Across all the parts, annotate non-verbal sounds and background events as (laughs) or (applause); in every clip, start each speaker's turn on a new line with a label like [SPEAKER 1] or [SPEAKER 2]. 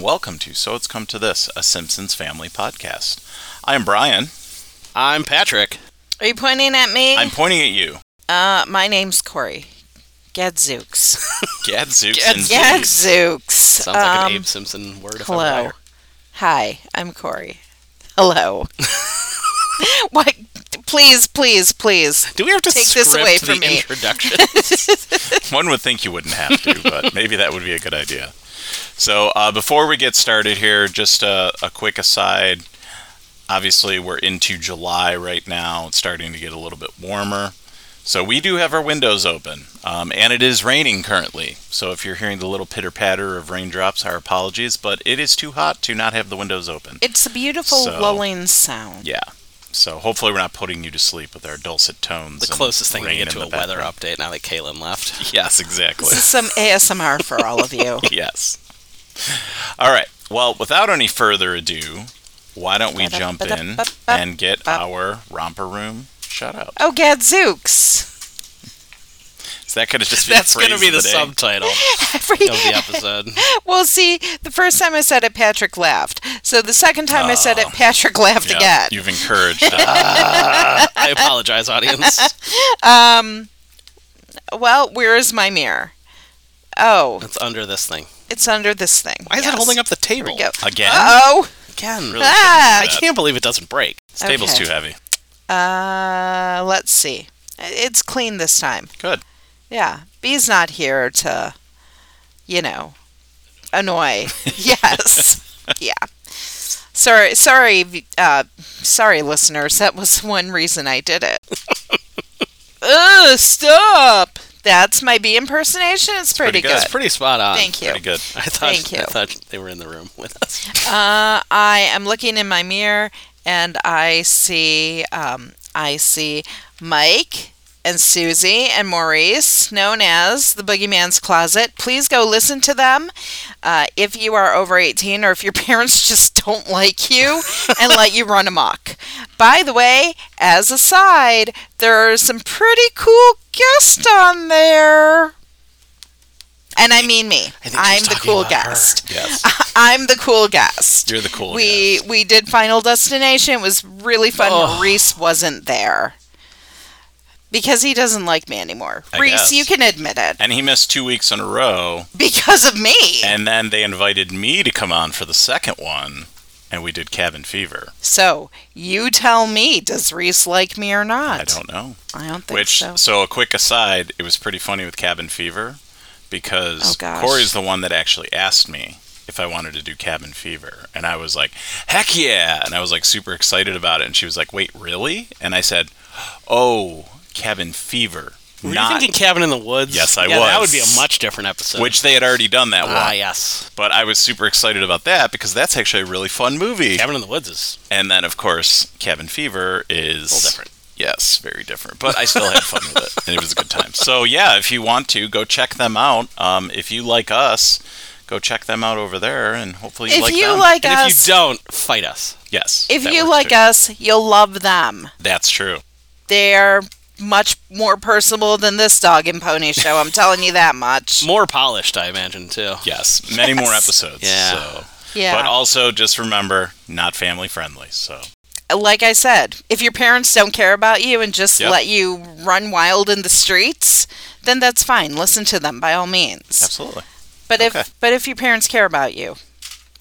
[SPEAKER 1] welcome to So It's Come to This, a Simpsons family podcast. I'm Brian.
[SPEAKER 2] I'm Patrick.
[SPEAKER 3] Are you pointing at me? (laughs)
[SPEAKER 1] I'm pointing at you.
[SPEAKER 3] uh, my name's Corey.
[SPEAKER 1] (laughs)
[SPEAKER 3] Gadzooks.
[SPEAKER 1] Gadzooks and
[SPEAKER 2] Gadzooks.
[SPEAKER 1] Jeeves.
[SPEAKER 3] Gadzooks.
[SPEAKER 2] Sounds like
[SPEAKER 3] Um,
[SPEAKER 2] an Abe Simpson word. If I'm
[SPEAKER 3] Hello.
[SPEAKER 2] right.
[SPEAKER 3] Hi, I'm Corey. Hello.
[SPEAKER 1] (laughs)
[SPEAKER 3] what? Please, please, please.
[SPEAKER 2] Do we have to
[SPEAKER 3] Take
[SPEAKER 2] script
[SPEAKER 3] this away
[SPEAKER 2] the
[SPEAKER 3] from me.
[SPEAKER 2] introduction?
[SPEAKER 3] (laughs)
[SPEAKER 1] (laughs) One would think you wouldn't have to,
[SPEAKER 2] (laughs)
[SPEAKER 1] but maybe that would be a good idea. So, uh, before we get started here, just a, a quick aside. Obviously, we're into July right now. It's starting to get a little bit warmer. So, we do have our windows open, um, and it is raining currently. So, if you're hearing the little pitter patter of raindrops, our apologies, but it is too hot to not have the windows open.
[SPEAKER 3] It's a beautiful
[SPEAKER 1] So-
[SPEAKER 3] lulling sound.
[SPEAKER 1] Yeah. So, hopefully, we're not putting you to sleep with our dulcet tones.
[SPEAKER 2] the
[SPEAKER 1] and
[SPEAKER 2] closest thing we
[SPEAKER 1] rain
[SPEAKER 2] get
[SPEAKER 1] in
[SPEAKER 2] to
[SPEAKER 1] the
[SPEAKER 2] a weather (laughs)
[SPEAKER 1] background.
[SPEAKER 2] update now that Kalen left.
[SPEAKER 1] Yes, (laughs) exactly.
[SPEAKER 3] This is some ASMR for all
[SPEAKER 1] (laughs)
[SPEAKER 3] of you.
[SPEAKER 1] yes. All right. Well, without any further ado, why don't we jump in and get our romper room shut up?
[SPEAKER 3] Oh, Gadzooks. (laughs)
[SPEAKER 1] So that could have just been
[SPEAKER 2] (laughs) That's
[SPEAKER 1] going
[SPEAKER 2] gonna
[SPEAKER 1] to
[SPEAKER 2] be the,
[SPEAKER 1] day.
[SPEAKER 2] subtitle of
[SPEAKER 3] Every-
[SPEAKER 2] the episode.
[SPEAKER 3] well, see, the first time I said it, Patrick laughed. So the second time I said
[SPEAKER 1] Oh.
[SPEAKER 3] it, Patrick laughed
[SPEAKER 1] Yeah,
[SPEAKER 3] again.
[SPEAKER 1] You've encouraged us.
[SPEAKER 2] (laughs)
[SPEAKER 3] (laughs)
[SPEAKER 2] I apologize, audience.
[SPEAKER 3] Well, where is my mirror? Oh,
[SPEAKER 2] It's under this thing.
[SPEAKER 3] it's under this thing.
[SPEAKER 2] Why is it holding up the table?
[SPEAKER 3] Here we go.
[SPEAKER 1] again.
[SPEAKER 2] Uh,
[SPEAKER 3] Oh,
[SPEAKER 2] Again, really.
[SPEAKER 3] ah.
[SPEAKER 2] I can't believe it doesn't break.
[SPEAKER 1] This table's
[SPEAKER 3] okay.
[SPEAKER 1] too heavy.
[SPEAKER 3] Uh, let's see. It's clean this time.
[SPEAKER 1] Good.
[SPEAKER 3] Yeah, B's not here to, you know, annoy.
[SPEAKER 2] (laughs)
[SPEAKER 3] yes. Yeah. Sorry, sorry, v- uh, sorry, listeners. That was the one reason I
[SPEAKER 2] (laughs)
[SPEAKER 3] did it. Ugh, stop. That's my B impersonation. It's pretty,
[SPEAKER 1] pretty good.
[SPEAKER 3] good.
[SPEAKER 2] It's pretty spot on.
[SPEAKER 3] Thank you.
[SPEAKER 1] Pretty good.
[SPEAKER 2] I thought,
[SPEAKER 3] Thank you.
[SPEAKER 2] I thought they were in the room with us.
[SPEAKER 3] Uh, I am looking in my mirror and I see um, I see Mike and Susie and Maurice, known as the Boogeyman's Closet. Please go listen to them uh, if you are over 18 or if your (laughs) parents just don't like you and let you run amok. By the way, as a side, there are some pretty cool guests on there. And I mean me.
[SPEAKER 2] I think she
[SPEAKER 3] I'm
[SPEAKER 2] was
[SPEAKER 3] the
[SPEAKER 2] talking
[SPEAKER 3] cool
[SPEAKER 2] about her.
[SPEAKER 3] guest.
[SPEAKER 1] Yes.
[SPEAKER 3] (laughs) I'm the cool guest.
[SPEAKER 1] You're the cool
[SPEAKER 3] we we did Final Destination. It was really fun.
[SPEAKER 2] Oh.
[SPEAKER 3] Reese wasn't there because he doesn't like me anymore.
[SPEAKER 1] I
[SPEAKER 3] Reese,
[SPEAKER 1] guess.
[SPEAKER 3] you can admit it (laughs)
[SPEAKER 1] And he missed two weeks in a row,
[SPEAKER 3] because of me.
[SPEAKER 1] and then they invited me to come on for the second one, and we did Cabin Fever.
[SPEAKER 3] so you tell me, does Reese like me or not?
[SPEAKER 1] I don't know.
[SPEAKER 3] I don't think
[SPEAKER 1] Which
[SPEAKER 3] so.
[SPEAKER 1] a quick aside, it was pretty funny with Cabin Fever
[SPEAKER 3] Oh,
[SPEAKER 1] because
[SPEAKER 3] gosh.
[SPEAKER 1] Corey's the one that actually asked me if I wanted to do Cabin Fever, and I was like, "Heck yeah!" And I was like super excited about it, and she was like, "Wait, really?" And I said, "Oh, Cabin Fever,
[SPEAKER 2] Were
[SPEAKER 1] not."
[SPEAKER 2] you thinking Cabin in the Woods?
[SPEAKER 1] Yes, I
[SPEAKER 2] yeah, That
[SPEAKER 1] was.
[SPEAKER 2] would be a much different episode.
[SPEAKER 1] which they had already done that
[SPEAKER 2] ah
[SPEAKER 1] one,
[SPEAKER 2] yes,
[SPEAKER 1] but I was super excited about that because that's actually a really fun movie.
[SPEAKER 2] Cabin in the Woods is
[SPEAKER 1] And then, of course, Cabin Fever is
[SPEAKER 2] a little different.
[SPEAKER 1] Yes, very different. But I still had fun with it, and it was a good time. So yeah, if you want to, go check them out. Um, if you like us, go check them out over there, and hopefully you
[SPEAKER 3] If
[SPEAKER 1] like
[SPEAKER 3] you
[SPEAKER 1] them.
[SPEAKER 3] like
[SPEAKER 2] And
[SPEAKER 3] us,
[SPEAKER 2] if you don't, fight us.
[SPEAKER 1] yes,
[SPEAKER 3] if
[SPEAKER 1] that
[SPEAKER 3] you
[SPEAKER 1] works
[SPEAKER 3] like
[SPEAKER 1] too.
[SPEAKER 3] us, you'll love them.
[SPEAKER 1] that's true.
[SPEAKER 3] They're much more personable than this dog and pony show. I'm telling you that much.
[SPEAKER 2] More polished, I imagine, too.
[SPEAKER 1] Yes, many more
[SPEAKER 3] Yes.
[SPEAKER 1] episodes.
[SPEAKER 2] Yeah.
[SPEAKER 1] So. (laughs)
[SPEAKER 3] Yeah.
[SPEAKER 1] But also, just remember, not family friendly. So
[SPEAKER 3] like I said, if your parents don't care about you and just
[SPEAKER 1] Yep.
[SPEAKER 3] let you run wild in the streets, then that's fine. Listen to them by all means.
[SPEAKER 1] absolutely.
[SPEAKER 3] But
[SPEAKER 1] okay.
[SPEAKER 3] if but if your parents care about you,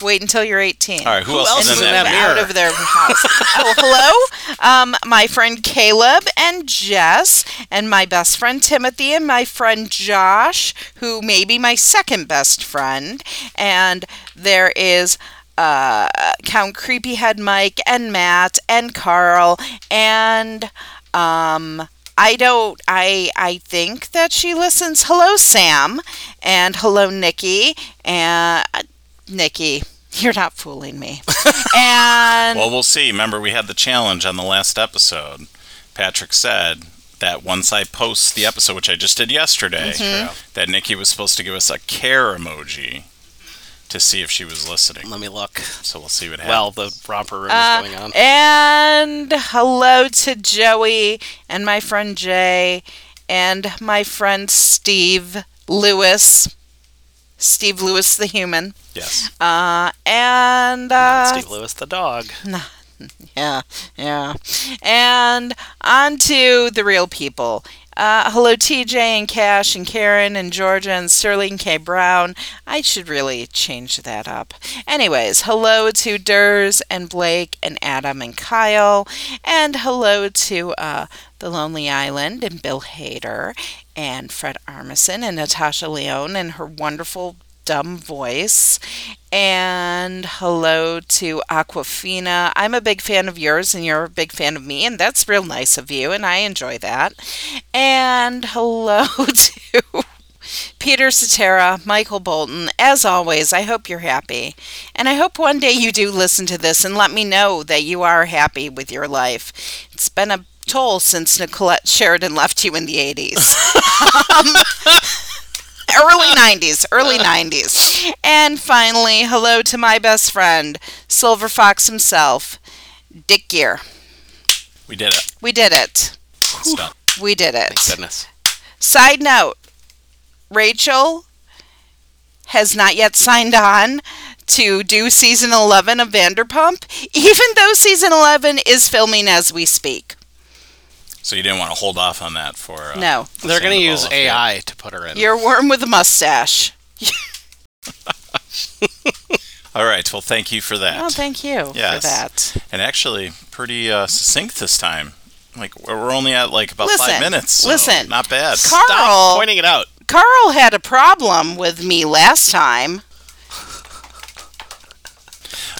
[SPEAKER 3] wait until you're 18.
[SPEAKER 1] All right, who,
[SPEAKER 2] Who
[SPEAKER 1] else,
[SPEAKER 3] And
[SPEAKER 1] is
[SPEAKER 2] else
[SPEAKER 1] in
[SPEAKER 3] move
[SPEAKER 1] that
[SPEAKER 2] that
[SPEAKER 1] mirror?
[SPEAKER 3] out of their house. oh, hello, um, my friend Caleb and Jess, and my best friend Timothy, and my friend Josh, who may be my second best friend, and there is uh, Count Creepyhead Mike and Matt and Carl and um I don't I I think that she listens hello Sam and hello Nikki and uh, Nikki you're not
[SPEAKER 2] (laughs)
[SPEAKER 3] fooling me and
[SPEAKER 1] Well, we'll see. Remember, we had the challenge on the last episode. Patrick said that once I post the episode, which I just did yesterday, that Nikki was supposed to give us a care emoji to see if she was listening.
[SPEAKER 2] Let me look.
[SPEAKER 1] So we'll see what happens.
[SPEAKER 2] Well, the romper room
[SPEAKER 3] uh,
[SPEAKER 2] is going on.
[SPEAKER 3] and hello to Joey and my friend Jay and my friend Steve Lewis Steve Lewis the human,
[SPEAKER 1] Yes.
[SPEAKER 3] uh, and
[SPEAKER 2] Not
[SPEAKER 3] uh,
[SPEAKER 2] Steve Lewis the dog.
[SPEAKER 3] yeah, yeah, and on to the real people. Uh, hello, TJ and Cash and Karen and Georgia and Sterling K. Brown. I should really change that up. Anyways, hello to Durs and Blake and Adam and Kyle. And hello to uh, The Lonely Island and Bill Hader and Fred Armisen and Natasha Leone and her wonderful dumb voice. And hello to Aquafina. I'm a big fan of yours, and you're a big fan of me, and that's real nice of you, and I enjoy that. And hello (laughs) to Peter Cetera, Michael Bolton. As always, I hope you're happy. And I hope one day you do listen to this and let me know that you are happy with your life. It's been a toll since Nicolette Sheridan left you in the (laughs) 80s. Um, early 90s, early 90s. uh, And finally, hello to my best friend, Silver Fox himself, Dick Gear.
[SPEAKER 1] We did it.
[SPEAKER 3] We did it.
[SPEAKER 1] It's done.
[SPEAKER 3] We did it.
[SPEAKER 2] Thank goodness.
[SPEAKER 3] Side note Rachel has not yet signed on to do season 11 of Vanderpump, even though season 11 is filming as we speak.
[SPEAKER 1] So you didn't want to hold off on that for. Uh,
[SPEAKER 3] No,
[SPEAKER 2] They're going to
[SPEAKER 1] Sandoval
[SPEAKER 2] use
[SPEAKER 1] up there.
[SPEAKER 2] AI to put her in.
[SPEAKER 3] you're a worm with a mustache.
[SPEAKER 1] All right. Well, thank you for that.
[SPEAKER 3] Oh, thank you
[SPEAKER 1] Yes.
[SPEAKER 3] for that.
[SPEAKER 1] and actually, pretty uh, succinct this time. Like we're we're only at like about
[SPEAKER 3] Listen,
[SPEAKER 1] five minutes. so
[SPEAKER 3] listen.
[SPEAKER 1] Not bad.
[SPEAKER 3] Carl,
[SPEAKER 2] Stop pointing it out.
[SPEAKER 3] Carl had a problem with me last time,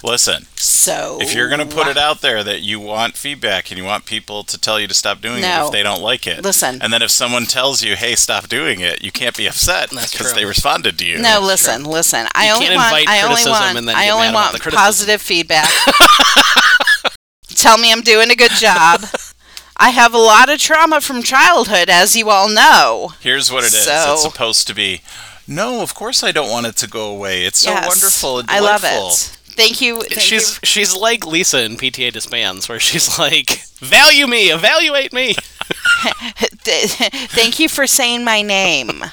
[SPEAKER 1] Listen,
[SPEAKER 3] so
[SPEAKER 1] if you're gonna put it out there that you want feedback and you want people to tell you to stop doing it
[SPEAKER 3] No.
[SPEAKER 1] if they don't like it,
[SPEAKER 3] Listen.
[SPEAKER 1] And then if someone tells you, "Hey, stop doing it," you can't be upset
[SPEAKER 2] That's
[SPEAKER 1] because
[SPEAKER 2] true.
[SPEAKER 1] they responded to you.
[SPEAKER 3] no, listen, listen. I
[SPEAKER 2] You
[SPEAKER 3] only
[SPEAKER 2] can't
[SPEAKER 3] want.
[SPEAKER 2] invite
[SPEAKER 3] I only
[SPEAKER 2] criticism
[SPEAKER 3] want.
[SPEAKER 2] and then
[SPEAKER 3] I
[SPEAKER 2] get
[SPEAKER 3] only
[SPEAKER 2] mad about
[SPEAKER 3] want
[SPEAKER 2] the criticism. (laughs)
[SPEAKER 3] positive feedback. Tell me I'm doing a good job. I have a lot of trauma from childhood, as you all know.
[SPEAKER 1] Here's what it is.
[SPEAKER 3] So-
[SPEAKER 1] It's supposed to be. No, of course I don't want it to go away. It's so
[SPEAKER 3] Yes.
[SPEAKER 1] wonderful and
[SPEAKER 3] I love
[SPEAKER 1] delightful.
[SPEAKER 3] it. Thank you. Thank
[SPEAKER 2] she's
[SPEAKER 3] you.
[SPEAKER 2] she's like Lisa in PTA disbands, where she's like, "Value me, evaluate me."
[SPEAKER 3] (laughs) thank you for saying my name.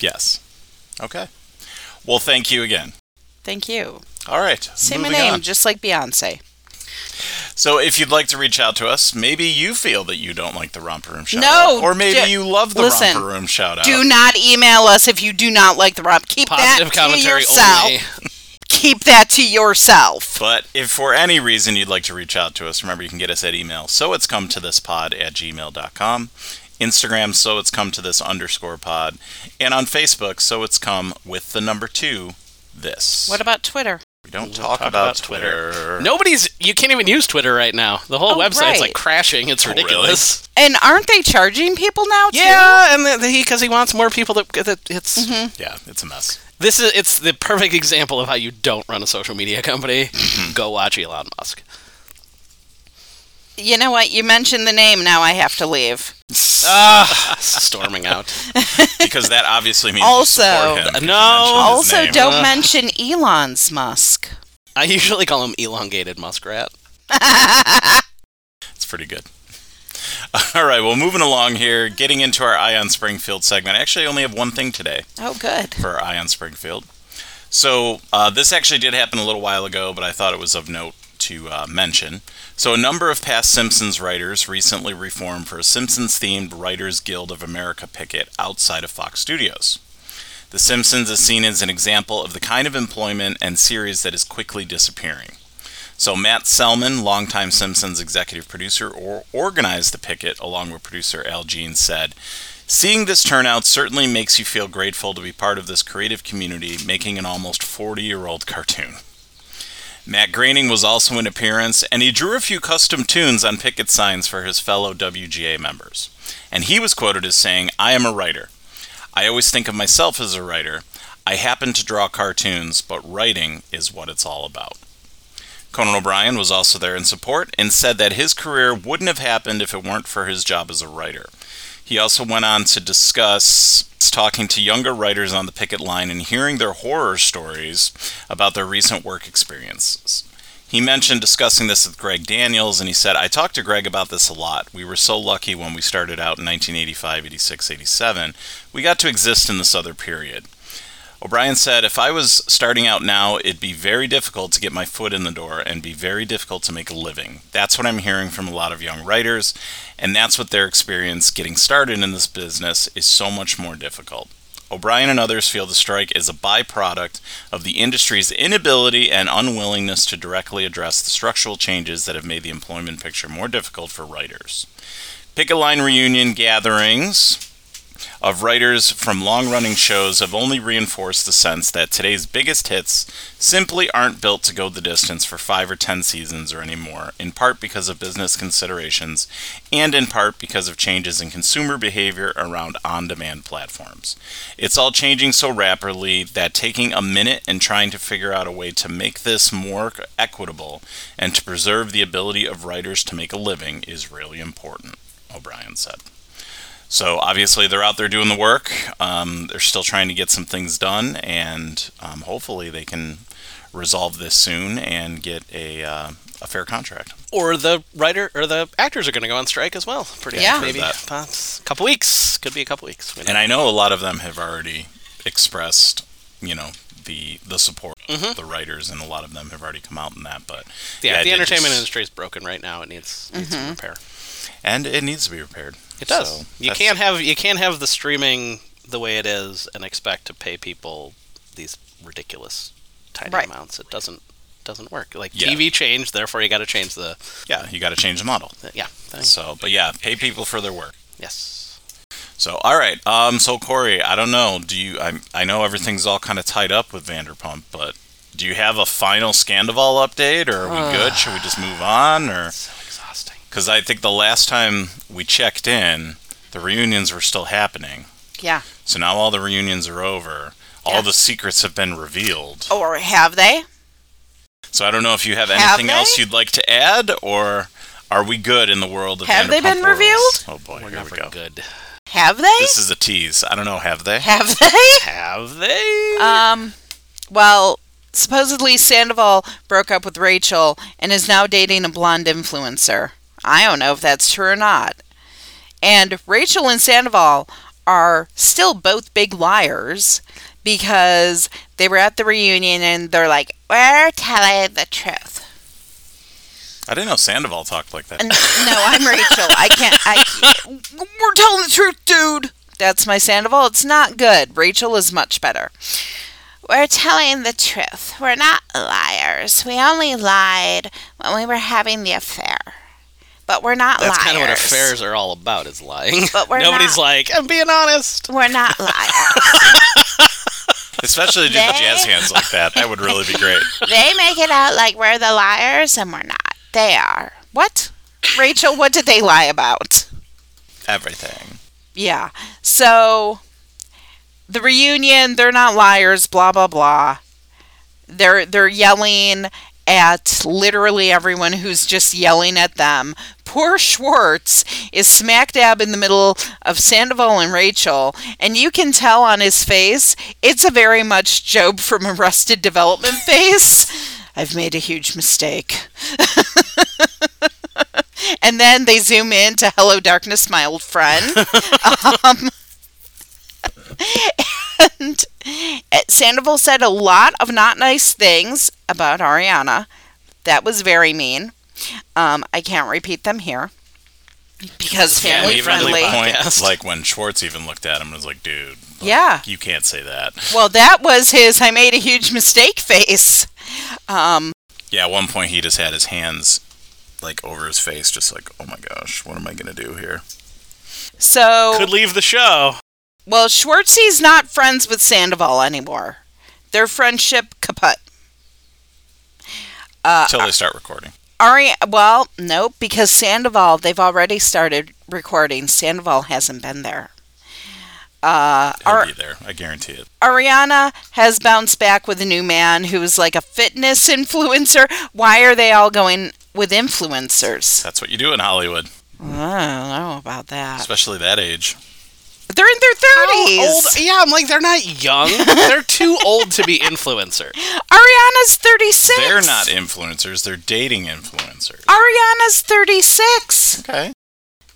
[SPEAKER 1] Yes. Okay. Well, thank you again.
[SPEAKER 3] Thank you.
[SPEAKER 1] All right.
[SPEAKER 3] Say my
[SPEAKER 1] moving
[SPEAKER 3] name,
[SPEAKER 1] on.
[SPEAKER 3] just like Beyonce.
[SPEAKER 1] So, if you'd like to reach out to us, maybe you feel that you don't like the romper room shout
[SPEAKER 3] No,
[SPEAKER 1] out, or maybe
[SPEAKER 3] d-
[SPEAKER 1] you love the
[SPEAKER 3] listen,
[SPEAKER 1] romper room shout out.
[SPEAKER 3] Do not email us if you do not like the romp. Keep
[SPEAKER 2] Positive
[SPEAKER 3] that to
[SPEAKER 2] commentary
[SPEAKER 3] yourself.
[SPEAKER 2] only.
[SPEAKER 3] Keep that to yourself.
[SPEAKER 1] But if for any reason you'd like to reach out to us, remember you can get us at email. So it's come to this pod at gmail.com, Instagram, so it's come to this underscore pod, and on Facebook, so it's come with the number two, this.
[SPEAKER 3] What about Twitter?
[SPEAKER 1] we don't
[SPEAKER 2] We'll
[SPEAKER 1] talk, about,
[SPEAKER 2] talk about
[SPEAKER 1] Twitter.
[SPEAKER 2] Twitter. Nobody's. You can't even use Twitter right now. The whole
[SPEAKER 3] Oh,
[SPEAKER 2] website's
[SPEAKER 3] right.
[SPEAKER 2] like crashing. It's
[SPEAKER 1] Oh, really?
[SPEAKER 2] ridiculous.
[SPEAKER 3] And aren't they charging people now too?
[SPEAKER 2] Yeah, and the, the, he because he wants more people that, that it's
[SPEAKER 3] Mm-hmm.
[SPEAKER 1] Yeah, it's a mess.
[SPEAKER 2] this is it's the perfect example of how you don't run a social media company. Go watch Elon Musk.
[SPEAKER 3] You know what? You mentioned the name. Now I have to leave.
[SPEAKER 2] Ah, (laughs) storming out.
[SPEAKER 1] (laughs) Because that obviously means
[SPEAKER 3] Also-
[SPEAKER 1] you support him 'cause you
[SPEAKER 2] No.
[SPEAKER 1] mentioned his
[SPEAKER 3] Also,
[SPEAKER 1] name.
[SPEAKER 3] don't
[SPEAKER 2] Ugh.
[SPEAKER 3] mention Elon's Musk.
[SPEAKER 2] I usually call him elongated muskrat.
[SPEAKER 1] It's pretty good. (laughs) All right, well, moving along here, getting into our Eye on Springfield segment. I actually only have one thing today
[SPEAKER 3] Oh, good.
[SPEAKER 1] for Eye on Springfield. So, uh, this actually did happen a little while ago, but I thought it was of note to uh, mention. So, a number of past Simpsons writers recently reformed for a Simpsons themed Writers Guild of America picket outside of Fox Studios. The Simpsons is seen as an example of the kind of employment and series that is quickly disappearing. So Matt Selman, longtime Simpsons executive producer, or organized the picket along with producer Al Jean said, Seeing this turnout certainly makes you feel grateful to be part of this creative community making an almost 40 year old cartoon. Matt Groening was also in appearance, and he drew a few custom tunes on picket signs for his fellow WGA members. And he was quoted as saying, I am a writer. I always think of myself as a writer. I happen to draw cartoons, but writing is what it's all about. Conan O'Brien was also there in support and said that his career wouldn't have happened if it weren't for his job as a writer. He also went on to discuss talking to younger writers on the picket line and hearing their horror stories about their recent work experiences. He mentioned discussing this with Greg Daniels, and he said, I talked to Greg about this a lot. We were so lucky when we started out in 1985, 86, 87. We got to exist in this other period. O'Brien said, If I was starting out now, it'd be very difficult to get my foot in the door and be very difficult to make a living. That's what I'm hearing from a lot of young writers, and that's what their experience getting started in this business is so much more difficult. O'Brien and others feel the strike is a byproduct of the industry's inability and unwillingness to directly address the structural changes that have made the employment picture more difficult for writers. Pick a line reunion gatherings of writers from long running shows have only reinforced the sense that today's biggest hits simply aren't built to go the distance for five or ten seasons or anymore, in part because of business considerations and in part because of changes in consumer behavior around on demand platforms. It's all changing so rapidly that taking a minute and trying to figure out a way to make this more equitable and to preserve the ability of writers to make a living is really important, O'Brien said. So obviously they're out there doing the work. Um, they're still trying to get some things done, and um, hopefully they can resolve this soon and get a uh, a fair contract.
[SPEAKER 2] Or the writer or the actors are going to go on strike as well. Pretty
[SPEAKER 3] Yeah.
[SPEAKER 2] soon, maybe
[SPEAKER 1] Heard
[SPEAKER 2] a couple weeks. Could be a couple weeks. We don't
[SPEAKER 1] And I know a lot of them have already expressed, you know, the the support of the writers, and a lot of them have already come out in that. But
[SPEAKER 2] yeah,
[SPEAKER 1] I
[SPEAKER 2] the
[SPEAKER 1] did
[SPEAKER 2] entertainment
[SPEAKER 1] just-
[SPEAKER 2] industry is broken right now. It needs, needs
[SPEAKER 3] Mm-hmm.
[SPEAKER 2] some repair.
[SPEAKER 1] and it needs to be repaired.
[SPEAKER 2] It does.
[SPEAKER 1] So
[SPEAKER 2] you
[SPEAKER 1] that's-
[SPEAKER 2] can't have you can't have the streaming the way it is and expect to pay people these ridiculous tiny
[SPEAKER 3] Right.
[SPEAKER 2] amounts. It doesn't doesn't work. Like
[SPEAKER 1] Yeah.
[SPEAKER 2] TV changed, therefore you got to change the,
[SPEAKER 1] Yeah, you got to change the model.
[SPEAKER 2] the yeah thing.
[SPEAKER 1] So, but yeah, pay people for their work.
[SPEAKER 2] Yes.
[SPEAKER 1] So, all right. Um, so Corey, I don't know. Do you? I I know everything's all kind of tied up with Vanderpump, but do you have a final Scandival update, or are we good? Should we just move on, or
[SPEAKER 2] So exhausting.
[SPEAKER 1] because I think the last time we checked in, the reunions were still happening.
[SPEAKER 3] Yeah.
[SPEAKER 1] So now all the reunions are over. All
[SPEAKER 3] Yeah.
[SPEAKER 1] the secrets have been revealed.
[SPEAKER 3] Or have they?
[SPEAKER 1] So I don't know if you have
[SPEAKER 3] Have
[SPEAKER 1] anything
[SPEAKER 3] they?
[SPEAKER 1] else you'd like to add, or are we good in the world of
[SPEAKER 3] Have they
[SPEAKER 1] Vanderpump
[SPEAKER 3] been
[SPEAKER 1] Rules?
[SPEAKER 3] revealed?
[SPEAKER 1] Oh boy,
[SPEAKER 2] We're
[SPEAKER 1] here
[SPEAKER 2] never
[SPEAKER 1] we go.
[SPEAKER 2] good.
[SPEAKER 3] Have they?
[SPEAKER 1] This is a tease. I don't know. Have they?
[SPEAKER 3] have they?
[SPEAKER 2] Have they?
[SPEAKER 3] Um, well, supposedly Sandoval broke up with Rachel and is now dating a blonde influencer. I don't know if that's true or not. And Rachel and Sandoval are still both big liars because they were at the reunion and they're like, we're telling the truth.
[SPEAKER 1] I didn't know Sandoval talked like that.
[SPEAKER 3] And, no, I'm Rachel. I can't. I, we're telling the truth, dude. That's my Sandoval. It's not good. Rachel is much better. We're telling the truth. We're not liars. We only lied when we were having the affair. But we're not
[SPEAKER 2] That's
[SPEAKER 3] liars.
[SPEAKER 2] kind of what affairs are all about is lying.
[SPEAKER 3] But we're
[SPEAKER 2] Nobody's
[SPEAKER 3] not.
[SPEAKER 2] like, I'm being honest.
[SPEAKER 3] We're
[SPEAKER 2] (laughs)
[SPEAKER 3] not liars.
[SPEAKER 1] Especially do the
[SPEAKER 3] They-
[SPEAKER 1] jazz hands like that. That would really be
[SPEAKER 3] (laughs)
[SPEAKER 1] great.
[SPEAKER 3] they make it out like we're the liars, and we're not. They are. What? Rachel, what did they lie about?
[SPEAKER 1] Everything.
[SPEAKER 3] Yeah. So the reunion, they're not liars, blah blah blah. They're they're yelling at literally everyone who's just yelling at them. Poor Schwartz is smack dab in the middle of Sandoval and Rachel, and you can tell on his face it's a very much Job from Arrested Development (laughs) face. I've made a huge mistake. and then they zoom in to Hello Darkness, my old friend. Um, and uh, Sandoval said a lot of not nice things about Ariana. That was very mean. Um, I can't repeat them here because
[SPEAKER 1] And
[SPEAKER 3] family
[SPEAKER 1] even to
[SPEAKER 3] friendly.
[SPEAKER 1] the point,
[SPEAKER 2] Podcast.
[SPEAKER 1] like when Schwartz even looked at him and was like, dude,
[SPEAKER 3] Yeah.
[SPEAKER 1] you can't say that.
[SPEAKER 3] Well, that was his I made a huge mistake face. Um,
[SPEAKER 1] Yeah, at one point he just had his hands like over his face, just like, oh my gosh, what am I going to do here?
[SPEAKER 3] so,
[SPEAKER 2] Could leave the show.
[SPEAKER 3] well, Schwartzy's not friends with Sandoval anymore. Their friendship kaput. Uh,
[SPEAKER 1] Until they start recording.
[SPEAKER 3] Ari, well, nope, because Sandoval, they've already started recording. Sandoval hasn't been there. Uh,
[SPEAKER 1] He'll
[SPEAKER 3] Ar-
[SPEAKER 1] be there. I guarantee it.
[SPEAKER 3] Ariana has bounced back with a new man who's like a fitness (laughs) influencer. Why are they all going with influencers?
[SPEAKER 1] That's what you do in Hollywood,
[SPEAKER 3] I don't know about that.
[SPEAKER 1] especially that age.
[SPEAKER 3] They're in their
[SPEAKER 2] How old?
[SPEAKER 3] 30s.
[SPEAKER 2] Yeah, I'm like, they're not
[SPEAKER 3] (laughs)
[SPEAKER 2] young. they're too old to be influencer.
[SPEAKER 3] Ariana's 36.
[SPEAKER 1] They're not influencers, they're dating influencers.
[SPEAKER 3] Ariana's 36.
[SPEAKER 1] Okay.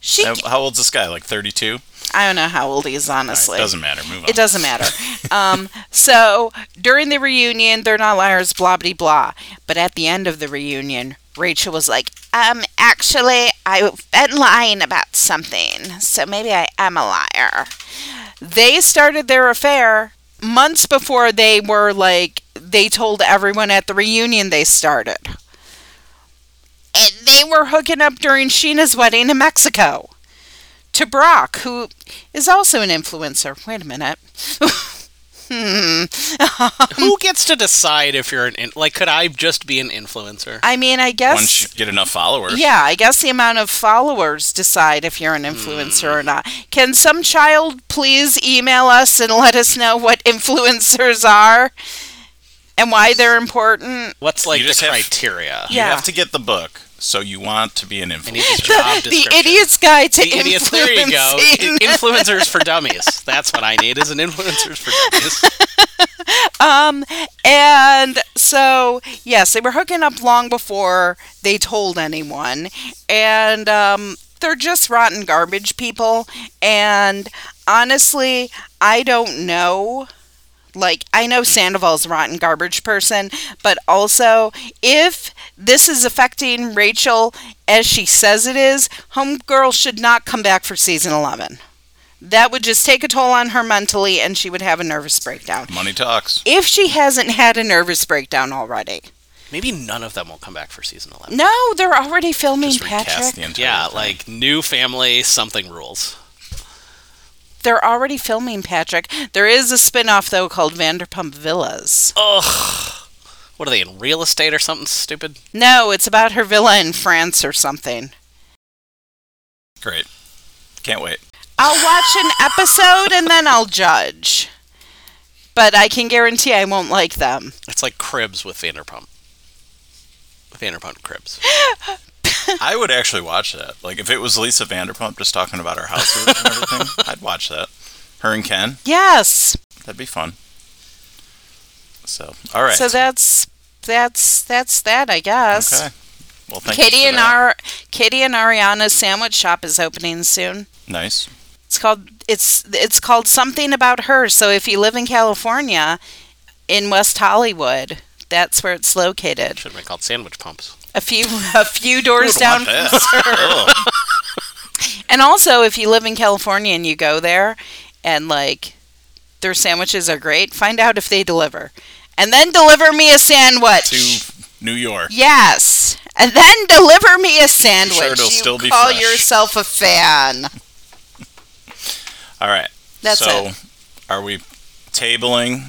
[SPEAKER 3] She,
[SPEAKER 1] Uh, How old's this guy? Like 32?
[SPEAKER 3] I don't know how old he is,
[SPEAKER 1] All right,
[SPEAKER 3] honestly.
[SPEAKER 1] doesn't matter. Move on. (laughs)
[SPEAKER 3] It doesn't matter. Um, so during the reunion, they're not liars, blah, blah, blah. But at the end of the reunion, Rachel was like, um, actually, I've been lying about something, so maybe I am a liar. They started their affair months before they were like, they told everyone at the reunion they started. And they were hooking up during Sheena's wedding in Mexico to Brock, who is also an influencer. Wait a minute. hmm.
[SPEAKER 2] Who gets to decide if you're an in- like? Could I just be an influencer?
[SPEAKER 3] I mean, I guess.
[SPEAKER 1] Once you get enough followers.
[SPEAKER 3] Yeah, I guess the amount of followers decide if you're an influencer
[SPEAKER 2] Hmm.
[SPEAKER 3] or not. Can some child please email us and let us know what (laughs) influencers are and why they're important?
[SPEAKER 2] What's like
[SPEAKER 1] You
[SPEAKER 2] the
[SPEAKER 1] just have-
[SPEAKER 2] criteria?
[SPEAKER 1] You
[SPEAKER 3] Yeah.
[SPEAKER 1] have to get the book, so you want to be an
[SPEAKER 2] I need
[SPEAKER 1] influencer.
[SPEAKER 2] the job
[SPEAKER 3] (laughs) The
[SPEAKER 2] description.
[SPEAKER 3] idiot's guide to
[SPEAKER 2] The idiots.
[SPEAKER 3] influencing.
[SPEAKER 2] There you go. I- Influencers for dummies. That's what I need. Is an influencers for dummies.
[SPEAKER 3] (laughs) Um, and so yes, they were hooking up long before they told anyone, and um, they're just rotten garbage people. And honestly, I don't know. Like I know Sandoval's a rotten garbage person, but also if this is affecting Rachel as she says it is, Homegirl should not come back for season eleven. That would just take a toll on her mentally, and she would have a nervous breakdown
[SPEAKER 1] Money talks.
[SPEAKER 3] if she hasn't had a nervous breakdown already.
[SPEAKER 2] Maybe none of them will come back for season eleven.
[SPEAKER 3] No, they're already filming
[SPEAKER 1] Just recast
[SPEAKER 3] Patrick.
[SPEAKER 1] the entire.
[SPEAKER 2] Yeah,
[SPEAKER 1] thing.
[SPEAKER 2] like new family something rules.
[SPEAKER 3] They're already filming Patrick. There is a spin-off though called Vanderpump Villas.
[SPEAKER 2] Ugh. What are they in real estate or something stupid?
[SPEAKER 3] No, it's about her villa in France or something.
[SPEAKER 1] great. Can't
[SPEAKER 3] (laughs)
[SPEAKER 1] wait.
[SPEAKER 3] I'll watch an episode and then I'll judge. But I can guarantee I won't like them.
[SPEAKER 2] It's like Cribs with Vanderpump. Vanderpump Cribs.
[SPEAKER 1] I would actually watch that. Like if it was Lisa Vanderpump just talking about her houses and everything,
[SPEAKER 3] (laughs)
[SPEAKER 1] I'd watch that. Her and Ken,
[SPEAKER 3] Yes.
[SPEAKER 1] that'd be fun. So, all right.
[SPEAKER 3] So that's that's that's that, I guess.
[SPEAKER 1] okay. Well, thank
[SPEAKER 3] Kitty
[SPEAKER 1] you for
[SPEAKER 3] and
[SPEAKER 1] that.
[SPEAKER 3] our Kitty and Ariana's sandwich shop is opening soon.
[SPEAKER 1] nice.
[SPEAKER 3] It's called it's it's called something about her. So if you live in California, in West Hollywood, that's where it's located.
[SPEAKER 2] Should have been called sandwich pumps.
[SPEAKER 3] A few (laughs) a few doors
[SPEAKER 1] Who (laughs) would
[SPEAKER 3] down.
[SPEAKER 1] want that? Ugh. eh?
[SPEAKER 3] And also, if you live in California and you go there, and like their sandwiches are great, find out if they deliver, and then deliver me a sandwich.
[SPEAKER 1] to New York.
[SPEAKER 3] Yes, and then deliver me a sandwich.
[SPEAKER 1] it'll
[SPEAKER 3] you
[SPEAKER 1] still be
[SPEAKER 3] call
[SPEAKER 1] fresh.
[SPEAKER 3] yourself a fan.
[SPEAKER 1] All right.
[SPEAKER 3] That's
[SPEAKER 1] so,
[SPEAKER 3] it.
[SPEAKER 1] are we tabling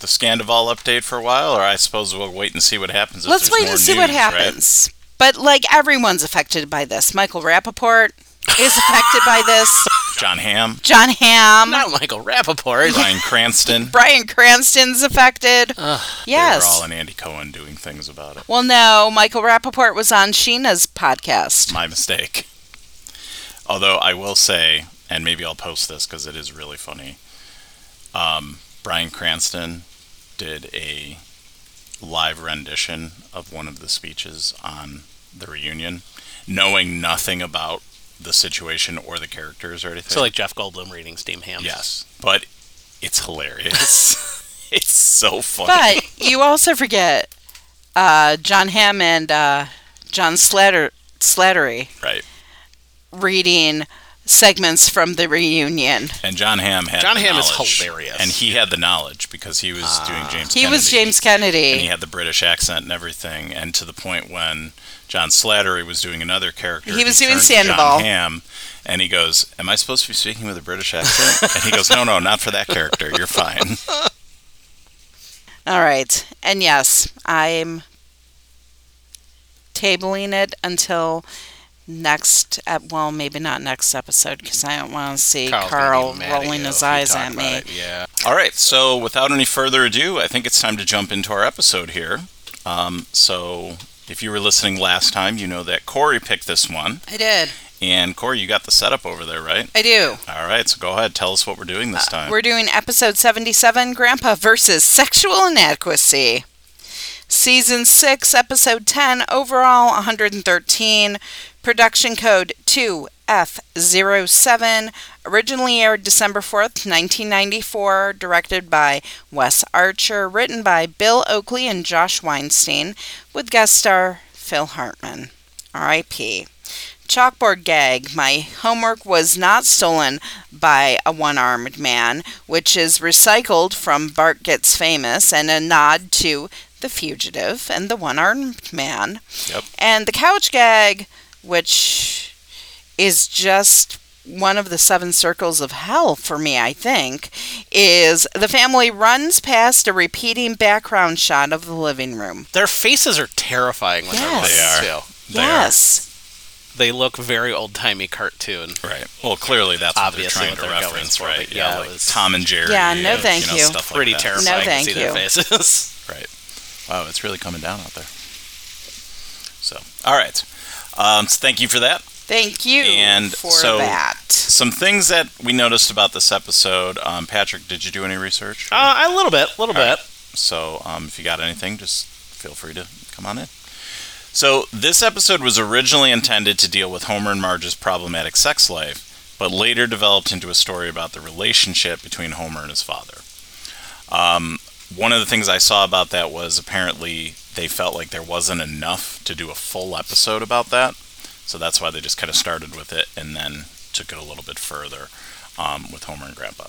[SPEAKER 1] the Scandival update for a while, or I suppose we'll wait and see what happens? if
[SPEAKER 3] Let's
[SPEAKER 1] there's
[SPEAKER 3] wait
[SPEAKER 1] more
[SPEAKER 3] and see what
[SPEAKER 1] news, right?
[SPEAKER 3] happens. But like everyone's affected by this. Michael Rappaport is affected by this.
[SPEAKER 1] (laughs) John Hamm,
[SPEAKER 3] John Hamm,
[SPEAKER 2] Not Michael
[SPEAKER 3] (laughs)
[SPEAKER 2] Rappaport.
[SPEAKER 1] Brian Cranston.
[SPEAKER 3] Brian Cranston's affected.
[SPEAKER 2] Ugh,
[SPEAKER 1] They were all
[SPEAKER 3] yes.
[SPEAKER 1] and Andy Cohen doing things about it.
[SPEAKER 3] Well, no, Michael Rappaport was on Sheena's podcast.
[SPEAKER 1] My mistake. Although I will say, and maybe I'll post this because it is really funny. Um, Brian Cranston did a live rendition of one of the speeches on the reunion, knowing nothing about the situation or the characters or anything.
[SPEAKER 2] So like Jeff Goldblum reading Steam Hams.
[SPEAKER 1] yes, but it's
[SPEAKER 3] (laughs)
[SPEAKER 1] hilarious. it's so funny.
[SPEAKER 3] But you also forget uh, John Hamm and uh, John Slatter- Slattery
[SPEAKER 1] right.
[SPEAKER 3] reading segments from the reunion.
[SPEAKER 1] And John Hamm had
[SPEAKER 2] John
[SPEAKER 1] the
[SPEAKER 2] Hamm is
[SPEAKER 1] knowledge,
[SPEAKER 2] hilarious.
[SPEAKER 1] and he had the knowledge because he was doing James.
[SPEAKER 3] Ah. He
[SPEAKER 1] Kennedy.
[SPEAKER 3] was James Kennedy.
[SPEAKER 1] and he had the British accent and everything, and to the point when John Slattery was doing another character,
[SPEAKER 3] He was doing
[SPEAKER 1] turned to
[SPEAKER 3] Sandoval.
[SPEAKER 1] John Hamm, and he goes, "Am I supposed to be speaking with a British accent?" and he goes, "No, no, not for that character. You're fine."
[SPEAKER 3] (laughs) All right. And yes, I'm tabling it until next ep- well maybe not next episode because i don't want to see
[SPEAKER 2] Carl's gonna
[SPEAKER 3] carl
[SPEAKER 2] be mad at
[SPEAKER 3] rolling
[SPEAKER 2] you if
[SPEAKER 3] his
[SPEAKER 2] you
[SPEAKER 3] eyes
[SPEAKER 2] talk
[SPEAKER 3] at
[SPEAKER 2] about
[SPEAKER 3] me
[SPEAKER 2] it, Yeah.
[SPEAKER 1] All right, so without any further ado, I think it's time to jump into our episode here. Um, so, if you were listening last time, you know that Corey picked this one,
[SPEAKER 3] i did
[SPEAKER 1] and Corey, you got the setup over there, right?
[SPEAKER 3] i do
[SPEAKER 1] All right, so go ahead, tell us what we're doing this time.
[SPEAKER 3] Uh, We're doing episode 77 Grandpa versus Sexual Inadequacy. Season 6, episode 10, overall 113, production code 2 F07, originally aired December 4th, 1994, directed by Wes Archer, written by Bill Oakley and Josh Weinstein, with guest star Phil Hartman. R.I.P. Chalkboard gag. My homework was not stolen by a one armed man, which is recycled from Bart Gets Famous and a nod to The Fugitive and the One Armed Man.
[SPEAKER 1] Yep.
[SPEAKER 3] And the couch gag, which is just one of the seven circles of hell for me, I think, is the family runs past a repeating background shot of the living room.
[SPEAKER 2] Their faces are terrifying when
[SPEAKER 3] Yes.
[SPEAKER 2] they're kids,
[SPEAKER 1] They are.
[SPEAKER 3] yes.
[SPEAKER 2] too. They look very old timey cartoon.
[SPEAKER 1] Right. Well, clearly that's
[SPEAKER 2] Obviously
[SPEAKER 1] what
[SPEAKER 2] what
[SPEAKER 1] they're
[SPEAKER 2] they're
[SPEAKER 1] trying
[SPEAKER 2] going
[SPEAKER 1] to reference,
[SPEAKER 2] for,
[SPEAKER 1] right?
[SPEAKER 2] but yeah, it
[SPEAKER 1] like
[SPEAKER 2] was-
[SPEAKER 1] Tom and Jerry.
[SPEAKER 3] Yeah, no
[SPEAKER 1] and,
[SPEAKER 3] thank
[SPEAKER 1] know,
[SPEAKER 3] you.
[SPEAKER 1] Stuff like
[SPEAKER 2] Pretty
[SPEAKER 1] that.
[SPEAKER 2] terrifying
[SPEAKER 3] thank
[SPEAKER 2] to see their
[SPEAKER 3] you.
[SPEAKER 2] faces. (laughs)
[SPEAKER 1] Right. Wow, it's really coming down out there. So, all right. Um, so thank you for that.
[SPEAKER 3] Thank you
[SPEAKER 1] And
[SPEAKER 3] for
[SPEAKER 1] so-
[SPEAKER 3] that.
[SPEAKER 1] Some things that we noticed about this episode. Um, Patrick, did you do any research?
[SPEAKER 2] uh, a little bit, a little
[SPEAKER 1] All
[SPEAKER 2] bit.
[SPEAKER 1] So um, if you got anything, just feel free to come on in. So this episode was originally intended to deal with Homer and Marge's problematic sex life, but later developed into a story about the relationship between Homer and his father. Um, one of the things I saw about that was apparently they felt like there wasn't enough to do a full episode about that, so that's why they just kind of started with it and then took it a little bit further um, with Homer and Grandpa.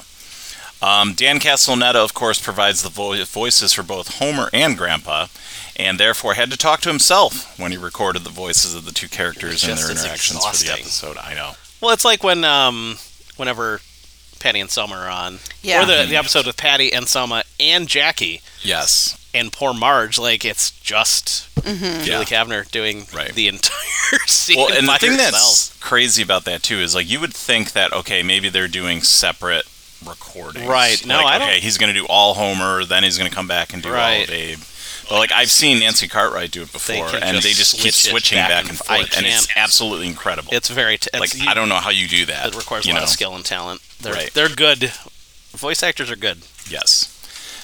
[SPEAKER 1] Um, Dan Castellaneta, of course, provides the vo- voices for both Homer and Grandpa, and therefore had to talk to himself when he recorded the voices of the two characters and
[SPEAKER 2] Just
[SPEAKER 1] their
[SPEAKER 2] as
[SPEAKER 1] interactions for the
[SPEAKER 2] exhausting.
[SPEAKER 1] episode. I know.
[SPEAKER 2] Well, it's like when, um, whenever Patty and Selma are on,
[SPEAKER 3] Yeah.
[SPEAKER 2] or the, the episode with Patty and Selma and Jackie
[SPEAKER 1] Yes.
[SPEAKER 2] and poor Marge, like it's just Julie Kavner doing
[SPEAKER 1] Right.
[SPEAKER 2] the (laughs) entire scene.
[SPEAKER 1] Well, and
[SPEAKER 2] by
[SPEAKER 1] the thing
[SPEAKER 2] herself.
[SPEAKER 1] that's crazy about that too is like you would think that okay, maybe they're doing separate recordings.
[SPEAKER 2] Right. No,
[SPEAKER 1] Like,
[SPEAKER 2] I don't-
[SPEAKER 1] Okay, he's going to do all Homer, then he's going to come back and do all
[SPEAKER 2] Right.
[SPEAKER 1] Babe. But like I've seen Nancy Cartwright do it before,
[SPEAKER 2] can
[SPEAKER 1] and
[SPEAKER 2] just
[SPEAKER 1] they just keep
[SPEAKER 2] switch it
[SPEAKER 1] switching
[SPEAKER 2] back
[SPEAKER 1] back
[SPEAKER 2] and
[SPEAKER 1] and
[SPEAKER 2] f- I
[SPEAKER 1] forth, and it's
[SPEAKER 2] can't-
[SPEAKER 1] absolutely incredible.
[SPEAKER 2] it's very t- it's,
[SPEAKER 1] like
[SPEAKER 2] you-
[SPEAKER 1] I don't know how you do that.
[SPEAKER 2] It requires a
[SPEAKER 1] you
[SPEAKER 2] lot
[SPEAKER 1] know?
[SPEAKER 2] of skill and talent. They're
[SPEAKER 1] Right.
[SPEAKER 2] they're good. Voice actors are good.
[SPEAKER 1] Yes.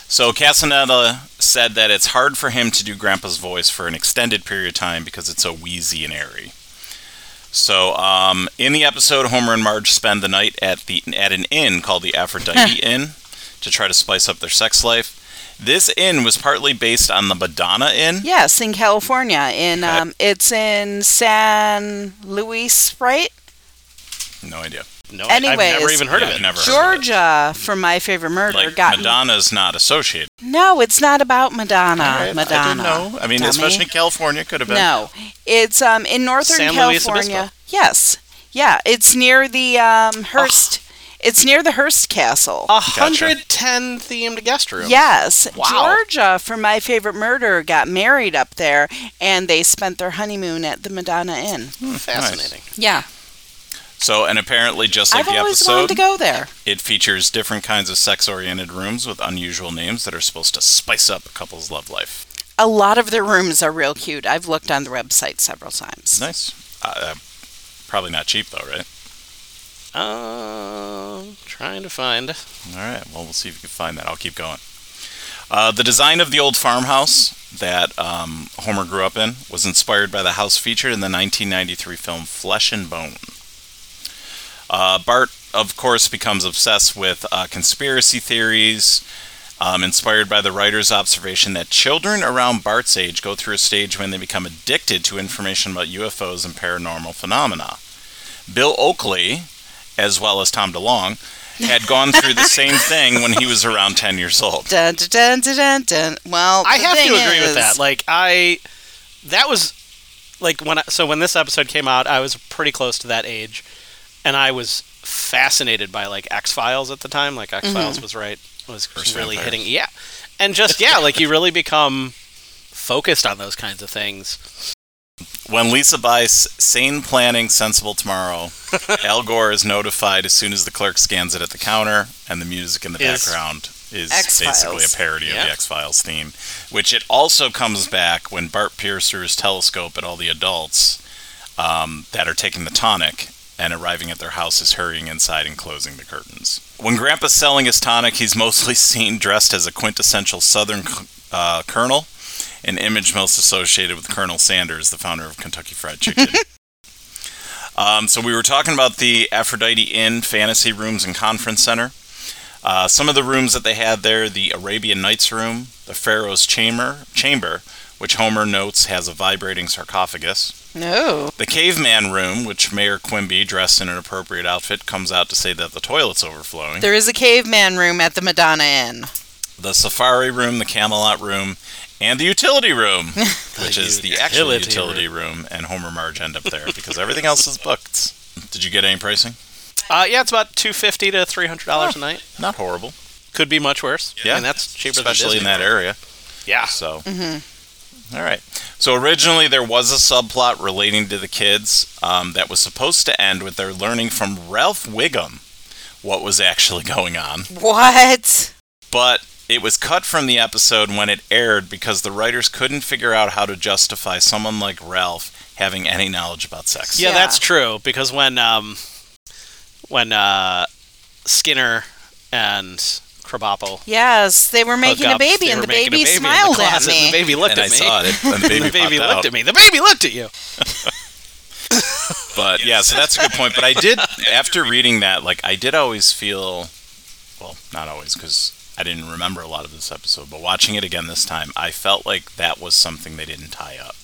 [SPEAKER 1] So Castaneda said that it's hard for him to do Grandpa's voice for an extended period of time because it's so wheezy and airy. So um, in the episode, Homer and Marge spend the night at the at an inn called the
[SPEAKER 3] (laughs)
[SPEAKER 1] Aphrodite Inn to try to spice up their sex life. This inn was partly based on the Madonna Inn.
[SPEAKER 3] Yes, in California. In
[SPEAKER 1] Okay.
[SPEAKER 3] um, it's in San Luis, right?
[SPEAKER 1] No idea.
[SPEAKER 2] No, I- I've never
[SPEAKER 3] Anyways,
[SPEAKER 2] even heard
[SPEAKER 1] Yeah,
[SPEAKER 2] of it.
[SPEAKER 1] Never. heard of it.
[SPEAKER 3] Georgia from My Favorite Murder
[SPEAKER 1] Like
[SPEAKER 3] got
[SPEAKER 1] Madonna's not associated.
[SPEAKER 3] No, it's not about Madonna.
[SPEAKER 1] All right, I
[SPEAKER 3] Madonna.
[SPEAKER 1] didn't know. I mean,
[SPEAKER 3] Dummy.
[SPEAKER 1] especially in California, could have been.
[SPEAKER 3] No, it's um in northern
[SPEAKER 2] San Luis Obispo.
[SPEAKER 3] California. yes, yeah, it's near the um Hearst. It's near the Hearst Castle.
[SPEAKER 2] A hundred ten themed guest room.
[SPEAKER 3] Yes,
[SPEAKER 2] Wow.
[SPEAKER 3] Georgia from My Favorite Murder got married up there, and they spent their honeymoon at the Madonna Inn.
[SPEAKER 1] Hmm,
[SPEAKER 2] fascinating.
[SPEAKER 3] Yeah,
[SPEAKER 1] So, and apparently, just like
[SPEAKER 3] I've
[SPEAKER 1] the
[SPEAKER 3] always
[SPEAKER 1] episode,
[SPEAKER 3] wanted to go there.
[SPEAKER 1] It features different kinds of sex oriented rooms with unusual names that are supposed to spice up a couple's love life.
[SPEAKER 3] A lot of their rooms are real cute. I've looked on the website several times.
[SPEAKER 1] Nice. Uh, uh, probably not cheap, though, right?
[SPEAKER 2] Um, trying to find.
[SPEAKER 1] All right. Well, we'll see if we can find that. I'll keep going. Uh, the design of the old farmhouse that um, Homer grew up in was inspired by the house featured in the 1993 film Flesh and Bone. Uh, Bart, of course, becomes obsessed with uh, conspiracy theories, um, inspired by the writer's observation that children around Bart's age go through a stage when they become addicted to information about UFOs and paranormal phenomena. Bill Oakley, as well as Tom DeLong, had gone through the same thing when he was around 10 years old.
[SPEAKER 3] Dun, dun, dun, dun, dun, dun. Well,
[SPEAKER 2] I
[SPEAKER 3] the
[SPEAKER 2] have to
[SPEAKER 3] thing
[SPEAKER 2] agree with
[SPEAKER 3] is-
[SPEAKER 2] that. Like I, that was like when I, so when this episode came out, I was pretty close to that age, and I was fascinated by like X Files at the time. Like
[SPEAKER 3] Mm-hmm.
[SPEAKER 2] X Files was right was
[SPEAKER 1] First
[SPEAKER 2] really
[SPEAKER 1] vampires.
[SPEAKER 2] hitting. Yeah, and just yeah, like you really become focused on those kinds of things.
[SPEAKER 1] When Lisa buys Sane Planning Sensible Tomorrow, Al Gore is notified as soon as the clerk scans it at the counter, and the music in the
[SPEAKER 2] Is
[SPEAKER 1] background is
[SPEAKER 3] X-Files.
[SPEAKER 1] basically a parody of
[SPEAKER 2] Yeah.
[SPEAKER 1] the X Files theme, which it also comes back when Bart peers through his telescope at all the adults um, that are taking the tonic. And arriving at their house is hurrying inside and closing the curtains. When Grandpa's selling his tonic, he's mostly (laughs) seen dressed as a quintessential Southern uh, colonel, an image most associated with Colonel Sanders, the founder of Kentucky Fried Chicken. Um, so we were talking about the Aphrodite Inn Fantasy Rooms and Conference Center. Uh, some of the rooms that they had there: the Arabian Nights room, the Pharaoh's chamber, chamber, which Homer notes has a vibrating sarcophagus.
[SPEAKER 3] No.
[SPEAKER 1] The caveman room, which Mayor Quimby, dressed in an appropriate outfit, comes out to say that the toilet's overflowing.
[SPEAKER 3] There is a caveman room at the Madonna Inn.
[SPEAKER 1] The safari room, the Camelot room, and the utility
[SPEAKER 2] (laughs)
[SPEAKER 1] room, which is the actual
[SPEAKER 2] utility
[SPEAKER 1] utility room. And Homer Marge end up there because everything else is booked. Did you get any pricing?
[SPEAKER 2] Uh, yeah, it's about two fifty to three hundred dollars a night.
[SPEAKER 1] Not horrible,
[SPEAKER 2] Could be much worse.
[SPEAKER 1] Yeah.
[SPEAKER 2] and that's cheaper
[SPEAKER 1] especially in
[SPEAKER 2] than
[SPEAKER 1] that area.
[SPEAKER 2] that. Yeah,
[SPEAKER 1] So, All right. So originally there was a subplot relating to the kids um, that was supposed to end with their learning from Ralph Wiggum what was actually going on.
[SPEAKER 3] What?
[SPEAKER 1] but it was cut from the episode when it aired because the writers couldn't figure out how to justify someone like Ralph having any knowledge about sex.
[SPEAKER 2] yeah,
[SPEAKER 3] Yeah.
[SPEAKER 2] that's true. Because when um, when uh, Skinner and Krabappel
[SPEAKER 3] Yes, they were making
[SPEAKER 2] hook
[SPEAKER 3] a
[SPEAKER 2] up,
[SPEAKER 3] baby,
[SPEAKER 2] they
[SPEAKER 3] and
[SPEAKER 2] were
[SPEAKER 3] the
[SPEAKER 2] making a
[SPEAKER 3] baby,
[SPEAKER 2] in the
[SPEAKER 3] smiled at
[SPEAKER 2] closet, and
[SPEAKER 3] me.
[SPEAKER 2] The baby looked
[SPEAKER 1] And
[SPEAKER 2] at
[SPEAKER 1] I
[SPEAKER 2] me.
[SPEAKER 1] saw it, and
[SPEAKER 2] (laughs)
[SPEAKER 1] the baby,
[SPEAKER 2] the baby
[SPEAKER 1] popped
[SPEAKER 2] looked
[SPEAKER 1] out.
[SPEAKER 2] at me. The baby looked at you.
[SPEAKER 1] But yeah, so that's a good point. But I did, after reading that, like I did always feel, well, not always because I didn't remember a lot of this episode, but watching it again this time, I felt like that was something they didn't tie up.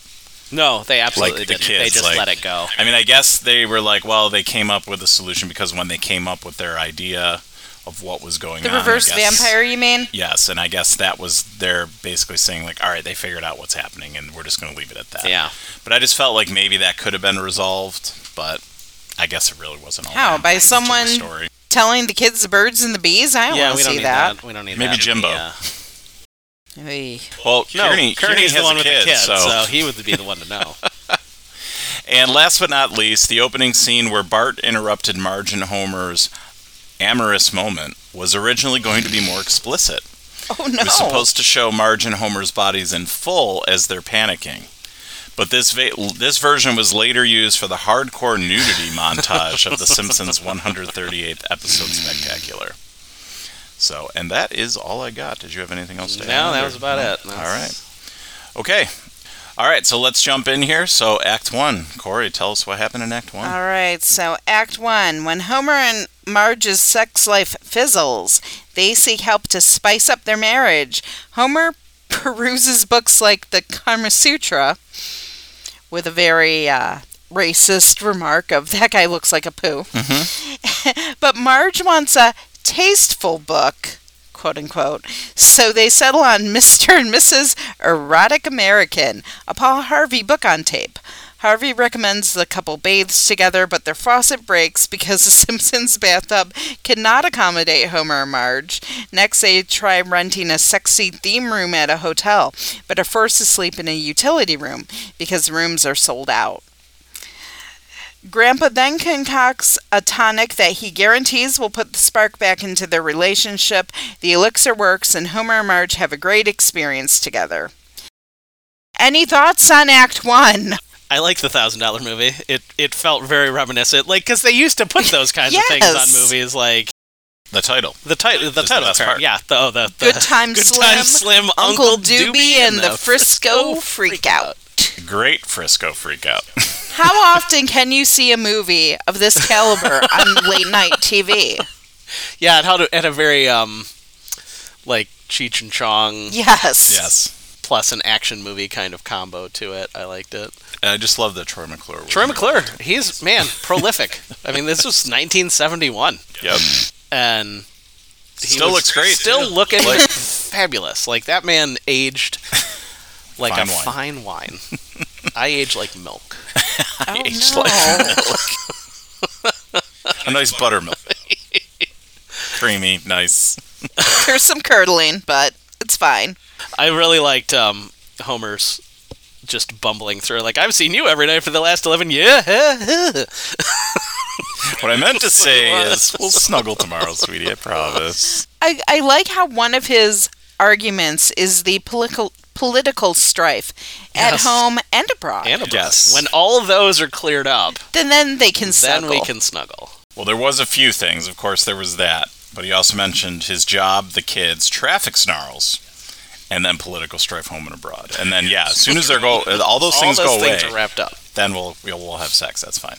[SPEAKER 2] No, they absolutely
[SPEAKER 1] Like the
[SPEAKER 2] didn't. they
[SPEAKER 1] kids,
[SPEAKER 2] just
[SPEAKER 1] like-
[SPEAKER 2] let it go.
[SPEAKER 1] I mean, I guess they were like, well, they came up with a solution because when they came up with their idea of what was going
[SPEAKER 3] The
[SPEAKER 1] on, I
[SPEAKER 3] reverse
[SPEAKER 1] guess-
[SPEAKER 3] vampire, you mean?
[SPEAKER 1] Yes, and I guess that was they're basically saying like, all right, they figured out what's happening, and we're just going to leave it at that.
[SPEAKER 2] Yeah.
[SPEAKER 1] But I just felt like maybe that could have been resolved, but I guess it really wasn't all.
[SPEAKER 3] How,
[SPEAKER 1] that
[SPEAKER 3] by
[SPEAKER 1] important to the
[SPEAKER 3] someone-
[SPEAKER 1] story.
[SPEAKER 3] Telling the kids the birds and the bees? I don't
[SPEAKER 2] yeah,
[SPEAKER 3] want
[SPEAKER 2] we
[SPEAKER 3] to
[SPEAKER 2] don't
[SPEAKER 3] see
[SPEAKER 2] need
[SPEAKER 3] that.
[SPEAKER 2] that. We don't need
[SPEAKER 1] Maybe
[SPEAKER 2] that.
[SPEAKER 1] Jimbo.
[SPEAKER 2] Yeah.
[SPEAKER 3] Oy.
[SPEAKER 1] Well,
[SPEAKER 2] No,
[SPEAKER 1] Kearney, Kearney
[SPEAKER 2] Kearney's
[SPEAKER 1] has
[SPEAKER 2] the one
[SPEAKER 1] a
[SPEAKER 2] with
[SPEAKER 1] kid,
[SPEAKER 2] the kids,
[SPEAKER 1] so.
[SPEAKER 2] he would be the one
[SPEAKER 1] (laughs)
[SPEAKER 2] to know.
[SPEAKER 1] And last but not least, the opening scene where Bart interrupted Marge and Homer's amorous moment was originally going to be more explicit.
[SPEAKER 3] Oh
[SPEAKER 1] It was
[SPEAKER 3] no!
[SPEAKER 1] supposed to show Marge and Homer's bodies in full as they're panicking. But this va- this version was later used for the hardcore
[SPEAKER 2] (laughs)
[SPEAKER 1] nudity montage of The Simpsons 138th episode spectacular. So, and that is all I got. Did you have anything else to
[SPEAKER 2] no,
[SPEAKER 1] add?
[SPEAKER 2] that
[SPEAKER 1] or-
[SPEAKER 2] was about it.
[SPEAKER 1] All right. Okay. All right, so let's jump in here. So, Act 1. Corey, tell us what happened in Act 1.
[SPEAKER 3] All right, so Act One. When Homer and Marge's sex life fizzles, they seek help to spice up their marriage. Homer peruses books like the Kama Sutra with a very uh, racist remark of, that guy looks like a poo. (laughs) but Marge wants a tasteful book, quote unquote. So they settle on (laughs) Mr. and Mrs. Erotic American, a Paul Harvey book on tape. Harvey recommends the couple bathes together, but their faucet breaks because the (laughs) Simpsons bathtub cannot accommodate Homer and Marge. Next, they try renting a sexy theme room at a hotel, but are forced to sleep in a utility room because rooms are sold out. Grandpa then concocts a tonic that he guarantees will put the spark back into their relationship. The elixir works, and Homer and Marge have a great experience together. Any thoughts on Act One?
[SPEAKER 2] I like the thousand dollar movie. It it felt very reminiscent, like because they used to put those kinds of things
[SPEAKER 3] Yes.
[SPEAKER 2] on movies, like
[SPEAKER 1] The title.
[SPEAKER 2] the title, the
[SPEAKER 1] Is the
[SPEAKER 2] title
[SPEAKER 1] best
[SPEAKER 2] card.
[SPEAKER 1] part.
[SPEAKER 2] Yeah, the, oh, the, the (laughs)
[SPEAKER 3] Good Time
[SPEAKER 2] Good
[SPEAKER 3] Slim,
[SPEAKER 2] Time Slim,
[SPEAKER 3] Uncle, Doobie, and the Frisco
[SPEAKER 2] Freakout.
[SPEAKER 3] Freakout.
[SPEAKER 1] Great Frisco freakout.
[SPEAKER 3] (laughs) How often can you see a movie of this caliber
[SPEAKER 2] (laughs)
[SPEAKER 3] on late night TV?
[SPEAKER 2] Yeah, it had a, had a very um, like Cheech and Chong
[SPEAKER 3] Yes.
[SPEAKER 1] (laughs) yes.
[SPEAKER 2] plus an action movie kind of combo to it. I liked it.
[SPEAKER 1] And I just love that Troy McClure. was
[SPEAKER 2] Troy
[SPEAKER 1] in it.
[SPEAKER 2] McClure, he's man prolific. (laughs) I mean, this was 1971,
[SPEAKER 1] Yep.
[SPEAKER 2] and he
[SPEAKER 1] Still
[SPEAKER 2] was
[SPEAKER 1] looks great,
[SPEAKER 2] Still
[SPEAKER 1] too.
[SPEAKER 2] looking
[SPEAKER 1] Like-
[SPEAKER 2] (laughs) fabulous. Like that man aged (laughs) like
[SPEAKER 1] Fine
[SPEAKER 2] a
[SPEAKER 1] wine.
[SPEAKER 2] fine wine. I age like milk.
[SPEAKER 3] Oh,
[SPEAKER 1] Aged
[SPEAKER 3] no.
[SPEAKER 1] A nice buttermilk. (laughs) Creamy, nice.
[SPEAKER 3] (laughs) There's some curdling, but it's fine.
[SPEAKER 2] I really liked um, Homer's just bumbling through like I've seen you every night for the last 11 (laughs) years.
[SPEAKER 1] (laughs) What I meant to say
[SPEAKER 2] What?
[SPEAKER 1] is we'll snuggle tomorrow, sweetie, I promise.
[SPEAKER 3] I, I like how one of his arguments is the political political strife at
[SPEAKER 2] Yes.
[SPEAKER 3] home and abroad.
[SPEAKER 2] And a
[SPEAKER 1] Yes.
[SPEAKER 2] When all those are cleared up,
[SPEAKER 3] then then they can
[SPEAKER 2] then
[SPEAKER 3] settle.
[SPEAKER 2] we can snuggle.
[SPEAKER 1] Well, there was a few things. Of course, there was that. But he also mentioned his job, the kids, traffic snarls, and then political strife home and abroad. And then, yeah, as soon as they're go, all those
[SPEAKER 2] all
[SPEAKER 1] things
[SPEAKER 2] those
[SPEAKER 1] go
[SPEAKER 2] things
[SPEAKER 1] away,
[SPEAKER 2] are wrapped up.
[SPEAKER 1] then we'll, we'll we'll have sex. That's fine.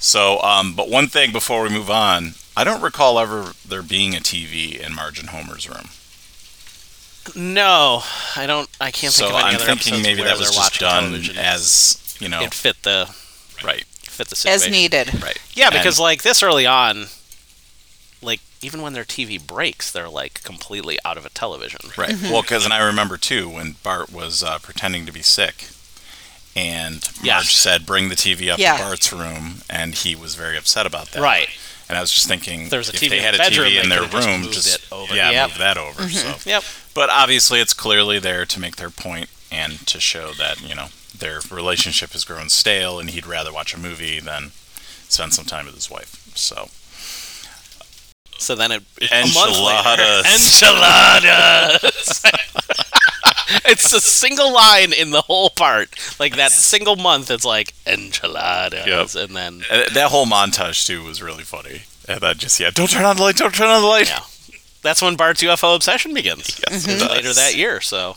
[SPEAKER 1] So, um, but one thing before we move on, I don't recall ever there being a TV in Marge and Homer's room.
[SPEAKER 2] No, I don't. I can't
[SPEAKER 1] so
[SPEAKER 2] think of any
[SPEAKER 1] I'm
[SPEAKER 2] other
[SPEAKER 1] thinking
[SPEAKER 2] episodes
[SPEAKER 1] maybe
[SPEAKER 2] where
[SPEAKER 1] that was
[SPEAKER 2] they're
[SPEAKER 1] just
[SPEAKER 2] watching
[SPEAKER 1] done
[SPEAKER 2] television.
[SPEAKER 1] as you know,
[SPEAKER 2] it fit the
[SPEAKER 1] right,
[SPEAKER 2] fit the
[SPEAKER 3] as
[SPEAKER 2] situation.
[SPEAKER 3] needed.
[SPEAKER 1] right.
[SPEAKER 2] Yeah,
[SPEAKER 1] And-
[SPEAKER 2] because like this early on, like even when their TV breaks, they're like completely out of a television.
[SPEAKER 1] Right. Well, because and I remember too when Bart was uh, pretending to be sick, and Marge
[SPEAKER 2] Yes.
[SPEAKER 1] said, "Bring the TV up
[SPEAKER 3] Yeah.
[SPEAKER 1] to Bart's room," and he was very upset about that.
[SPEAKER 2] Right.
[SPEAKER 1] And I was just thinking,
[SPEAKER 2] There's a
[SPEAKER 1] if
[SPEAKER 2] TV
[SPEAKER 1] they
[SPEAKER 2] in
[SPEAKER 1] had
[SPEAKER 2] the
[SPEAKER 1] a
[SPEAKER 2] bedroom,
[SPEAKER 1] TV in
[SPEAKER 2] they
[SPEAKER 1] their
[SPEAKER 2] could've just
[SPEAKER 1] room,
[SPEAKER 2] moved
[SPEAKER 1] just
[SPEAKER 2] it over.
[SPEAKER 1] yeah,
[SPEAKER 2] Yep. Mm-hmm.
[SPEAKER 1] move that over. So,
[SPEAKER 2] Yep.
[SPEAKER 1] but obviously, it's clearly there to make their point and to show that you know their relationship has grown stale, and he'd rather watch a movie than spend some time with his wife. So
[SPEAKER 2] So then it a month later,
[SPEAKER 1] enchiladas.
[SPEAKER 2] enchiladas. (laughs) it's a single line in the whole part. Like that single month, it's like enchiladas,
[SPEAKER 1] Yep.
[SPEAKER 2] and then
[SPEAKER 1] Uh, that whole montage too was really funny. And then just yeah, don't turn on the light, don't turn on the light.
[SPEAKER 2] Yeah. that's when Bart's UFO obsession begins.
[SPEAKER 1] Yes,
[SPEAKER 2] It was Later that year, so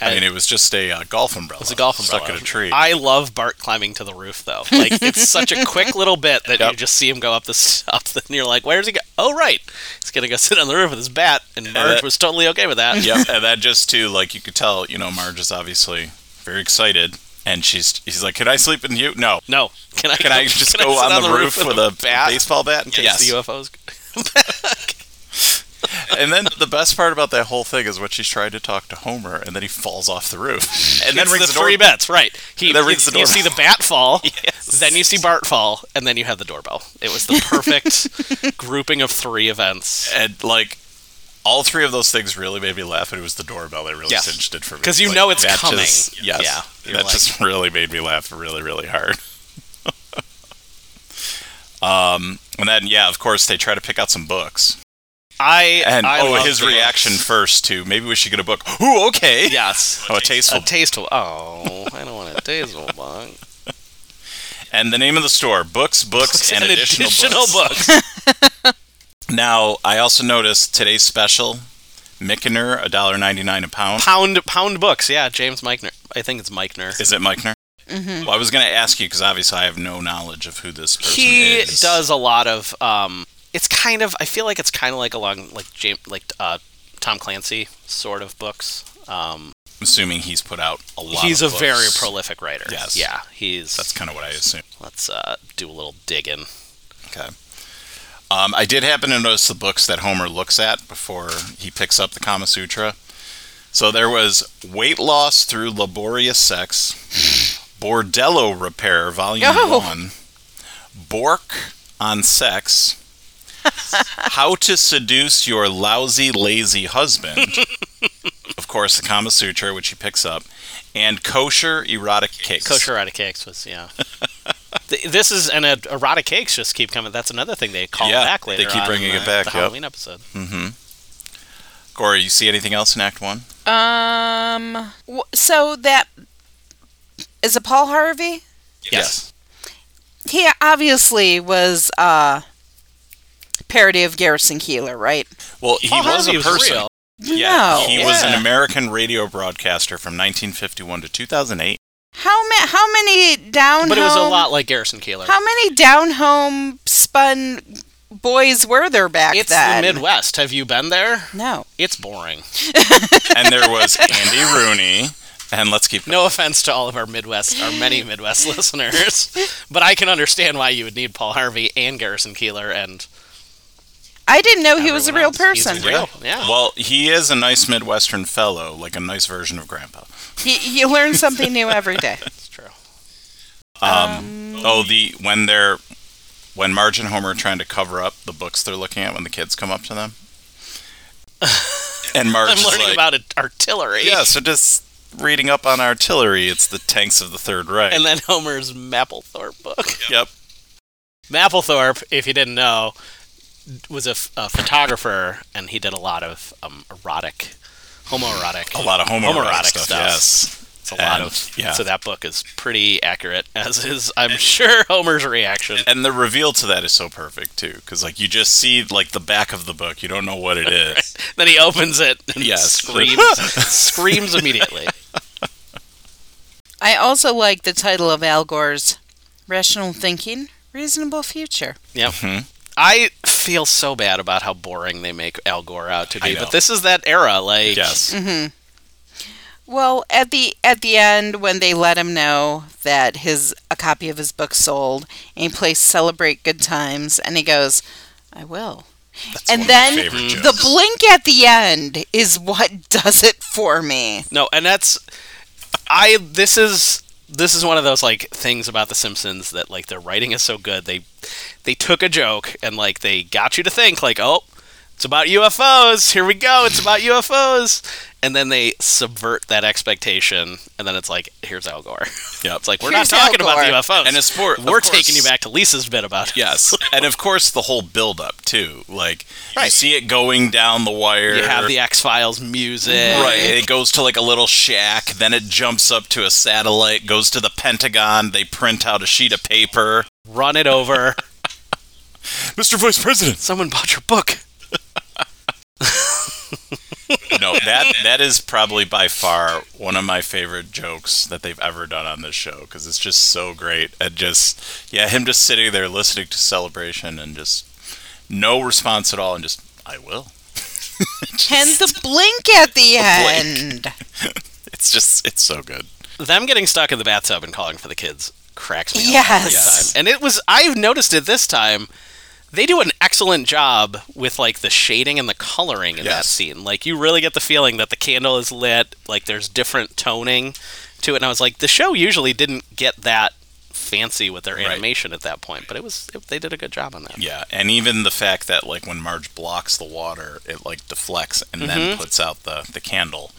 [SPEAKER 1] I mean, it was just a uh, golf umbrella.
[SPEAKER 2] It's a golf umbrella.
[SPEAKER 1] stuck in a tree.
[SPEAKER 2] I love Bart climbing to the roof though. Like it's such a
[SPEAKER 1] (laughs)
[SPEAKER 2] quick little bit that you
[SPEAKER 1] Yep.
[SPEAKER 2] just see him go up the s- up, the, and you're like, "Where's he go?" Oh, right, he's gonna go (laughs) sit on the roof with his bat, and Marge
[SPEAKER 1] that-
[SPEAKER 2] was totally okay with
[SPEAKER 1] (laughs)
[SPEAKER 2] that.
[SPEAKER 1] yep, and that just too, like you could tell, you know, Marge is obviously very excited, and she's he's like, "Can I sleep in you?" No.
[SPEAKER 2] No, can I?
[SPEAKER 1] Can I just
[SPEAKER 2] (laughs) can I
[SPEAKER 1] go
[SPEAKER 2] sit
[SPEAKER 1] on, the, roof, with a
[SPEAKER 2] bat
[SPEAKER 1] baseball bat?
[SPEAKER 2] in case
[SPEAKER 1] (laughs)
[SPEAKER 2] the UFOs?
[SPEAKER 1] and then the best part about that whole thing is when she's trying to talk to Homer, and then he falls off the roof, and then
[SPEAKER 2] It's
[SPEAKER 1] rings
[SPEAKER 2] the
[SPEAKER 1] the, door.
[SPEAKER 2] three bets, right? He
[SPEAKER 1] Then
[SPEAKER 2] you-
[SPEAKER 1] rings the
[SPEAKER 2] You see the
[SPEAKER 1] doorbell.
[SPEAKER 2] bat fall,
[SPEAKER 1] (laughs) Yes.
[SPEAKER 2] then you see Bart fall, and then you have the doorbell. It
[SPEAKER 1] (laughs)
[SPEAKER 2] was the perfect grouping of three events.
[SPEAKER 1] and like all three of those things really made me laugh, and it was the doorbell that really
[SPEAKER 2] Yes.
[SPEAKER 1] cinched it for me.
[SPEAKER 2] 'Cause you
[SPEAKER 1] Like,
[SPEAKER 2] know it's
[SPEAKER 1] that
[SPEAKER 2] coming.
[SPEAKER 1] just- yes,
[SPEAKER 2] Yeah. You're
[SPEAKER 1] that
[SPEAKER 2] like-
[SPEAKER 1] just (laughs) really made me laugh really, really hard. (laughs) um, and then yeah, of course they try to pick out some books,
[SPEAKER 2] I
[SPEAKER 1] and
[SPEAKER 2] I
[SPEAKER 1] oh,
[SPEAKER 2] love
[SPEAKER 1] his
[SPEAKER 2] the
[SPEAKER 1] reaction (laughs)
[SPEAKER 2] books.
[SPEAKER 1] first to maybe we should get a book. Ooh, okay.
[SPEAKER 2] Yes.
[SPEAKER 1] Oh, a tasteful.
[SPEAKER 2] A tasteful. Oh, I don't want a tasteful (laughs) bong.
[SPEAKER 1] and the name of the store: books, books, and, additional, books.
[SPEAKER 2] books.
[SPEAKER 1] Now, I also noticed today's special: Mickner, a dollar ninety nine a pound.
[SPEAKER 2] pound pound books. Yeah, James Michner. I think it's Michner.
[SPEAKER 1] Is it Mickner? Mm-hmm. Well, I was going to ask you because obviously I have no knowledge of who this person
[SPEAKER 2] He
[SPEAKER 1] is.
[SPEAKER 2] does a lot of. Um, it's kind of. I feel like it's kind of like along like James like uh, Tom Clancy sort of books. Um,
[SPEAKER 1] I'm assuming he's put out a lot.
[SPEAKER 2] he's a
[SPEAKER 1] of books.
[SPEAKER 2] very prolific writer.
[SPEAKER 1] Yes.
[SPEAKER 2] Yeah. He's.
[SPEAKER 1] That's kind of what I assume.
[SPEAKER 2] let's uh, do a little digging.
[SPEAKER 1] Okay. Um, I did happen to notice the books that Homer looks at before he picks up the Kama Sutra. So there was Weight Loss Through Laborious Sex, Bordello Repair, Volume
[SPEAKER 3] Oh.
[SPEAKER 1] 1, Bork on Sex, How to Seduce Your Lousy, Lazy Husband, of course, the Kama Sutra, which he picks up, and Kosher Erotic Cakes.
[SPEAKER 2] Kosher erotic cakes
[SPEAKER 1] (laughs)
[SPEAKER 2] was yeah. Th- this is and uh, erotic cakes just keep coming. That's another thing they call
[SPEAKER 1] Yeah,
[SPEAKER 2] back
[SPEAKER 1] they
[SPEAKER 2] later.
[SPEAKER 1] keep
[SPEAKER 2] on
[SPEAKER 1] bringing
[SPEAKER 2] in
[SPEAKER 1] it
[SPEAKER 2] the-
[SPEAKER 1] back,
[SPEAKER 2] The
[SPEAKER 1] yep.
[SPEAKER 2] Halloween episode.
[SPEAKER 1] Mm-hmm. Corey, you see anything else in Act 1?
[SPEAKER 3] Um. w- So that is it. Paul Harvey.
[SPEAKER 1] Yes.
[SPEAKER 3] He obviously was a parody of Garrison Keeler, right?
[SPEAKER 1] Well, he
[SPEAKER 2] Paul
[SPEAKER 1] was
[SPEAKER 2] Harvey
[SPEAKER 1] a person.
[SPEAKER 2] real.
[SPEAKER 1] Yeah,
[SPEAKER 3] no.
[SPEAKER 1] he was an
[SPEAKER 2] Yeah.
[SPEAKER 1] American radio broadcaster from 1951 to 2008.
[SPEAKER 3] How ma- How many down?
[SPEAKER 2] But it was a
[SPEAKER 3] home-
[SPEAKER 2] lot like Garrison Keeler.
[SPEAKER 3] How many down home spun boys were there back
[SPEAKER 2] It's
[SPEAKER 3] then?
[SPEAKER 2] the Midwest. Have you been there?
[SPEAKER 3] No.
[SPEAKER 2] It's boring.
[SPEAKER 1] And there
[SPEAKER 2] (laughs)
[SPEAKER 1] was Andy Rooney. And let's keep.
[SPEAKER 2] No offense to all of our Midwest, our
[SPEAKER 3] (laughs)
[SPEAKER 2] many Midwest listeners, but I can understand why you would need Paul Harvey and Garrison Keeler and
[SPEAKER 3] I didn't know he was a real
[SPEAKER 2] everyone else. He's
[SPEAKER 3] person.
[SPEAKER 2] real- yeah.
[SPEAKER 1] Well, he is a nice Midwestern fellow, like a nice version of Grandpa.
[SPEAKER 3] He, you learn something new every
[SPEAKER 2] (laughs)
[SPEAKER 3] day.
[SPEAKER 2] It's true.
[SPEAKER 1] Um, oh, the when they're when Marge and Homer are trying to cover up the books they're looking at when the kids come up to them, and Marge
[SPEAKER 2] (laughs) I'm
[SPEAKER 1] is
[SPEAKER 2] learning
[SPEAKER 1] like,
[SPEAKER 2] about it- artillery.
[SPEAKER 1] "Yeah, so just reading up on artillery. It's the tanks of the Third Reich."
[SPEAKER 2] And then Homer's Mapplethorpe book.
[SPEAKER 1] yep.
[SPEAKER 2] Mapplethorpe, if you didn't know, was a, f- a photographer, and he did a lot of um, erotic, homoerotic.
[SPEAKER 1] A lot of homoerotic,
[SPEAKER 2] Homoerotic
[SPEAKER 1] stuff,
[SPEAKER 2] stuff.
[SPEAKER 1] Yes.
[SPEAKER 2] It's a lot
[SPEAKER 1] and-
[SPEAKER 2] of
[SPEAKER 1] yeah.
[SPEAKER 2] So that book is pretty accurate, as is I'm sure Homer's reaction.
[SPEAKER 1] and the reveal to that is so perfect too because like you just see like the back of the book you don't know
[SPEAKER 2] (laughs)
[SPEAKER 1] what it is
[SPEAKER 2] Then he opens it and
[SPEAKER 1] Yes. (laughs)
[SPEAKER 2] screams, screams immediately.
[SPEAKER 3] I also like the title of Al Gore's Rational Thinking Reasonable future.
[SPEAKER 2] Yep.
[SPEAKER 1] Mm-hmm.
[SPEAKER 2] I feel so bad about how boring they make Al Gore out to be, but this is that era. Like,
[SPEAKER 1] Yes.
[SPEAKER 3] Well, at the at the end, when they let him know that his a copy of his book sold, and he plays "Celebrate Good Times," and he goes, "I will."
[SPEAKER 1] one of
[SPEAKER 3] and
[SPEAKER 1] my
[SPEAKER 3] then
[SPEAKER 1] favorite
[SPEAKER 2] Mm-hmm.
[SPEAKER 3] the
[SPEAKER 1] jokes.
[SPEAKER 3] blink at the end is what (laughs) does it for me.
[SPEAKER 2] no, and that's I. This is this is one of those like things about the Simpsons that like their writing is so good. They they took a joke and like they got you to think like, oh, it's about UFOs. Here we go. It's about UFOs. And then they subvert that expectation, and then it's like, here's Al Gore.
[SPEAKER 1] Yep.
[SPEAKER 2] It's like we're
[SPEAKER 3] Here's
[SPEAKER 2] not talking
[SPEAKER 3] Al
[SPEAKER 2] about the
[SPEAKER 3] Gore.
[SPEAKER 2] UFOs,
[SPEAKER 1] And it's for- of
[SPEAKER 2] we're
[SPEAKER 1] course-
[SPEAKER 2] taking you back to Lisa's bit about
[SPEAKER 3] (laughs)
[SPEAKER 1] Yes, and of course the whole build up too. Like you
[SPEAKER 2] Right.
[SPEAKER 1] see it going down the wire.
[SPEAKER 2] You have the X Files music.
[SPEAKER 1] right. It goes to like a little shack, then it jumps up to a satellite, goes to the Pentagon. They print out a sheet of paper.
[SPEAKER 2] Run it over.
[SPEAKER 1] Mr. Vice President.
[SPEAKER 2] Someone bought your book.
[SPEAKER 1] No, that that is probably by far one of my favorite jokes that they've ever done on this show because it's just so great. And just yeah, him just sitting there listening to celebration and just no response at all, and just I will.
[SPEAKER 3] And the blink at the end.
[SPEAKER 1] It's just it's so good.
[SPEAKER 2] Them getting stuck in the bathtub and calling for the kids cracks me up.
[SPEAKER 3] Yes.
[SPEAKER 1] Yes.
[SPEAKER 2] And it was I've noticed it this time. They do an excellent job with like the shading and the coloring in that
[SPEAKER 1] Yes.
[SPEAKER 2] scene. Like you really get the feeling that the candle is lit, like there's different toning to it. And I was like, the show usually didn't get that fancy with their animation at that point, but it was it, they did a good job on that.
[SPEAKER 1] Yeah, and even the fact that like when Marge blocks the water, it like deflects and then puts out the the candle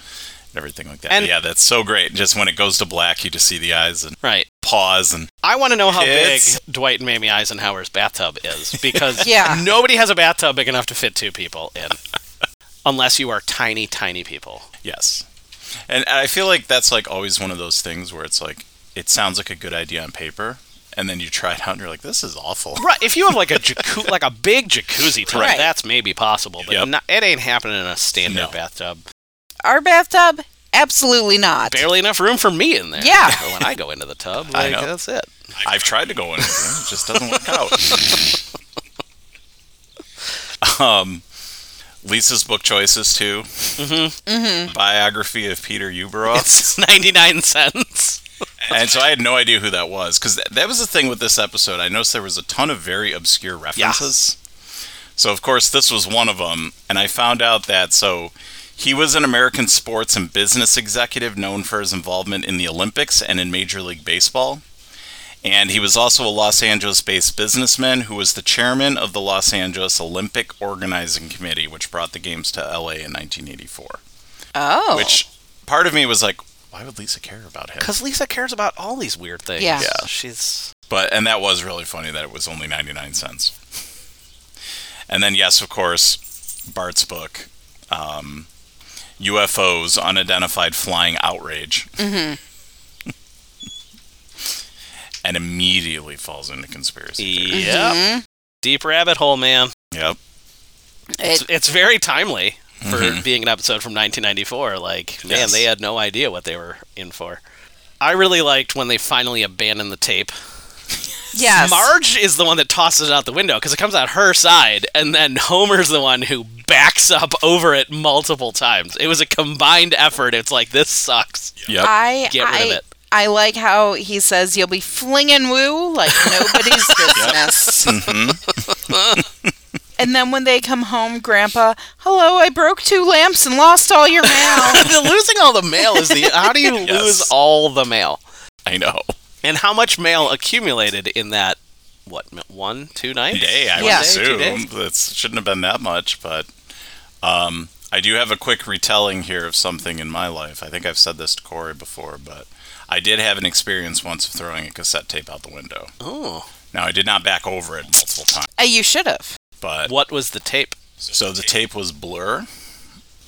[SPEAKER 1] and everything like that.
[SPEAKER 2] And-
[SPEAKER 1] yeah, that's so great. Just when it goes to black, you just see the eyes and
[SPEAKER 2] Right.
[SPEAKER 1] pause and
[SPEAKER 2] I want to know how
[SPEAKER 1] Kids.
[SPEAKER 2] big Dwight and Mamie Eisenhower's bathtub
[SPEAKER 1] (laughs)
[SPEAKER 2] is because
[SPEAKER 3] Yeah.
[SPEAKER 2] nobody has a bathtub big enough to fit two people in. Unless you are tiny, tiny people.
[SPEAKER 1] yes. And and I feel like that's like always one of those things where it's like it sounds like a good idea on paper and then you try it out and you're like this is awful.
[SPEAKER 2] Right. If you have like a jacu- (laughs) like a big jacuzzi tub,
[SPEAKER 3] Right.
[SPEAKER 2] that's maybe possible, but
[SPEAKER 1] Yep.
[SPEAKER 2] no- it ain't happening in a standard
[SPEAKER 1] No.
[SPEAKER 2] bathtub.
[SPEAKER 3] Our bathtub? Absolutely not.
[SPEAKER 2] Barely enough room for me in there.
[SPEAKER 3] Yeah.
[SPEAKER 2] Or (laughs) when I go into the tub,
[SPEAKER 1] I
[SPEAKER 2] like
[SPEAKER 1] know.
[SPEAKER 2] that's it.
[SPEAKER 1] I've tried to go in, with it it just doesn't work out. um Lisa's book choices too.
[SPEAKER 2] Mm-hmm.
[SPEAKER 1] Biography of Peter Uberoff.
[SPEAKER 2] It's (laughs) ninety nine
[SPEAKER 3] (laughs)
[SPEAKER 2] cents.
[SPEAKER 1] and so I had no idea who that was because th- that was the thing with this episode. I noticed there was a ton of very obscure references. So of course this was one of them, and I found out that so he was an American sports and business executive known for his involvement in the Olympics and in Major League Baseball. And he was also a Los Angeles based businessman who was the chairman of the Los Angeles Olympic Organizing Committee, which brought the Games to LA in 1984.
[SPEAKER 3] Oh.
[SPEAKER 1] Which part of me was like, why would Lisa care about him?
[SPEAKER 2] Because Lisa cares about all these weird things.
[SPEAKER 3] Yeah.
[SPEAKER 1] Yeah.
[SPEAKER 2] She's
[SPEAKER 1] But and that was really funny that it was only 99 cents. And then yes, of course, Bart's book, um, UFOs, unidentified flying outrage. (laughs) and immediately falls into conspiracy.
[SPEAKER 3] E
[SPEAKER 1] theory.
[SPEAKER 2] Yep.
[SPEAKER 3] Mm-hmm.
[SPEAKER 2] Deep rabbit hole, man.
[SPEAKER 1] Yep.
[SPEAKER 2] It's,
[SPEAKER 3] It,
[SPEAKER 2] it's very timely for being an episode from 1994. Like, man,
[SPEAKER 1] Yes.
[SPEAKER 2] they had no idea what they were in for. I really liked when they finally abandoned the tape.
[SPEAKER 3] yes.
[SPEAKER 2] Marge is the one that tosses it out the window because it comes out her side, and then Homer's the one who backs up over it multiple times. It was a combined effort. It's like this (laughs) sucks.
[SPEAKER 1] Yep.
[SPEAKER 3] I,
[SPEAKER 2] Get rid of
[SPEAKER 3] I-
[SPEAKER 2] it.
[SPEAKER 3] I like how he says you'll be flinging woo like
[SPEAKER 1] (laughs)
[SPEAKER 3] nobody's business.
[SPEAKER 1] Mm-hmm.
[SPEAKER 3] and then when they come home, Grandpa, hello, I broke two lamps and lost all
[SPEAKER 1] (laughs)
[SPEAKER 3] your mail.
[SPEAKER 2] Oh, The Losing all the mail is the how do (laughs) you lose all the mail?
[SPEAKER 1] I know.
[SPEAKER 2] And how much mail accumulated in that? What m- one, two nights?
[SPEAKER 1] Day, I
[SPEAKER 3] Yeah.
[SPEAKER 1] would
[SPEAKER 2] Day, two days?
[SPEAKER 1] assume. That shouldn't have been that much, but um, I do have a quick retelling here of something in my life. I think I've said this to Corey before, but I did have an experience once of throwing a cassette tape out the window.
[SPEAKER 2] Oh,
[SPEAKER 1] Now I did not back over it multiple times,
[SPEAKER 3] Uh, you should have.
[SPEAKER 1] but
[SPEAKER 2] what was the tape?
[SPEAKER 1] so the tape was blur.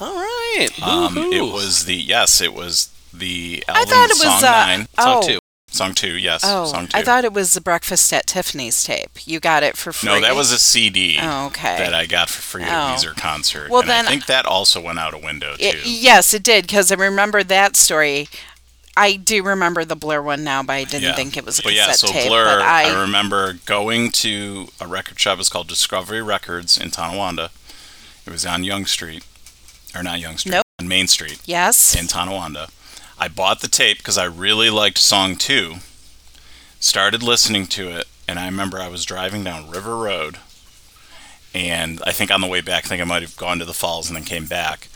[SPEAKER 2] All right.
[SPEAKER 1] Um, it
[SPEAKER 2] Woo-hoo.
[SPEAKER 1] was the yes, it was the
[SPEAKER 3] I
[SPEAKER 1] album
[SPEAKER 3] thought it
[SPEAKER 1] song
[SPEAKER 3] was uh,
[SPEAKER 1] nine,
[SPEAKER 2] Song
[SPEAKER 3] oh,
[SPEAKER 2] two.
[SPEAKER 1] song two, yes,
[SPEAKER 3] Oh,
[SPEAKER 1] song two.
[SPEAKER 3] I thought it was the Breakfast at Tiffany's tape. You got it for free.
[SPEAKER 1] no, that was a CD
[SPEAKER 3] Oh, okay.
[SPEAKER 1] that I got for free at
[SPEAKER 3] Oh.
[SPEAKER 1] a Weezer concert.
[SPEAKER 3] Well,
[SPEAKER 1] and
[SPEAKER 3] then-
[SPEAKER 1] I think that also went out a window too.
[SPEAKER 3] It- yes, it did because I remember that story. I do remember the Blur one now, but I didn't
[SPEAKER 1] Yeah.
[SPEAKER 3] think it was a
[SPEAKER 1] But
[SPEAKER 3] cassette
[SPEAKER 1] yeah, so
[SPEAKER 3] tape.
[SPEAKER 1] Blur,
[SPEAKER 3] but
[SPEAKER 1] I,
[SPEAKER 3] I,
[SPEAKER 1] remember going to a record shop. It's called Discovery Records in Tonawanda. It was on Young Street, or not Young Street,
[SPEAKER 3] Nope.
[SPEAKER 1] on Main Street
[SPEAKER 3] yes,
[SPEAKER 1] in Tonawanda. I bought the tape because I really liked song two. Started listening to it, and I remember I was driving down River Road, and I think on the way back, I think I might have gone to the falls and then came back,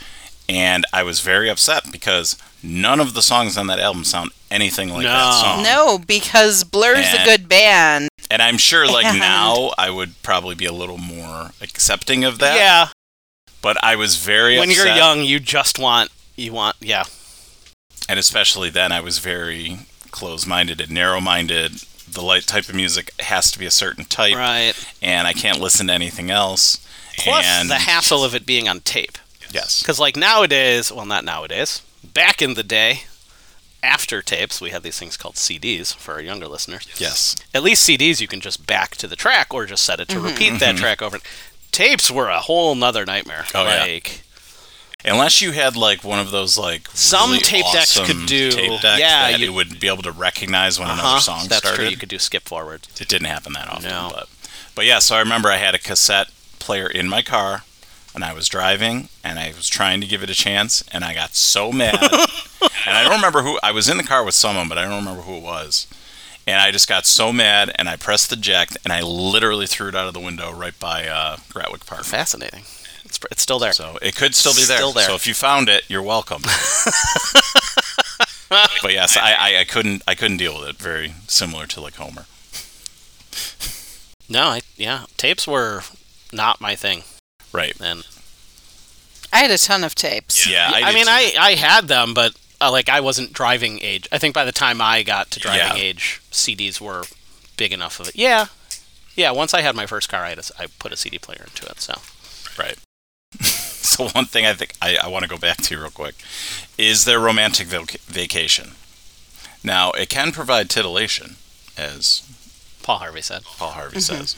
[SPEAKER 1] and I was very upset because none of the songs on that album sound anything like that
[SPEAKER 2] No.
[SPEAKER 1] song.
[SPEAKER 3] no, because Blur's
[SPEAKER 1] Oh. Eh.
[SPEAKER 3] a good band.
[SPEAKER 1] And I'm
[SPEAKER 2] (laughs)
[SPEAKER 1] sure, like
[SPEAKER 3] And-
[SPEAKER 1] now, I would probably be a little more accepting of that.
[SPEAKER 2] yeah.
[SPEAKER 1] But I was very
[SPEAKER 2] When
[SPEAKER 1] upset,
[SPEAKER 2] you're young, you just want you want yeah.
[SPEAKER 1] and especially then, I was very close-minded and narrow-minded. The light type of music has to be a certain type,
[SPEAKER 2] Right.
[SPEAKER 1] and I can't listen to anything else.
[SPEAKER 2] Plus
[SPEAKER 1] and
[SPEAKER 2] the hassle of it being on tape.
[SPEAKER 1] yes,
[SPEAKER 2] Because, like, nowadays, well, not nowadays, back in the day, after tapes, we had these things called CDs for our younger listeners.
[SPEAKER 1] yes,
[SPEAKER 2] At least CDs, you can just back to the track or just set it to repeat that track over. Tapes were a whole nother nightmare.
[SPEAKER 1] Mm-hmm. Oh, yeah.
[SPEAKER 2] like,
[SPEAKER 1] unless you had like one of those like
[SPEAKER 2] Some
[SPEAKER 1] really
[SPEAKER 2] tape decks
[SPEAKER 1] awesome
[SPEAKER 2] could do-
[SPEAKER 1] tape decks
[SPEAKER 2] yeah,
[SPEAKER 1] that
[SPEAKER 2] you-
[SPEAKER 1] it would be able to recognize when
[SPEAKER 2] uh-huh,
[SPEAKER 1] another song
[SPEAKER 2] that's
[SPEAKER 1] started.
[SPEAKER 2] true. You could do skip forward.
[SPEAKER 1] it didn't happen that often.
[SPEAKER 2] No.
[SPEAKER 1] But, but yeah, so I remember I had a cassette player in my car and I was driving and I was trying to give it a chance and I got so
[SPEAKER 2] (laughs)
[SPEAKER 1] mad. and I don't remember who, I was in the car with someone, but I don't remember who it was. And I just got so mad and I pressed eject and I literally threw it out of the window right by uh, Gratwick Park.
[SPEAKER 2] Fascinating. It's, pr- it's still there.
[SPEAKER 1] So it could still be there.
[SPEAKER 2] Still there.
[SPEAKER 1] So if you found it, you're
[SPEAKER 2] (laughs)
[SPEAKER 1] welcome. but yes, I, I, I couldn't I couldn't deal with it. Very similar to like Homer.
[SPEAKER 2] No, I, yeah, tapes were not my thing
[SPEAKER 1] Right.
[SPEAKER 2] then.
[SPEAKER 3] I had a ton of tapes.
[SPEAKER 1] Yeah.
[SPEAKER 2] I,
[SPEAKER 1] did
[SPEAKER 2] mean,
[SPEAKER 1] too.
[SPEAKER 2] I, I had them, but uh, like I wasn't driving age. I think by the time I got to driving
[SPEAKER 1] Yeah.
[SPEAKER 2] age, CDs were big enough of it. Yeah, yeah. Once I had my first car, I, had a s I put a CD player into it. So
[SPEAKER 1] Right. (laughs) so one thing I think I, I want to go back to real quick is their romantic vac- vacation. Now it can provide titillation, as
[SPEAKER 2] Paul Harvey said,
[SPEAKER 1] Paul Harvey
[SPEAKER 2] Mm-hmm.
[SPEAKER 1] says,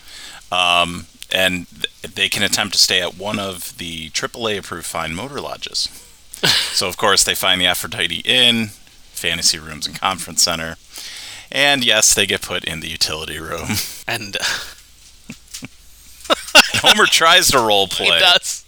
[SPEAKER 1] um, and th- they can attempt to stay at one of the AAA-approved fine motor
[SPEAKER 2] (laughs)
[SPEAKER 1] lodges. so of course they find the Aphrodite Inn, fantasy rooms, and conference center. And yes, they get put in the utility room. (laughs)
[SPEAKER 2] and (laughs)
[SPEAKER 1] Homer tries to role play.
[SPEAKER 2] he does.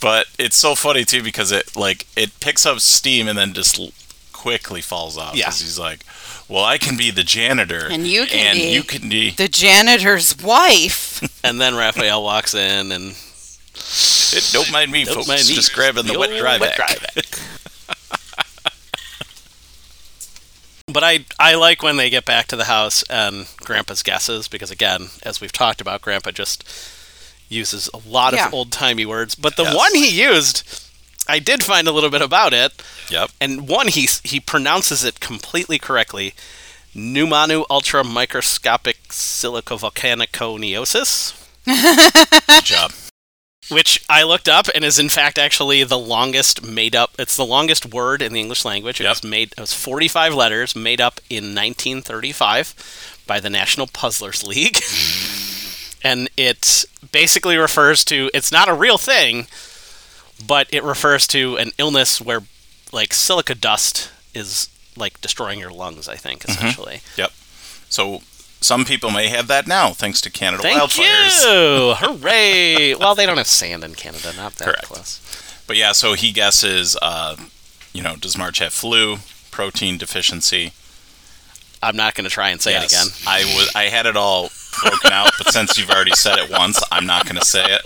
[SPEAKER 1] but it's so funny too because it like it picks up steam and then just l- quickly falls off
[SPEAKER 2] Yeah.
[SPEAKER 1] 'cause he's like well i can be the janitor
[SPEAKER 3] And you can
[SPEAKER 1] and
[SPEAKER 3] be-
[SPEAKER 1] you can be (laughs)
[SPEAKER 3] The janitor's wife.
[SPEAKER 2] And then Raphael walks in, and
[SPEAKER 1] it, don't mind me
[SPEAKER 2] Don't
[SPEAKER 1] folks
[SPEAKER 2] mind me.
[SPEAKER 1] just grabbing the,
[SPEAKER 2] The
[SPEAKER 1] wet
[SPEAKER 2] old
[SPEAKER 1] dry back.
[SPEAKER 2] wet dry
[SPEAKER 1] (laughs)
[SPEAKER 2] but I I like when they get back to the house and Grandpa's guesses because again, as we've talked about, Grandpa just uses a lot
[SPEAKER 3] Yeah.
[SPEAKER 2] of old timey words. But the
[SPEAKER 1] Yes.
[SPEAKER 2] one he used, I did find a little bit about it.
[SPEAKER 1] yep
[SPEAKER 2] and one he he pronounces it completely correctly pneumanu ultra microscopic silicovolcaniconiosis
[SPEAKER 1] good
[SPEAKER 3] (laughs)
[SPEAKER 1] job
[SPEAKER 2] which i looked up and is in fact actually the longest made up it's the longest word in the english language it
[SPEAKER 1] Yep.
[SPEAKER 2] was made it was 45 letters made up in 1935 by the national puzzlers league
[SPEAKER 1] (laughs)
[SPEAKER 2] and it basically refers to it's not a real thing but it refers to an illness where like silica dust is like destroying your lungs i think
[SPEAKER 1] Mm-hmm.
[SPEAKER 2] essentially
[SPEAKER 1] yep so some people may have that now thanks to canada
[SPEAKER 2] thank
[SPEAKER 1] wildfires
[SPEAKER 2] you hooray well they don't have sand in canada not that
[SPEAKER 1] Correct.
[SPEAKER 2] close
[SPEAKER 1] but yeah so he guesses uh you know does march have flu protein deficiency
[SPEAKER 2] i'm not going to try and say it
[SPEAKER 1] Yes.
[SPEAKER 2] again
[SPEAKER 1] I was I had it all broken out, but since you've already said it once, I'm not going to say it.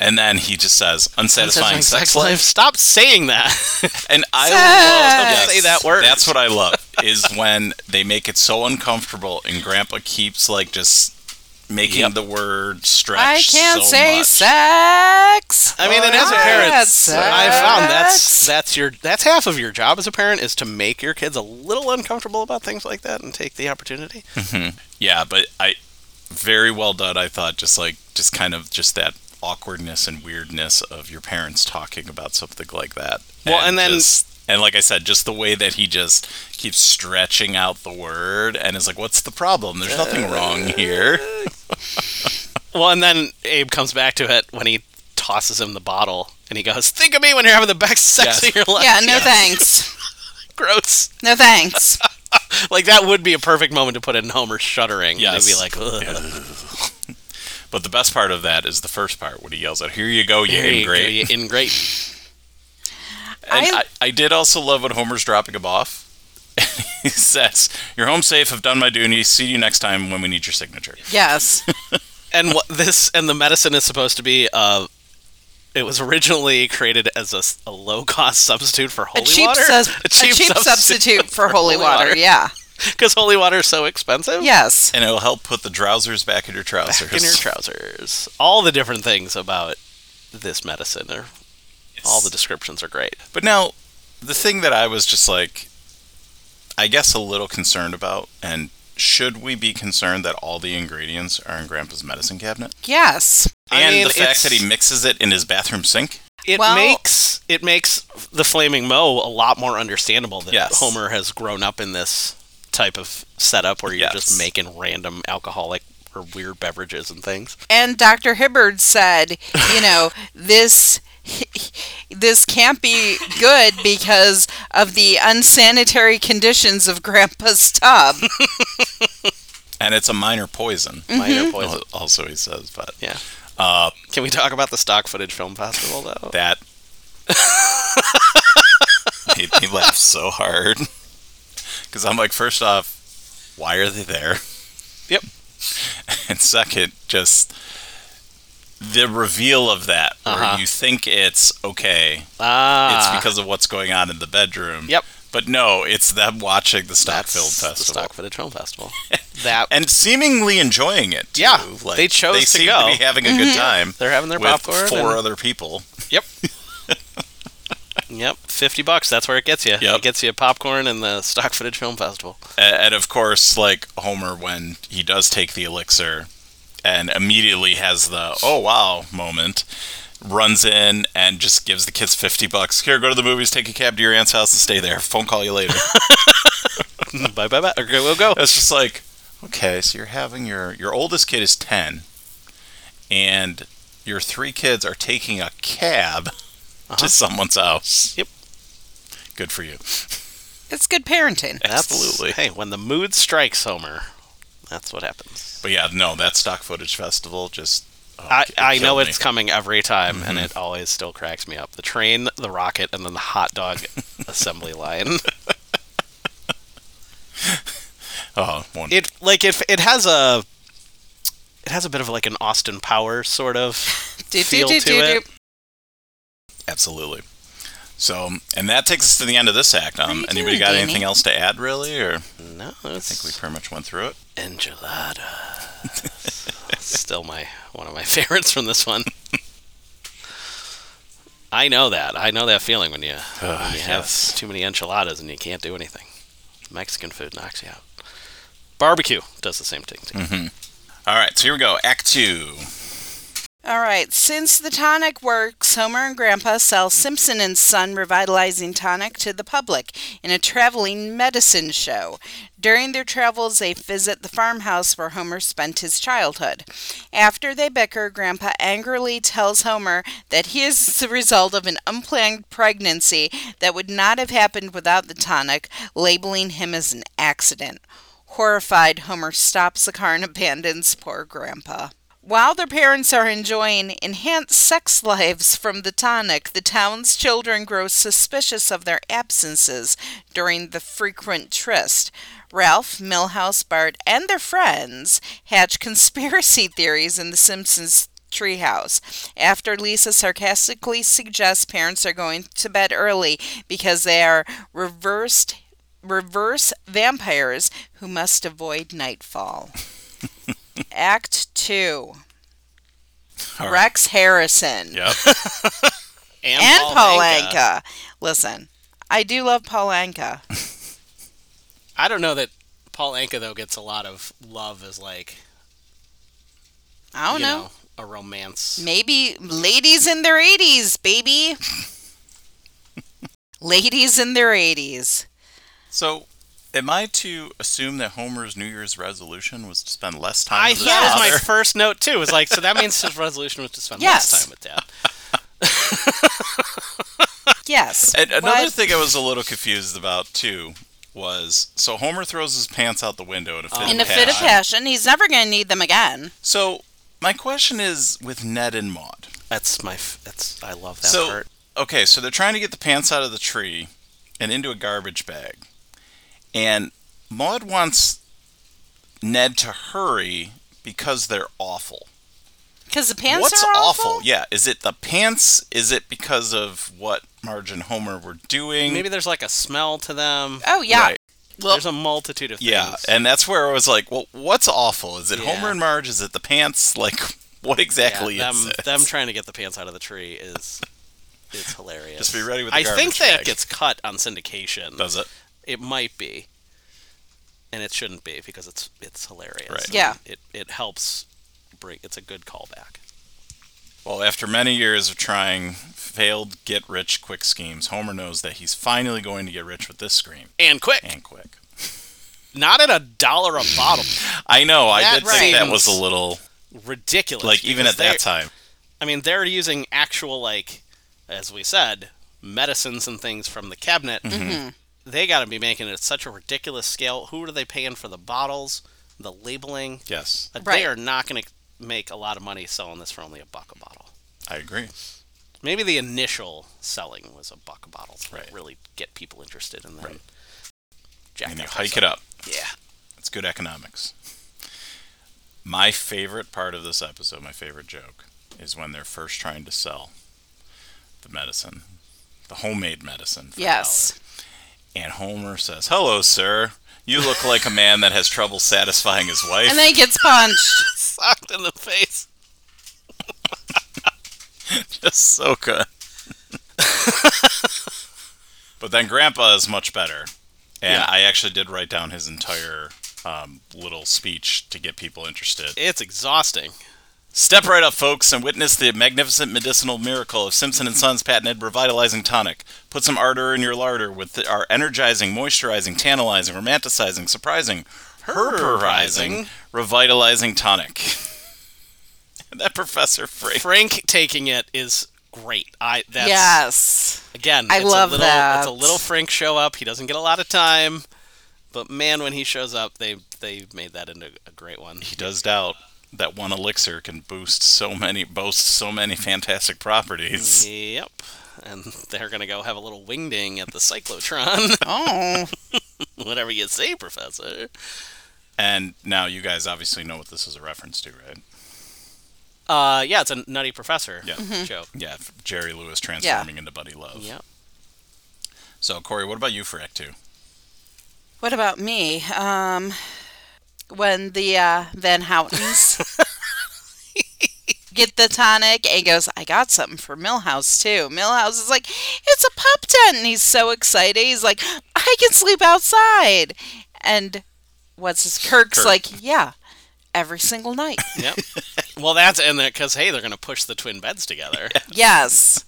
[SPEAKER 1] And then he just says unsatisfying sex life,
[SPEAKER 2] stop saying that (laughs)
[SPEAKER 1] and I
[SPEAKER 3] Sex.
[SPEAKER 1] love
[SPEAKER 2] Don't say that word.
[SPEAKER 1] That's what I love is when they make it so uncomfortable, and Grandpa keeps like just making
[SPEAKER 2] Yep.
[SPEAKER 1] the word stretch.
[SPEAKER 3] I can't
[SPEAKER 1] so
[SPEAKER 3] say
[SPEAKER 1] much.
[SPEAKER 3] sex.
[SPEAKER 2] i mean and as a
[SPEAKER 3] I
[SPEAKER 2] parent
[SPEAKER 3] had
[SPEAKER 2] i found that's
[SPEAKER 3] sex.
[SPEAKER 2] that's your that's half of your job as a parent is to make your kids a little uncomfortable about things like that and take the opportunity
[SPEAKER 1] Yeah, but I very well done. I thought just like just kind of just that awkwardness and weirdness of your parents talking about something like that.
[SPEAKER 2] Well, and then-
[SPEAKER 1] just- and like I said, just the way that he just keeps stretching out the word and is like, "What's the problem? There's nothing wrong here."
[SPEAKER 2] Well, and then Abe comes back to it when he tosses him the bottle, and he goes, "Think of me when you're having the best sex
[SPEAKER 1] Yes.
[SPEAKER 2] of your life."
[SPEAKER 3] Yeah, no thanks.
[SPEAKER 2] (laughs) gross.
[SPEAKER 3] No thanks.
[SPEAKER 2] Like that would be a perfect moment to put in Homer shuddering.
[SPEAKER 1] Yes.
[SPEAKER 2] They'd be like, Ugh.
[SPEAKER 1] But the best part of that is the first part when he yells out, "Here you go, you
[SPEAKER 2] There you go,
[SPEAKER 1] ingrate!"
[SPEAKER 2] you ingrate.
[SPEAKER 1] And
[SPEAKER 3] I-
[SPEAKER 1] I, I did also love when Homer's dropping him off. (laughs) he says, "You're home safe. I've done my duty. See you next time when we need your signature."
[SPEAKER 3] Yes.
[SPEAKER 2] And what this and the medicine is supposed to be. Uh, it was originally created as a, s- a low cost substitute for
[SPEAKER 3] A
[SPEAKER 2] holy
[SPEAKER 3] cheap,
[SPEAKER 2] water. (laughs)
[SPEAKER 3] sus- a cheap, substitute for holy water. Yeah.
[SPEAKER 2] because holy water is so expensive.
[SPEAKER 3] Yes.
[SPEAKER 1] And it'll help put the trousers back in your trousers. (laughs)
[SPEAKER 2] in your trousers. All the different things about this medicine are all the descriptions are great.
[SPEAKER 1] But now, the thing that I was just like, I guess a little concerned about, and should we be concerned that all the ingredients are in Grandpa's medicine cabinet?
[SPEAKER 3] Yes.
[SPEAKER 2] I
[SPEAKER 1] and
[SPEAKER 2] mean,
[SPEAKER 1] the fact
[SPEAKER 2] it's-
[SPEAKER 1] that he mixes it in his bathroom sink?
[SPEAKER 2] It
[SPEAKER 3] Well-
[SPEAKER 2] makes it makes the flaming mo a lot more understandable that
[SPEAKER 1] Yes.
[SPEAKER 2] Homer has grown up in this type of setup where you're
[SPEAKER 1] Yes.
[SPEAKER 2] just making random alcoholic or weird beverages and things.
[SPEAKER 3] And Dr. Hibbard said, you know, this this can't be good because of the unsanitary conditions of Grandpa's tub.
[SPEAKER 1] And it's a minor poison.
[SPEAKER 3] Mm-hmm.
[SPEAKER 2] Minor poison.
[SPEAKER 1] (laughs) Also, he says, but
[SPEAKER 2] Yeah.
[SPEAKER 1] uh,
[SPEAKER 2] Can we talk about the stock footage film festival though?
[SPEAKER 1] that. (laughs) made me laugh so hard. Because I'm like, first off, why are they there?
[SPEAKER 2] Yep.
[SPEAKER 1] and second, just the reveal of that,
[SPEAKER 2] Uh-huh.
[SPEAKER 1] where you think it's okay,
[SPEAKER 2] Ah,
[SPEAKER 1] it's because of what's going on in the bedroom.
[SPEAKER 2] Yep.
[SPEAKER 1] But no, it's them watching the Stock
[SPEAKER 2] that's
[SPEAKER 1] Film
[SPEAKER 2] the
[SPEAKER 1] Festival
[SPEAKER 2] stock footage
[SPEAKER 1] (laughs)
[SPEAKER 2] film festival. that
[SPEAKER 1] and seemingly enjoying it. Too.
[SPEAKER 2] Yeah,
[SPEAKER 1] like,
[SPEAKER 2] they chose
[SPEAKER 1] they
[SPEAKER 2] to
[SPEAKER 1] seem
[SPEAKER 2] go. Mm-hmm.
[SPEAKER 1] to be having a good time
[SPEAKER 2] they're having their
[SPEAKER 1] with
[SPEAKER 2] popcorn.
[SPEAKER 1] four
[SPEAKER 2] and-
[SPEAKER 1] other people.
[SPEAKER 2] Yep, fifty bucks. That's where it gets you.
[SPEAKER 1] Yep.
[SPEAKER 2] It gets you popcorn and the stock footage film festival. (laughs)
[SPEAKER 1] A- And of course, like Homer, when he does take the elixir and immediately has the oh wow moment, runs in and just gives the kids 50 bucks. Here, go to the movies, take a cab to your aunt's house, and stay there. Phone call you
[SPEAKER 2] (laughs)
[SPEAKER 1] later.
[SPEAKER 2] bye bye bye. Or go
[SPEAKER 1] (laughs)
[SPEAKER 2] go go.
[SPEAKER 1] it's just like, okay, so you're having your, your oldest kid is 10, and your three kids are taking a cab
[SPEAKER 2] Uh-huh.
[SPEAKER 1] to someone's house.
[SPEAKER 2] Yep.
[SPEAKER 1] Good for you.
[SPEAKER 3] It's good parenting.
[SPEAKER 2] That's-
[SPEAKER 1] Absolutely.
[SPEAKER 2] Hey, when the mood strikes Homer, that's what happens.
[SPEAKER 1] But yeah, no, that stock footage festival just. oh,
[SPEAKER 2] I,
[SPEAKER 1] it
[SPEAKER 2] I
[SPEAKER 1] killed
[SPEAKER 2] know
[SPEAKER 1] me. Mm-hmm.
[SPEAKER 2] it's coming every time, and it always still cracks me up. The train, the rocket, and then the hot
[SPEAKER 1] (laughs)
[SPEAKER 2] dog assembly line.
[SPEAKER 1] Oh, one.
[SPEAKER 2] It like if it has a, it has a bit of like an Austin Power sort of.
[SPEAKER 1] (laughs)
[SPEAKER 3] Do, do,
[SPEAKER 2] Feel
[SPEAKER 3] do,
[SPEAKER 2] to
[SPEAKER 3] do,
[SPEAKER 2] it.
[SPEAKER 3] do.
[SPEAKER 1] Absolutely. So, and that takes us to the end of this act.
[SPEAKER 3] are
[SPEAKER 1] Um,
[SPEAKER 3] you
[SPEAKER 1] anybody
[SPEAKER 3] doing,
[SPEAKER 1] got
[SPEAKER 3] Danny?
[SPEAKER 1] anything else to add, really? Or I
[SPEAKER 2] No,
[SPEAKER 1] think we
[SPEAKER 2] it's
[SPEAKER 1] pretty much went through it. (laughs)
[SPEAKER 2] enchiladas. Still my one of my (laughs) favorites from this one. I know that. I know that feeling
[SPEAKER 1] (sighs)
[SPEAKER 2] when you
[SPEAKER 1] Uh,
[SPEAKER 2] You have too many enchiladas and you can't do anything. Mexican food knocks you out. Barbecue does the same thing. Too.
[SPEAKER 1] Mm. All right, so here we go. Act two.
[SPEAKER 3] All right. Since the tonic works, Homer and Grandpa sell Simpson and Son revitalizing tonic to the public in a traveling medicine show. During their travels, they visit the farmhouse where Homer spent his childhood. After they bicker, Grandpa angrily tells Homer that he is the result of an unplanned pregnancy that would not have happened without the tonic, labeling him as an accident. Horrified, Homer stops the car and abandons poor Grandpa. While their parents are enjoying enhanced sex lives from the tonic, the town's children grow suspicious of their absences during the frequent tryst. Ralph, Millhouse, Bart, and their friends hatch (laughs) conspiracy theories in the Simpsons treehouse after Lisa sarcastically suggests parents are going to bed early because they are reversed reverse vampires who must avoid nightfall. Act two.
[SPEAKER 1] All right.
[SPEAKER 3] Rex Harrison
[SPEAKER 1] Yep.
[SPEAKER 3] and Paul Anka. Listen, I do love Paul Anka.
[SPEAKER 2] I don't know that Paul Anka though gets a lot of love as like
[SPEAKER 3] I don't
[SPEAKER 2] you
[SPEAKER 3] know.
[SPEAKER 2] know, a romance.
[SPEAKER 3] Maybe ladies in their 80s, baby. ladies in their 80s.
[SPEAKER 1] (laughs) So, am I to assume that Homer's New Year's resolution was to spend less time
[SPEAKER 2] I
[SPEAKER 1] with his
[SPEAKER 2] thought that was
[SPEAKER 1] father?
[SPEAKER 2] my
[SPEAKER 1] (laughs)
[SPEAKER 2] first note too. It's like so that means his resolution was to spend
[SPEAKER 3] Yes.
[SPEAKER 2] less time with dad.
[SPEAKER 3] yes.
[SPEAKER 1] And another
[SPEAKER 3] What?
[SPEAKER 1] thing I was a little confused about too was so Homer throws his pants out the window in a fit of
[SPEAKER 3] Oh. In a fit of
[SPEAKER 1] passion.
[SPEAKER 3] passion, he's never going to need them again.
[SPEAKER 1] So my question is with Ned and Maud.
[SPEAKER 2] That's my. F- that's I love that
[SPEAKER 1] so
[SPEAKER 2] part.
[SPEAKER 1] okay, so they're trying to get the pants out of the tree and into a garbage bag, and Maud wants Ned to hurry because they're awful.
[SPEAKER 3] Because the pants
[SPEAKER 1] What's
[SPEAKER 3] are awful.
[SPEAKER 1] Yeah, is it the pants? Is it because of what Marge and Homer were doing?
[SPEAKER 2] Maybe there's like a smell to them.
[SPEAKER 3] Oh yeah.
[SPEAKER 1] Right.
[SPEAKER 2] there's a multitude of things.
[SPEAKER 1] Uh, Yeah, e-, and that's where I was like, well, what's awful? Is it
[SPEAKER 2] Yeah.
[SPEAKER 1] Homer and Marge? Is it the pants? Like, (laughs) what
[SPEAKER 2] Yeah,
[SPEAKER 1] exactly is
[SPEAKER 2] them,
[SPEAKER 1] it?
[SPEAKER 2] them trying to get the pants out of the tree is it's hilarious.
[SPEAKER 1] Just be ready with the
[SPEAKER 2] I
[SPEAKER 1] garbage
[SPEAKER 2] think that
[SPEAKER 1] bag.
[SPEAKER 2] gets cut on syndication.
[SPEAKER 1] Does it?
[SPEAKER 2] It might be, and it shouldn't be because it's it's hilarious.
[SPEAKER 1] Right.
[SPEAKER 3] Yeah.
[SPEAKER 2] It it helps bring. It's a good callback.
[SPEAKER 1] Well, after many years of trying failed get rich quick schemes, Homer knows that he's finally going to get rich with this scheme
[SPEAKER 2] And quick,
[SPEAKER 1] and quick.
[SPEAKER 2] not at a dollar a bottle.
[SPEAKER 1] I know. I
[SPEAKER 2] That
[SPEAKER 1] did think that
[SPEAKER 2] seems-
[SPEAKER 1] was a little
[SPEAKER 2] Ridiculous.
[SPEAKER 1] like even
[SPEAKER 2] because
[SPEAKER 1] at that
[SPEAKER 2] they-
[SPEAKER 1] time.
[SPEAKER 2] I mean, they're using actual, like, as we said, medicines and things from the cabinet.
[SPEAKER 1] Mm-hmm.
[SPEAKER 2] They got to be making it at such a ridiculous scale. Who are they paying for the bottles, the labeling?
[SPEAKER 1] Yes,
[SPEAKER 2] Like,
[SPEAKER 3] Right.
[SPEAKER 2] They are not going to make a lot of money selling this for only a buck a bottle.
[SPEAKER 1] I agree.
[SPEAKER 2] Maybe the initial selling was a buck a bottle to
[SPEAKER 1] Right.
[SPEAKER 2] really get people interested in that.
[SPEAKER 1] Right.
[SPEAKER 2] Jack
[SPEAKER 1] And you hike it up.
[SPEAKER 2] Yeah. (laughs)
[SPEAKER 1] It's good economics. My favorite part of this episode, my favorite joke, is when they're first trying to sell the medicine, the homemade medicine. For a
[SPEAKER 3] Yes.
[SPEAKER 1] dollar. And Homer says, "Hello, sir. You look like a man that has trouble satisfying his wife."
[SPEAKER 3] And then he gets punched.
[SPEAKER 2] Socked in the face.
[SPEAKER 1] (laughs) That's so good. but then Grandpa is much better, and
[SPEAKER 2] Yeah.
[SPEAKER 1] I actually did write down his entire um, little speech to get people interested.
[SPEAKER 2] It's exhausting.
[SPEAKER 1] Step right up, folks, and witness the magnificent medicinal miracle of Simpson and Sons patented revitalizing tonic. Put some ardor in your larder with the- our energizing, moisturizing, tantalizing, romanticizing, surprising, herperizing, revitalizing tonic. (laughs) And that Professor Frank.
[SPEAKER 2] Frank taking it is great. I that's
[SPEAKER 3] yes.
[SPEAKER 2] Again,
[SPEAKER 3] I
[SPEAKER 2] it's
[SPEAKER 3] love
[SPEAKER 2] a little,
[SPEAKER 3] that.
[SPEAKER 2] It's a little Frank show up. He doesn't get a lot of time, but man, when he shows up, they they made that into a great one.
[SPEAKER 1] He does doubt that one elixir can boost so many, boast so many fantastic properties.
[SPEAKER 2] (laughs) Yep, and they're gonna go have a little wingding at the cyclotron. (laughs)
[SPEAKER 3] Oh.
[SPEAKER 2] Whatever you say, Professor.
[SPEAKER 1] And now you guys obviously know what this is a reference to, right?
[SPEAKER 2] Uh, yeah, it's a nutty professor
[SPEAKER 1] Yeah.
[SPEAKER 3] Mm-hmm.
[SPEAKER 2] joke.
[SPEAKER 1] Yeah, Jerry Lewis transforming into Buddy Love.
[SPEAKER 2] Yep.
[SPEAKER 1] So, Corey, what about you for Act Two?
[SPEAKER 3] What about me? Um, when the uh,
[SPEAKER 1] (laughs)
[SPEAKER 3] Van Houtens get the tonic and goes, I got something for Millhouse too. Millhouse is like, it's a pup tent, and he's so excited. He's like, I can sleep outside. And what's his Kirk's
[SPEAKER 1] Kirk.
[SPEAKER 3] like, yeah, every single night.
[SPEAKER 2] Yep. (laughs) well, that's and that because hey, they're gonna push the twin beds
[SPEAKER 1] (laughs)
[SPEAKER 2] together,
[SPEAKER 3] yes,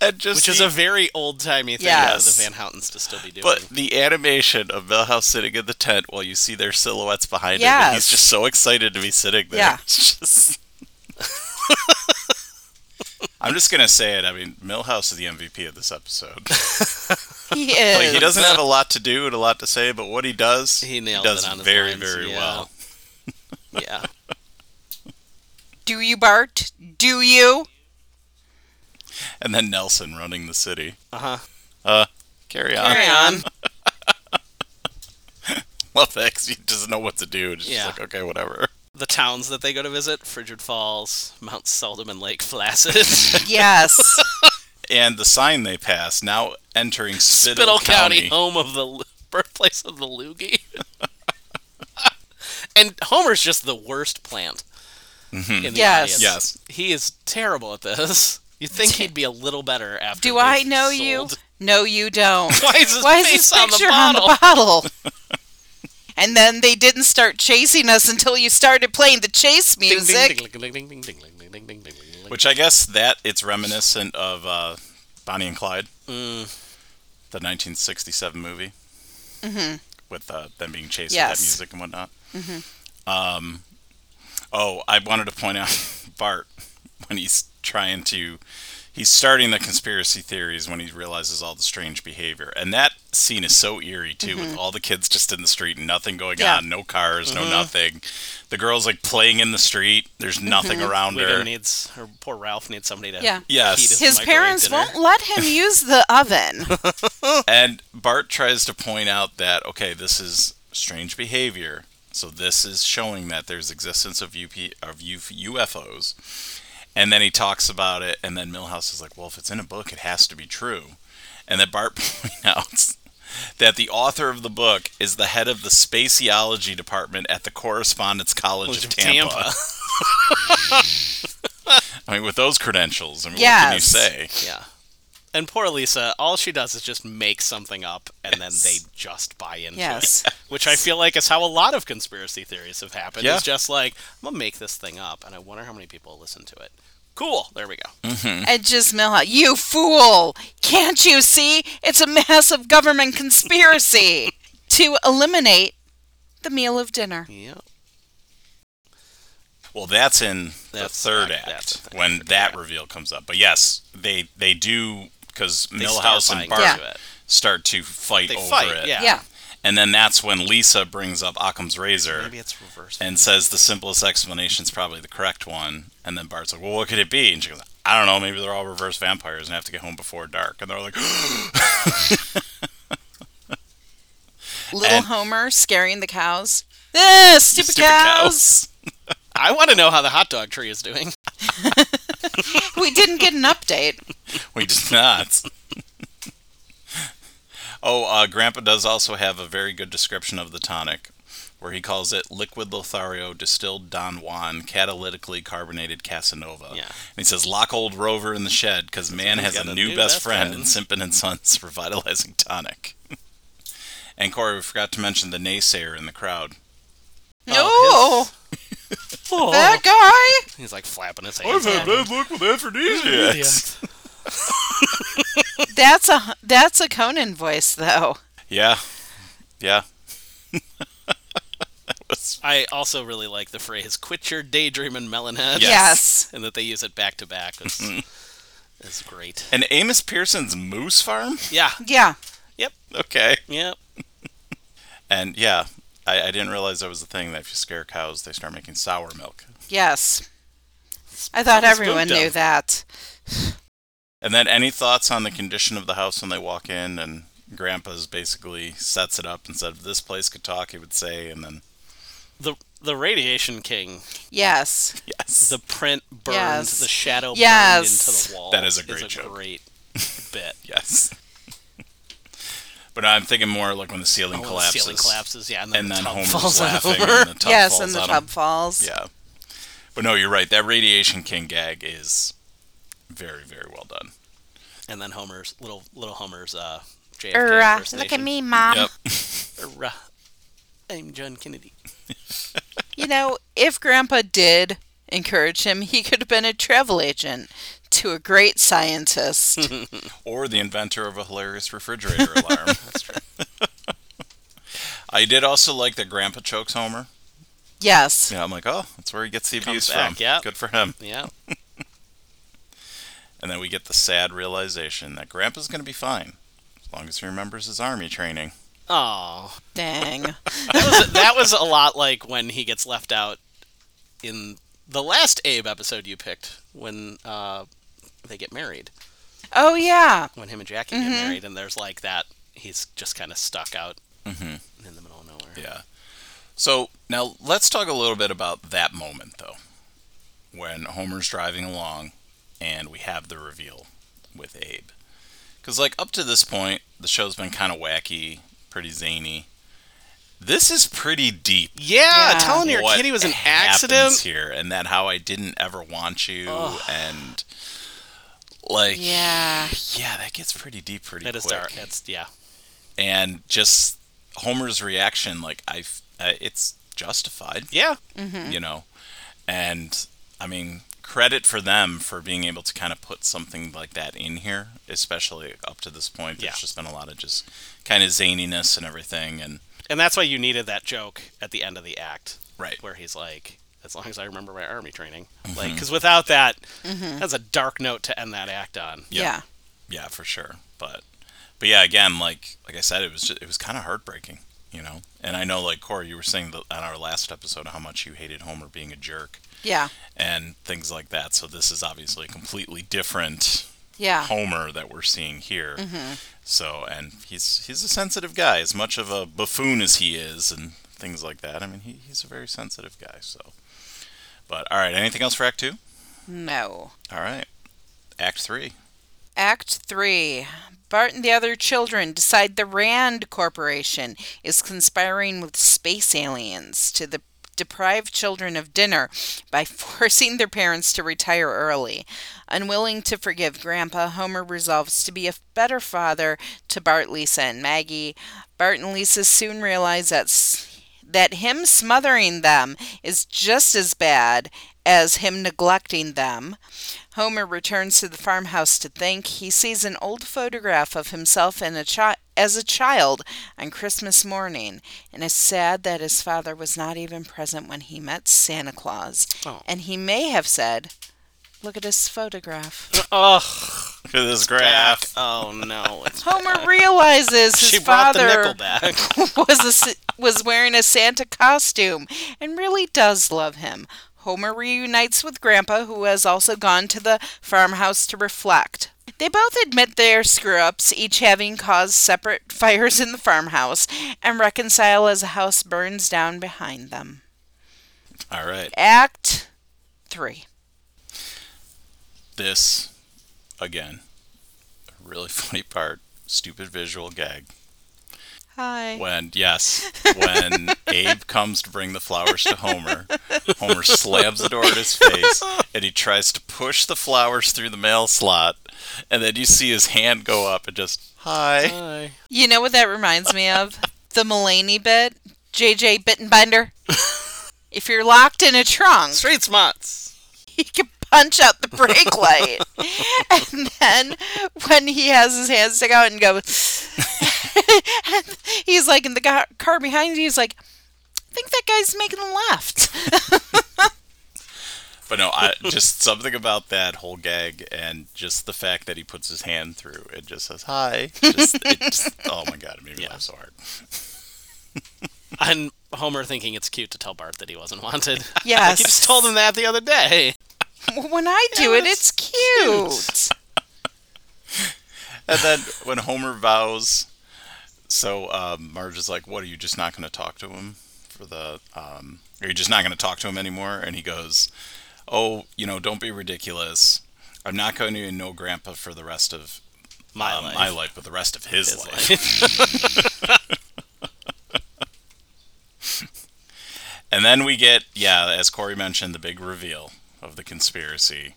[SPEAKER 1] And just
[SPEAKER 2] which is
[SPEAKER 1] the-
[SPEAKER 2] a very old timey thing
[SPEAKER 3] Yes.
[SPEAKER 2] for the Van Houtens to still be doing.
[SPEAKER 1] (laughs) but the animation of Milhouse sitting in the tent while you see their silhouettes behind him, and
[SPEAKER 3] Yes.
[SPEAKER 1] he's just so excited to be sitting there.
[SPEAKER 3] Yeah.
[SPEAKER 1] (laughs) It's just- I'm just gonna say it. I mean, Milhouse is the MVP of this episode.
[SPEAKER 3] he is.
[SPEAKER 1] (laughs)
[SPEAKER 2] (laughs)
[SPEAKER 1] Like he doesn't have a lot to do and a lot to say, but what he does,
[SPEAKER 2] He nails
[SPEAKER 1] does
[SPEAKER 2] it on his
[SPEAKER 1] very,
[SPEAKER 2] lines,
[SPEAKER 1] very
[SPEAKER 2] yeah.
[SPEAKER 1] well. (laughs)
[SPEAKER 2] yeah,
[SPEAKER 3] Do you, Bart? Do you?
[SPEAKER 1] And then Nelson running the city.
[SPEAKER 2] uh huh.
[SPEAKER 1] Carry on. (laughs)
[SPEAKER 3] Carry on.
[SPEAKER 1] Love that 'cause he doesn't know what to do. It's just
[SPEAKER 2] Yeah.
[SPEAKER 1] like okay, whatever.
[SPEAKER 2] the towns that they go to visit Frigid Falls, Mount Seldom, and Lake (laughs) Placid.
[SPEAKER 3] Yes.
[SPEAKER 1] And the sign they pass now entering Spittle,
[SPEAKER 2] (laughs) Spittle County, home of the Lu- birthplace of the Loogie. (laughs) and Homer's just the worst plant in the
[SPEAKER 3] Yes.
[SPEAKER 2] audience.
[SPEAKER 1] Yes.
[SPEAKER 2] He is terrible at this. You'd think he'd be a little better after.
[SPEAKER 1] (laughs)
[SPEAKER 3] Do
[SPEAKER 2] they've
[SPEAKER 3] I know you?
[SPEAKER 2] sold- (laughs)
[SPEAKER 3] No, you don't.
[SPEAKER 2] Why is his
[SPEAKER 3] Why is
[SPEAKER 2] face
[SPEAKER 3] this
[SPEAKER 2] on
[SPEAKER 3] picture
[SPEAKER 2] the
[SPEAKER 3] on
[SPEAKER 2] bottle?
[SPEAKER 3] the
[SPEAKER 2] (laughs)
[SPEAKER 3] bottle? and then they didn't start chasing us until you started playing the chase
[SPEAKER 2] Ding,
[SPEAKER 3] music.
[SPEAKER 2] ding, ding, ding, ding, ding, ding, ding, ding, ding, ding, ding, ding, ding.
[SPEAKER 1] Which I guess that it's reminiscent of uh, Bonnie and Clyde,
[SPEAKER 3] Mm.
[SPEAKER 1] the 1967 movie, mm-hmm. with uh, them being chased with
[SPEAKER 3] Yes.
[SPEAKER 1] that music and whatnot. (laughs) Mm-hmm. Um, oh, I wanted to point out Bart when he's trying to he's starting the conspiracy theories when he realizes all the strange behavior. And that scene is so eerie too, with all the kids just in the street, nothing going
[SPEAKER 3] Mm-hmm. Yeah. Mm-hmm.
[SPEAKER 1] on, no cars, no nothing. The girl's like playing in the street. There's nothing
[SPEAKER 3] Mm-hmm.
[SPEAKER 1] around
[SPEAKER 2] Wigan
[SPEAKER 1] her.
[SPEAKER 2] needs, or poor Ralph needs somebody to.
[SPEAKER 3] Yeah.
[SPEAKER 1] Yes.
[SPEAKER 2] heat
[SPEAKER 3] His
[SPEAKER 2] microwave
[SPEAKER 3] parents
[SPEAKER 2] dinner.
[SPEAKER 3] won't
[SPEAKER 2] (laughs)
[SPEAKER 3] let him use the oven.
[SPEAKER 1] and Bart tries to point out that okay, this is strange behavior. So this is showing that there's existence of UP of Uf- UFOs. And then he talks about it, and then Milhouse is like, "Well, if it's in a book, it has to be true." And then Bart (laughs) points out that the author of the book is the head of the spaceology department at the Correspondence College
[SPEAKER 2] College
[SPEAKER 1] of
[SPEAKER 2] of
[SPEAKER 1] Tampa.
[SPEAKER 2] Tampa.
[SPEAKER 1] I mean, with those credentials, I mean, what can you
[SPEAKER 3] Yes.
[SPEAKER 1] say?
[SPEAKER 2] Yeah. And poor Lisa, all she does is just make something up, and then they just buy into
[SPEAKER 3] Yes.
[SPEAKER 2] it. (laughs) Which I feel like is how a lot of conspiracy theories have happened.
[SPEAKER 1] Yeah.
[SPEAKER 2] It's just like, I'm going to make this thing up, and I wonder how many people listen to it. Cool. There we go.
[SPEAKER 3] And just Milhouse, you fool! Can't you see? It's a massive government conspiracy
[SPEAKER 2] (laughs)
[SPEAKER 3] to eliminate the meal of dinner.
[SPEAKER 2] Yeah.
[SPEAKER 1] Well, that's in
[SPEAKER 2] That's-
[SPEAKER 1] the third
[SPEAKER 2] that- that's
[SPEAKER 1] act
[SPEAKER 2] the third
[SPEAKER 1] when that reveal comes up. But yes, they they do because
[SPEAKER 2] They
[SPEAKER 1] Millhouse
[SPEAKER 2] start
[SPEAKER 1] and Bart
[SPEAKER 2] buying
[SPEAKER 3] Yeah.
[SPEAKER 2] into it.
[SPEAKER 1] start to fight
[SPEAKER 2] They
[SPEAKER 1] over
[SPEAKER 2] fight,
[SPEAKER 1] it.
[SPEAKER 2] yeah.
[SPEAKER 3] Yeah.
[SPEAKER 1] And then that's when Lisa brings up Occam's razor
[SPEAKER 2] Maybe it's reverse.
[SPEAKER 1] and says the simplest explanation is probably the correct one. And then Bart's like, "Well, what could it be?" And she goes, "I don't know. Maybe they're all reverse vampires and have to get home before dark." And they're like,
[SPEAKER 3] Little
[SPEAKER 1] And-
[SPEAKER 3] Homer scaring the cows. Ah, stupid,
[SPEAKER 1] "Stupid cows."
[SPEAKER 2] I want to know how the hot dog tree is doing.
[SPEAKER 3] cows. (laughs) We didn't get
[SPEAKER 2] (laughs)
[SPEAKER 3] an update.
[SPEAKER 1] We did not. oh, uh, Grandpa does also have a very good description of the tonic, where he calls it liquid Lothario distilled Don Juan catalytically carbonated Casanova.
[SPEAKER 2] Yeah.
[SPEAKER 1] And he says, lock old Rover in the shed because man
[SPEAKER 2] he's
[SPEAKER 1] has a
[SPEAKER 2] got
[SPEAKER 1] new, best, friend in
[SPEAKER 2] friend."
[SPEAKER 1] Simpin and Sons revitalizing tonic. and Corey, we forgot to mention the naysayer in the crowd.
[SPEAKER 3] No,
[SPEAKER 2] Oh,
[SPEAKER 3] that guy.
[SPEAKER 2] (laughs) He's like flapping his hands.
[SPEAKER 1] bad luck with aphrodisiacs.
[SPEAKER 3] That's a that's a Conan voice though.
[SPEAKER 1] Yeah. Yeah. (laughs) that was
[SPEAKER 2] I also really like the phrase "quit your daydreaming,
[SPEAKER 1] Yes.
[SPEAKER 2] melonhead,"
[SPEAKER 3] Yes.
[SPEAKER 2] (laughs) and that they use it back to
[SPEAKER 1] (laughs)
[SPEAKER 2] back is is great.
[SPEAKER 1] And Amos Pearson's Moose Farm?
[SPEAKER 2] Yeah,
[SPEAKER 3] Yeah.
[SPEAKER 1] Okay.
[SPEAKER 2] yep.
[SPEAKER 1] And yeah, I, I didn't realize that was the thing that if you scare cows, they start making sour milk.
[SPEAKER 3] Yes. I thought
[SPEAKER 2] Someone's
[SPEAKER 3] everyone
[SPEAKER 2] moved
[SPEAKER 3] knew
[SPEAKER 2] him.
[SPEAKER 3] that.
[SPEAKER 1] And then any thoughts on the condition of the house when they walk in and Grandpa's basically sets it up and said, if this place could talk, he would say, and then,
[SPEAKER 2] The the Radiation King,
[SPEAKER 3] Yes.
[SPEAKER 1] yes.
[SPEAKER 2] the print burned,
[SPEAKER 3] Yes.
[SPEAKER 2] the shadow burned
[SPEAKER 3] Yes.
[SPEAKER 2] into the wall.
[SPEAKER 1] That is a great joke.
[SPEAKER 2] great bit.
[SPEAKER 1] yes. (laughs) but I'm thinking more like when the ceiling
[SPEAKER 2] Oh,
[SPEAKER 1] collapses.
[SPEAKER 2] The ceiling collapses, yeah, and then,
[SPEAKER 1] And
[SPEAKER 2] the
[SPEAKER 1] then
[SPEAKER 2] tub
[SPEAKER 1] Homer's
[SPEAKER 2] falls
[SPEAKER 1] laughing
[SPEAKER 2] over.
[SPEAKER 1] and the tub
[SPEAKER 3] (laughs) yes,
[SPEAKER 1] falls
[SPEAKER 3] and the
[SPEAKER 1] on
[SPEAKER 3] tub
[SPEAKER 1] him.
[SPEAKER 3] falls.
[SPEAKER 1] Yeah. But no, you're right. That Radiation King gag is very, very well done.
[SPEAKER 2] And then Homer's little little Homer's uh, JFK
[SPEAKER 3] Urrah, look at
[SPEAKER 2] impersonation.
[SPEAKER 3] me, mom.
[SPEAKER 1] Yep.
[SPEAKER 2] Urrah. I'm John Kennedy.
[SPEAKER 3] You know, if Grandpa did encourage him, he could have been a travel agent to a great scientist.
[SPEAKER 1] (laughs) or the inventor of a hilarious refrigerator alarm. (laughs) That's true. I did also like that Grandpa chokes Homer.
[SPEAKER 3] yes.
[SPEAKER 1] Yeah, I'm like, oh, that's where he gets the abuse
[SPEAKER 2] back,
[SPEAKER 1] from.
[SPEAKER 2] yeah.
[SPEAKER 1] Good for him.
[SPEAKER 2] Yeah,
[SPEAKER 1] And then we get the sad realization that Grandpa's going to be fine as long as he remembers his army training.
[SPEAKER 2] oh.
[SPEAKER 1] (laughs)
[SPEAKER 3] Dang.
[SPEAKER 2] that was a lot like when he gets left out in the last Abe episode you picked when uh, they get married,
[SPEAKER 3] Oh yeah.
[SPEAKER 2] when him and Jackie
[SPEAKER 3] Mm-hmm.
[SPEAKER 2] get married, and there's like that. He's just kind of stuck out
[SPEAKER 1] Mm-hmm.
[SPEAKER 2] in the middle of nowhere.
[SPEAKER 1] Yeah. So now let's talk a little bit about that moment, though, when Homer's driving along and we have the reveal with Abe. Because, like, up to this point, the show's been kind of wacky, pretty zany. This is pretty deep.
[SPEAKER 2] Yeah,
[SPEAKER 3] Yeah.
[SPEAKER 2] telling your
[SPEAKER 1] what
[SPEAKER 2] kid he was an
[SPEAKER 1] happens
[SPEAKER 2] accident.
[SPEAKER 1] here, and that how I didn't ever want you, and like,
[SPEAKER 3] Yeah.
[SPEAKER 1] yeah, that gets pretty deep pretty
[SPEAKER 2] That
[SPEAKER 1] quick
[SPEAKER 2] is dark. That's yeah.
[SPEAKER 1] and just Homer's reaction, like I, uh, it's justified,
[SPEAKER 2] Yeah.
[SPEAKER 1] you know, and I mean credit for them for being able to kind of put something like that in here, especially up to this point. There's
[SPEAKER 2] Yeah.
[SPEAKER 1] just been a lot of just kind of zaniness and everything, and
[SPEAKER 2] And that's why you needed that joke at the end of the act
[SPEAKER 1] right, Mm-hmm.
[SPEAKER 2] where he's like, as long as I remember my army training. Like, because without that,
[SPEAKER 3] Mm-hmm.
[SPEAKER 2] that's a dark note to end that act on.
[SPEAKER 1] Yeah.
[SPEAKER 3] Yeah.
[SPEAKER 1] yeah, for sure. But but yeah, again, like like I said, it was just, it was kind of heartbreaking, you know. And I know, like Corey, you were saying that on our last episode how much you hated Homer being a jerk
[SPEAKER 3] Yeah.
[SPEAKER 1] and things like that. So this is obviously a completely different
[SPEAKER 3] Yeah.
[SPEAKER 1] Homer that we're seeing here. So and he's he's a sensitive guy, as much of a buffoon as he is, and things like that. I mean, he, he's a very sensitive guy. So, but all right, anything else for Act Two?
[SPEAKER 3] No.
[SPEAKER 1] All right, Act Three. (laughs)
[SPEAKER 3] Act 3. Bart and the other children decide the RAND Corporation is conspiring with space aliens to the deprive children of dinner by (laughs) forcing their parents to retire early. Unwilling to forgive Grandpa, Homer resolves to be a better father to Bart, Lisa, and Maggie. Bart and Lisa soon realize that s- that him smothering them is just as bad as him neglecting them. Homer returns to the farmhouse to think. He sees an old photograph of himself and a chi- as a child on Christmas morning and is sad that his father was not even present when he met Santa Claus.
[SPEAKER 2] Oh.
[SPEAKER 3] And he may have said, Look at this photograph.
[SPEAKER 2] (laughs) (laughs) Ugh.
[SPEAKER 1] Look at this graph.
[SPEAKER 2] Oh
[SPEAKER 1] (laughs)
[SPEAKER 2] no. It's
[SPEAKER 3] Homer realizes his
[SPEAKER 2] she brought the
[SPEAKER 3] father
[SPEAKER 2] nickel back.
[SPEAKER 3] (laughs) was a s was wearing a Santa costume and really does love him. Homer reunites with Grandpa, who has also gone to the farmhouse to reflect. They both admit their screw ups, each having caused separate (laughs) fires in the farmhouse, and reconcile as the house burns down behind them.
[SPEAKER 1] All right.
[SPEAKER 3] Act 3.
[SPEAKER 1] This, again, a really (laughs) funny part, stupid visual gag.
[SPEAKER 3] Hi.
[SPEAKER 1] When, yes, when Abe comes to bring the flowers to Homer, Homer slams the door in his face and he tries to push the flowers through the mail slot. And then you see his hand go up and just, hi.
[SPEAKER 2] Hi.
[SPEAKER 3] You know what that reminds me of? The Mulaney bit. JJ Bittenbender. if you're locked in a trunk,
[SPEAKER 2] Street smarts.
[SPEAKER 3] (laughs) he can punch out
[SPEAKER 2] (laughs)
[SPEAKER 3] the brake light. and then when he has his hands stick out and go, (laughs) and he's like in the ga- car behind you, he's like, I think that guy's making a
[SPEAKER 2] (laughs)
[SPEAKER 3] left.
[SPEAKER 1] But no, I, just something about that whole gag and just the fact that he puts his hand through and just says, hi. Just, it just, oh my God, it made me laugh so hard.
[SPEAKER 2] And Homer thinking it's cute to tell Bart that he wasn't wanted.
[SPEAKER 1] (laughs)
[SPEAKER 3] Yes.
[SPEAKER 2] he just told him that the other day.
[SPEAKER 3] (laughs) when I do
[SPEAKER 2] Yeah,
[SPEAKER 3] it, it's cute.
[SPEAKER 1] And then when Homer vows, so um, Marge is like, "What are you just not going to talk to him for the? Um, are you just not going to talk to him anymore?" And he goes, "Oh, you know, don't be ridiculous. I'm not going to know Grandpa for the rest of
[SPEAKER 2] My
[SPEAKER 1] um,
[SPEAKER 2] life. (laughs)
[SPEAKER 1] my life, but the rest of his,
[SPEAKER 2] His
[SPEAKER 1] life."
[SPEAKER 2] life.
[SPEAKER 1] And then we get, yeah, as Corey mentioned, the big reveal of the conspiracy.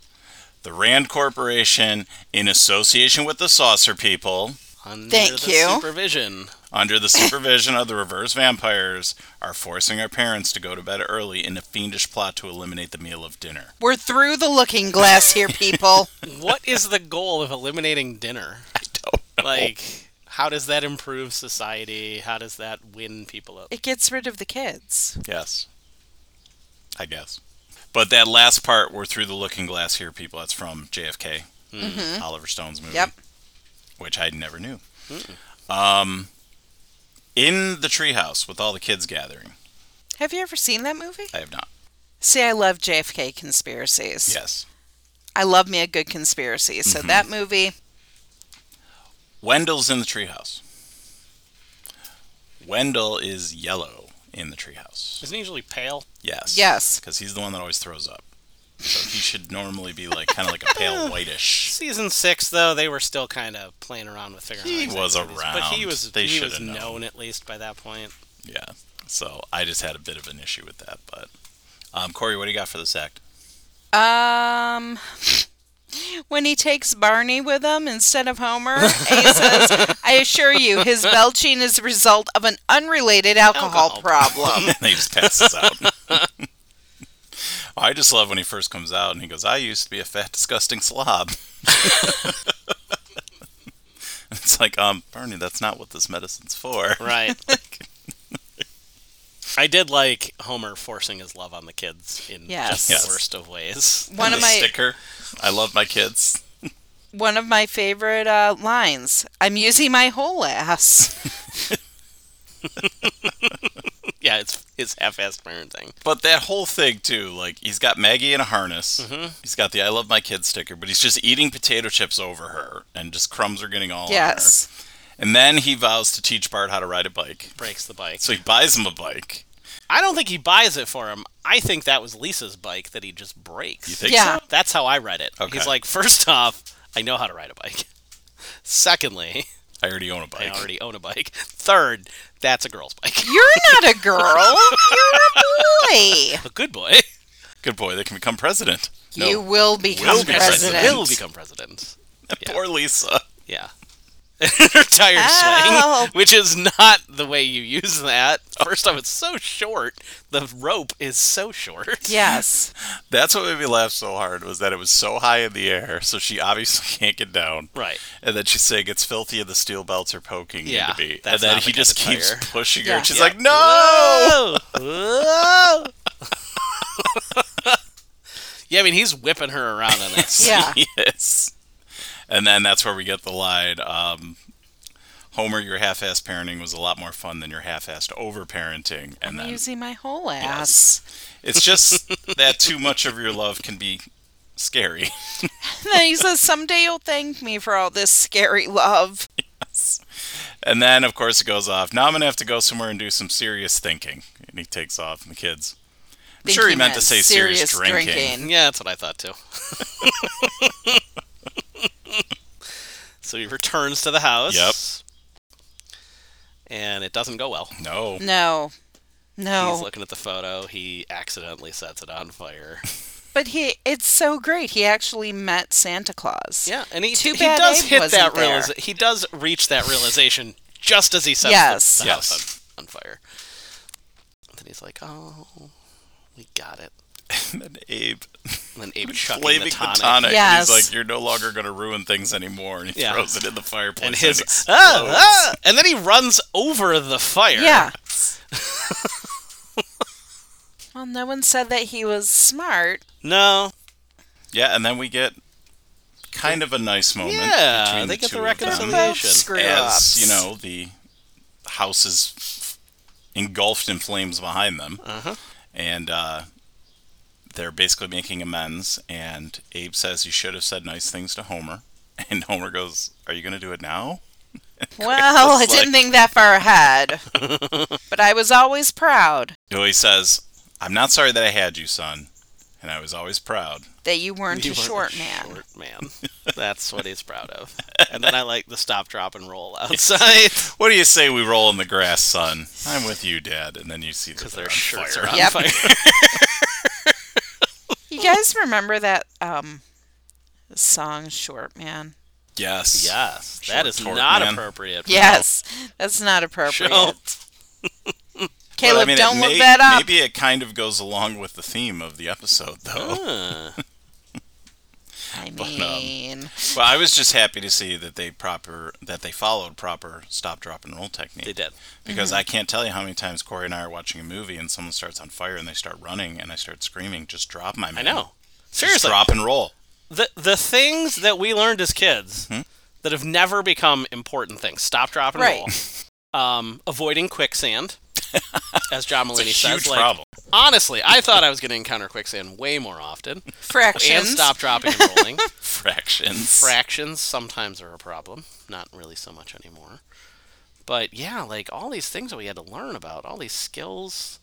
[SPEAKER 1] The Rand Corporation, in association with the Saucer People,
[SPEAKER 2] Under
[SPEAKER 3] Thank
[SPEAKER 2] the
[SPEAKER 3] you.
[SPEAKER 2] Supervision.
[SPEAKER 1] under the supervision of the reverse vampires, are forcing our parents to go to bed early in a fiendish plot to eliminate the meal of dinner.
[SPEAKER 3] We're through the looking glass here,
[SPEAKER 2] (laughs)
[SPEAKER 3] people.
[SPEAKER 2] What is the goal of eliminating dinner?
[SPEAKER 1] (laughs)
[SPEAKER 2] I don't know. Like, how does that improve society? How does that win people up?
[SPEAKER 3] it gets rid of the kids.
[SPEAKER 1] Yes. I guess. But that last part, we're through the looking glass here, people. That's from JFK, Oliver Stone's movie.
[SPEAKER 3] Yep.
[SPEAKER 1] Which I never knew. Um, in the treehouse with all the kids gathering.
[SPEAKER 3] Have you ever seen that movie?
[SPEAKER 1] I have not.
[SPEAKER 3] See, I love JFK conspiracies.
[SPEAKER 1] Yes.
[SPEAKER 3] I love me a good conspiracy. So
[SPEAKER 2] Mm-hmm.
[SPEAKER 3] that movie,
[SPEAKER 1] Wendell's in the treehouse. Wendell is yellow in the treehouse.
[SPEAKER 2] Isn't he usually pale?
[SPEAKER 1] Yes.
[SPEAKER 3] Yes.
[SPEAKER 1] Because he's the one that always throws up. So he should normally be like kind of like a
[SPEAKER 3] (laughs)
[SPEAKER 1] pale whitish.
[SPEAKER 2] Season six, though, they were still kind of playing around with figuring
[SPEAKER 1] He
[SPEAKER 2] out.
[SPEAKER 1] was
[SPEAKER 2] exactly what it is. but he
[SPEAKER 1] around.
[SPEAKER 2] was
[SPEAKER 1] They
[SPEAKER 2] he
[SPEAKER 1] should
[SPEAKER 2] was
[SPEAKER 1] have known.
[SPEAKER 2] known. at least by
[SPEAKER 1] (laughs)
[SPEAKER 2] that point.
[SPEAKER 1] Yeah. So I just had a bit of an issue with that, but um, Corey, what do you got for this act? (laughs)
[SPEAKER 3] um, when he takes Barney with him instead of
[SPEAKER 1] (laughs)
[SPEAKER 3] Homer, and he says, "I assure you, his belching is the result of an
[SPEAKER 1] Oh,
[SPEAKER 3] unrelated alcohol,
[SPEAKER 1] (laughs)
[SPEAKER 2] Alcohol.
[SPEAKER 3] problem."
[SPEAKER 1] and he just passes out. (laughs) I just love when he first comes out and he goes, "I used to be a fat, disgusting slob." (laughs) (laughs) it's like, um, Barney, that's not what this medicine's for.
[SPEAKER 2] Right. I did like Homer forcing his love on the kids in
[SPEAKER 3] Yes.
[SPEAKER 2] just
[SPEAKER 1] Yes.
[SPEAKER 2] the worst of ways.
[SPEAKER 3] One
[SPEAKER 1] the
[SPEAKER 3] of my
[SPEAKER 1] sticker. I love my kids.
[SPEAKER 3] one of my favorite uh, lines. I'm using my whole ass.
[SPEAKER 2] (laughs) Yeah, it's it's half-assed parenting.
[SPEAKER 1] But that whole thing too, like he's got Maggie in a harness.
[SPEAKER 2] Mm-hmm.
[SPEAKER 1] He's got the "I love my kids" sticker, but he's just eating potato chips over her, and just crumbs are getting all on
[SPEAKER 3] yes.
[SPEAKER 1] her. And then he vows to teach Bart how to ride a bike,
[SPEAKER 2] Breaks the bike.
[SPEAKER 1] so he buys him a bike.
[SPEAKER 2] I don't think he buys it for him. I think that was Lisa's bike that he just breaks.
[SPEAKER 1] You think
[SPEAKER 3] Yeah.
[SPEAKER 1] so?
[SPEAKER 2] That's how I read it.
[SPEAKER 1] Okay.
[SPEAKER 2] He's like, first off, I know how to ride a bike. (laughs) Secondly,
[SPEAKER 1] I already own a bike.
[SPEAKER 2] I already own a bike. Third, that's a girl's bike. (laughs)
[SPEAKER 3] You're not a girl. You're a boy.
[SPEAKER 2] A good boy.
[SPEAKER 1] Good boy, they can become president. (laughs) No,
[SPEAKER 3] You will
[SPEAKER 1] be
[SPEAKER 3] become
[SPEAKER 1] president.
[SPEAKER 3] president.
[SPEAKER 2] Will become president. yeah.
[SPEAKER 1] (laughs) poor Lisa.
[SPEAKER 2] Yeah. (laughs) Her tire
[SPEAKER 3] Ow.
[SPEAKER 2] swing, which is not the way you use that. First off, it's so short. The rope is so short.
[SPEAKER 3] Yes.
[SPEAKER 1] That's what made me laugh so hard was that it was so high in the air, so she obviously (laughs) can't get down.
[SPEAKER 2] Right.
[SPEAKER 1] And then she's saying it's filthy and the steel belts are poking
[SPEAKER 2] Yeah,
[SPEAKER 1] you to be. And
[SPEAKER 2] that's
[SPEAKER 1] then
[SPEAKER 2] not
[SPEAKER 1] he
[SPEAKER 2] the kind
[SPEAKER 1] just
[SPEAKER 2] of
[SPEAKER 1] keeps
[SPEAKER 2] tire.
[SPEAKER 1] pushing her.
[SPEAKER 3] Yeah.
[SPEAKER 1] And she's
[SPEAKER 2] Yeah.
[SPEAKER 1] like, No
[SPEAKER 2] Oh! Whoa! (laughs) yeah, I mean, he's whipping her around
[SPEAKER 1] (laughs)
[SPEAKER 2] on this.
[SPEAKER 3] Yeah.
[SPEAKER 1] Yes. And then that's where we get the line. Um Homer, your half-assed parenting was a lot more fun than your half-assed overparenting, and
[SPEAKER 3] I'm
[SPEAKER 1] then
[SPEAKER 3] using my whole ass.
[SPEAKER 1] it's just (laughs) that too much of your love can be scary.
[SPEAKER 3] And then he says, Someday you'll thank me for all this scary love.
[SPEAKER 1] And then, of course, it goes off. Now I'm gonna have to go somewhere and do some serious thinking. And he takes off, and the kids. I'm sure he
[SPEAKER 3] Thinking
[SPEAKER 1] meant to
[SPEAKER 3] that
[SPEAKER 1] say serious, drinking.
[SPEAKER 2] (laughs) Yeah, that's what I thought too. (laughs) so he returns to the house. Yep. And it doesn't go well. (laughs)
[SPEAKER 1] No,
[SPEAKER 3] No.
[SPEAKER 2] He's
[SPEAKER 3] No.
[SPEAKER 2] looking at the photo. He accidentally sets it on fire.
[SPEAKER 3] But he it's so great. He actually met Santa Claus.
[SPEAKER 2] Yeah, and he,
[SPEAKER 3] Too
[SPEAKER 2] he
[SPEAKER 3] bad
[SPEAKER 2] does
[SPEAKER 3] Abe
[SPEAKER 2] hit
[SPEAKER 3] wasn't
[SPEAKER 2] that
[SPEAKER 3] there.
[SPEAKER 2] realiza- He does reach that realization just as he sets
[SPEAKER 3] Yes.
[SPEAKER 2] the, the
[SPEAKER 1] Yes.
[SPEAKER 2] house on, on fire. And then he's like, "Oh, we got it."
[SPEAKER 1] and then Abe
[SPEAKER 2] And then Abe chucking
[SPEAKER 1] flaming
[SPEAKER 2] the tonic,
[SPEAKER 3] Yes.
[SPEAKER 1] and he's like, "You're no longer gonna ruin things anymore," and he
[SPEAKER 2] Yeah.
[SPEAKER 1] throws it in the fireplace.
[SPEAKER 2] and his
[SPEAKER 1] it explodes.
[SPEAKER 2] ah, ah, and then he runs over the fire.
[SPEAKER 3] Yeah. (laughs) well, no one said that he was smart.
[SPEAKER 2] (laughs) No.
[SPEAKER 1] Yeah, and then we get kind of a nice moment.
[SPEAKER 2] Yeah,
[SPEAKER 1] between
[SPEAKER 2] they
[SPEAKER 1] the
[SPEAKER 2] get the
[SPEAKER 1] two of them
[SPEAKER 3] They're
[SPEAKER 2] reconciliation.
[SPEAKER 3] both
[SPEAKER 2] Affiliation.
[SPEAKER 3] screw
[SPEAKER 1] as
[SPEAKER 3] ups.
[SPEAKER 1] you know the house is engulfed in flames behind them,
[SPEAKER 2] Uh-huh.
[SPEAKER 1] and uh, they're basically making amends. And Abe says he should have said nice things to Homer, (laughs) and Homer goes, "Are you gonna do it now?"
[SPEAKER 3] Well, I
[SPEAKER 1] It's
[SPEAKER 3] didn't
[SPEAKER 1] like-
[SPEAKER 3] think that far
[SPEAKER 2] (laughs)
[SPEAKER 3] ahead. but I was always proud
[SPEAKER 1] So he says, "I'm not sorry that I had you, son, and I was always proud."
[SPEAKER 3] that you weren't
[SPEAKER 2] You
[SPEAKER 3] a
[SPEAKER 2] weren't
[SPEAKER 3] short man.
[SPEAKER 2] Short man. That's what he's proud of. And then I like the stop, drop, and roll
[SPEAKER 1] (laughs)
[SPEAKER 2] outside (laughs)
[SPEAKER 1] What do you say we roll in the grass, son? I'm with you, Dad. And then you see that
[SPEAKER 2] because
[SPEAKER 1] they're on
[SPEAKER 2] their shirts
[SPEAKER 1] fire.
[SPEAKER 2] are on
[SPEAKER 3] Yep.
[SPEAKER 2] fire.
[SPEAKER 3] You guys remember that um song Short Man?
[SPEAKER 1] (laughs) Yes.
[SPEAKER 2] Yes,
[SPEAKER 1] Short
[SPEAKER 2] that is
[SPEAKER 1] tort
[SPEAKER 2] not
[SPEAKER 1] man.
[SPEAKER 2] appropriate.
[SPEAKER 3] Yes. That's not
[SPEAKER 1] (laughs)
[SPEAKER 3] appropriate.
[SPEAKER 2] Don't.
[SPEAKER 3] Caleb,
[SPEAKER 1] But, I mean, it
[SPEAKER 3] don't
[SPEAKER 1] may-
[SPEAKER 3] look that up.
[SPEAKER 1] Maybe it kind of goes along with the theme of the episode, though. (laughs)
[SPEAKER 2] Huh.
[SPEAKER 3] I
[SPEAKER 1] um,
[SPEAKER 2] (laughs)
[SPEAKER 3] mean,
[SPEAKER 1] well, I was just happy to see that they proper that they followed proper stop, drop, and roll technique.
[SPEAKER 2] They mm-hmm. did.
[SPEAKER 1] Because I can't tell you how many times Corey and I are watching a movie and someone starts on fire and they start running and I start screaming, "Just drop my
[SPEAKER 2] I
[SPEAKER 1] man!"
[SPEAKER 2] know.
[SPEAKER 1] Just
[SPEAKER 2] Seriously,
[SPEAKER 1] drop and roll.
[SPEAKER 2] the the things that we learned as kids
[SPEAKER 1] Hmm?
[SPEAKER 2] that have never become important things. Stop, drop, and
[SPEAKER 3] Right.
[SPEAKER 2] roll. Um, avoiding
[SPEAKER 1] (laughs)
[SPEAKER 2] quicksand, as John
[SPEAKER 1] It's a
[SPEAKER 2] Mulaney
[SPEAKER 1] huge
[SPEAKER 2] says. Like
[SPEAKER 1] problem.
[SPEAKER 2] honestly, I thought I was going to encounter quicksand way more often. And
[SPEAKER 3] fractions.
[SPEAKER 2] stop, dropping, and rolling.
[SPEAKER 1] Fractions.
[SPEAKER 2] Fractions sometimes are a problem. Not really so much anymore. But yeah, like all these things that we had to learn about, all these skills,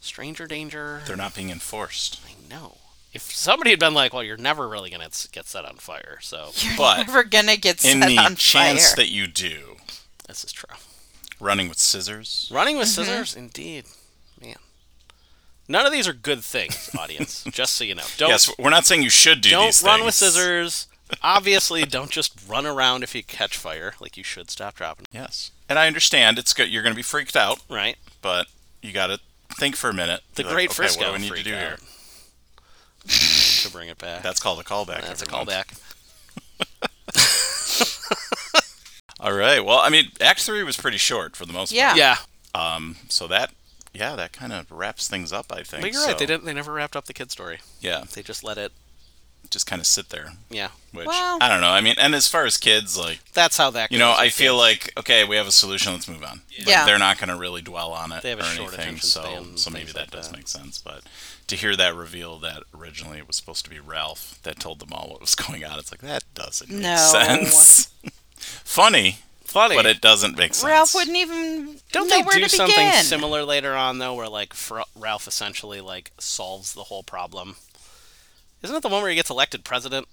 [SPEAKER 2] stranger danger.
[SPEAKER 1] They're not being enforced.
[SPEAKER 2] I know. If somebody had been like, "Well, you're never really gonna s- get set on fire," so
[SPEAKER 3] You're
[SPEAKER 1] but
[SPEAKER 3] never gonna get
[SPEAKER 1] In
[SPEAKER 3] set
[SPEAKER 1] the
[SPEAKER 3] on
[SPEAKER 1] chance
[SPEAKER 3] fire.
[SPEAKER 1] that you do,
[SPEAKER 2] this is true.
[SPEAKER 1] running with scissors.
[SPEAKER 2] Running with
[SPEAKER 1] Mm-hmm.
[SPEAKER 2] scissors, indeed, man. None of these are good things, (laughs) audience. just so you know, don't
[SPEAKER 1] yes, we're not saying you should do
[SPEAKER 2] don't
[SPEAKER 1] these
[SPEAKER 2] run with
[SPEAKER 1] things.
[SPEAKER 2] scissors. Obviously, don't just run around if you catch fire. Like you should stop dropping.
[SPEAKER 1] Yes, and I understand it's good. You're going to be freaked out,
[SPEAKER 2] Right.
[SPEAKER 1] but you got to think for a minute.
[SPEAKER 2] The
[SPEAKER 1] Be like,
[SPEAKER 2] Great
[SPEAKER 1] okay,
[SPEAKER 2] Frisco.
[SPEAKER 1] What do we need to
[SPEAKER 2] freak
[SPEAKER 1] do
[SPEAKER 2] out.
[SPEAKER 1] here? (laughs)
[SPEAKER 2] to bring it back.
[SPEAKER 1] That's called a callback.
[SPEAKER 2] That's a
[SPEAKER 1] everyone.
[SPEAKER 2] callback.
[SPEAKER 1] All right. Well, I mean, Act Three was pretty short for the most
[SPEAKER 3] Yeah.
[SPEAKER 2] Yeah.
[SPEAKER 1] part. Um, so that yeah, that kind of wraps things up. I think.
[SPEAKER 2] But you're
[SPEAKER 1] So,
[SPEAKER 2] right. They didn't. They never wrapped up the kid story.
[SPEAKER 1] Yeah,
[SPEAKER 2] They just let it.
[SPEAKER 1] just kind of sit there.
[SPEAKER 2] Yeah.
[SPEAKER 1] Which
[SPEAKER 3] Well-
[SPEAKER 1] I don't know. I mean, and as far as kids, like
[SPEAKER 2] That's how that.
[SPEAKER 1] you
[SPEAKER 2] goes
[SPEAKER 1] know,
[SPEAKER 2] with
[SPEAKER 1] I feel
[SPEAKER 2] kids.
[SPEAKER 1] like okay, we have a solution. Let's move on. Like,
[SPEAKER 3] Yeah.
[SPEAKER 1] they're not going to really dwell on it
[SPEAKER 2] They have a
[SPEAKER 1] or
[SPEAKER 2] short
[SPEAKER 1] anything.
[SPEAKER 2] attention
[SPEAKER 1] So,
[SPEAKER 2] span,
[SPEAKER 1] so maybe
[SPEAKER 2] things
[SPEAKER 1] that
[SPEAKER 2] like
[SPEAKER 1] does
[SPEAKER 2] that.
[SPEAKER 1] make sense. But to hear that reveal that originally it was supposed to be Ralph that told them all what was going on, it's like that doesn't make
[SPEAKER 3] No.
[SPEAKER 1] sense. (laughs) Funny,
[SPEAKER 2] funny.
[SPEAKER 1] but it doesn't make sense.
[SPEAKER 3] Ralph wouldn't even
[SPEAKER 2] Don't
[SPEAKER 3] know
[SPEAKER 2] they
[SPEAKER 3] where
[SPEAKER 2] do
[SPEAKER 3] to
[SPEAKER 2] something
[SPEAKER 3] begin.
[SPEAKER 2] similar later on though, where like Fr- Ralph essentially like solves the whole problem? Isn't it the one where he gets elected president,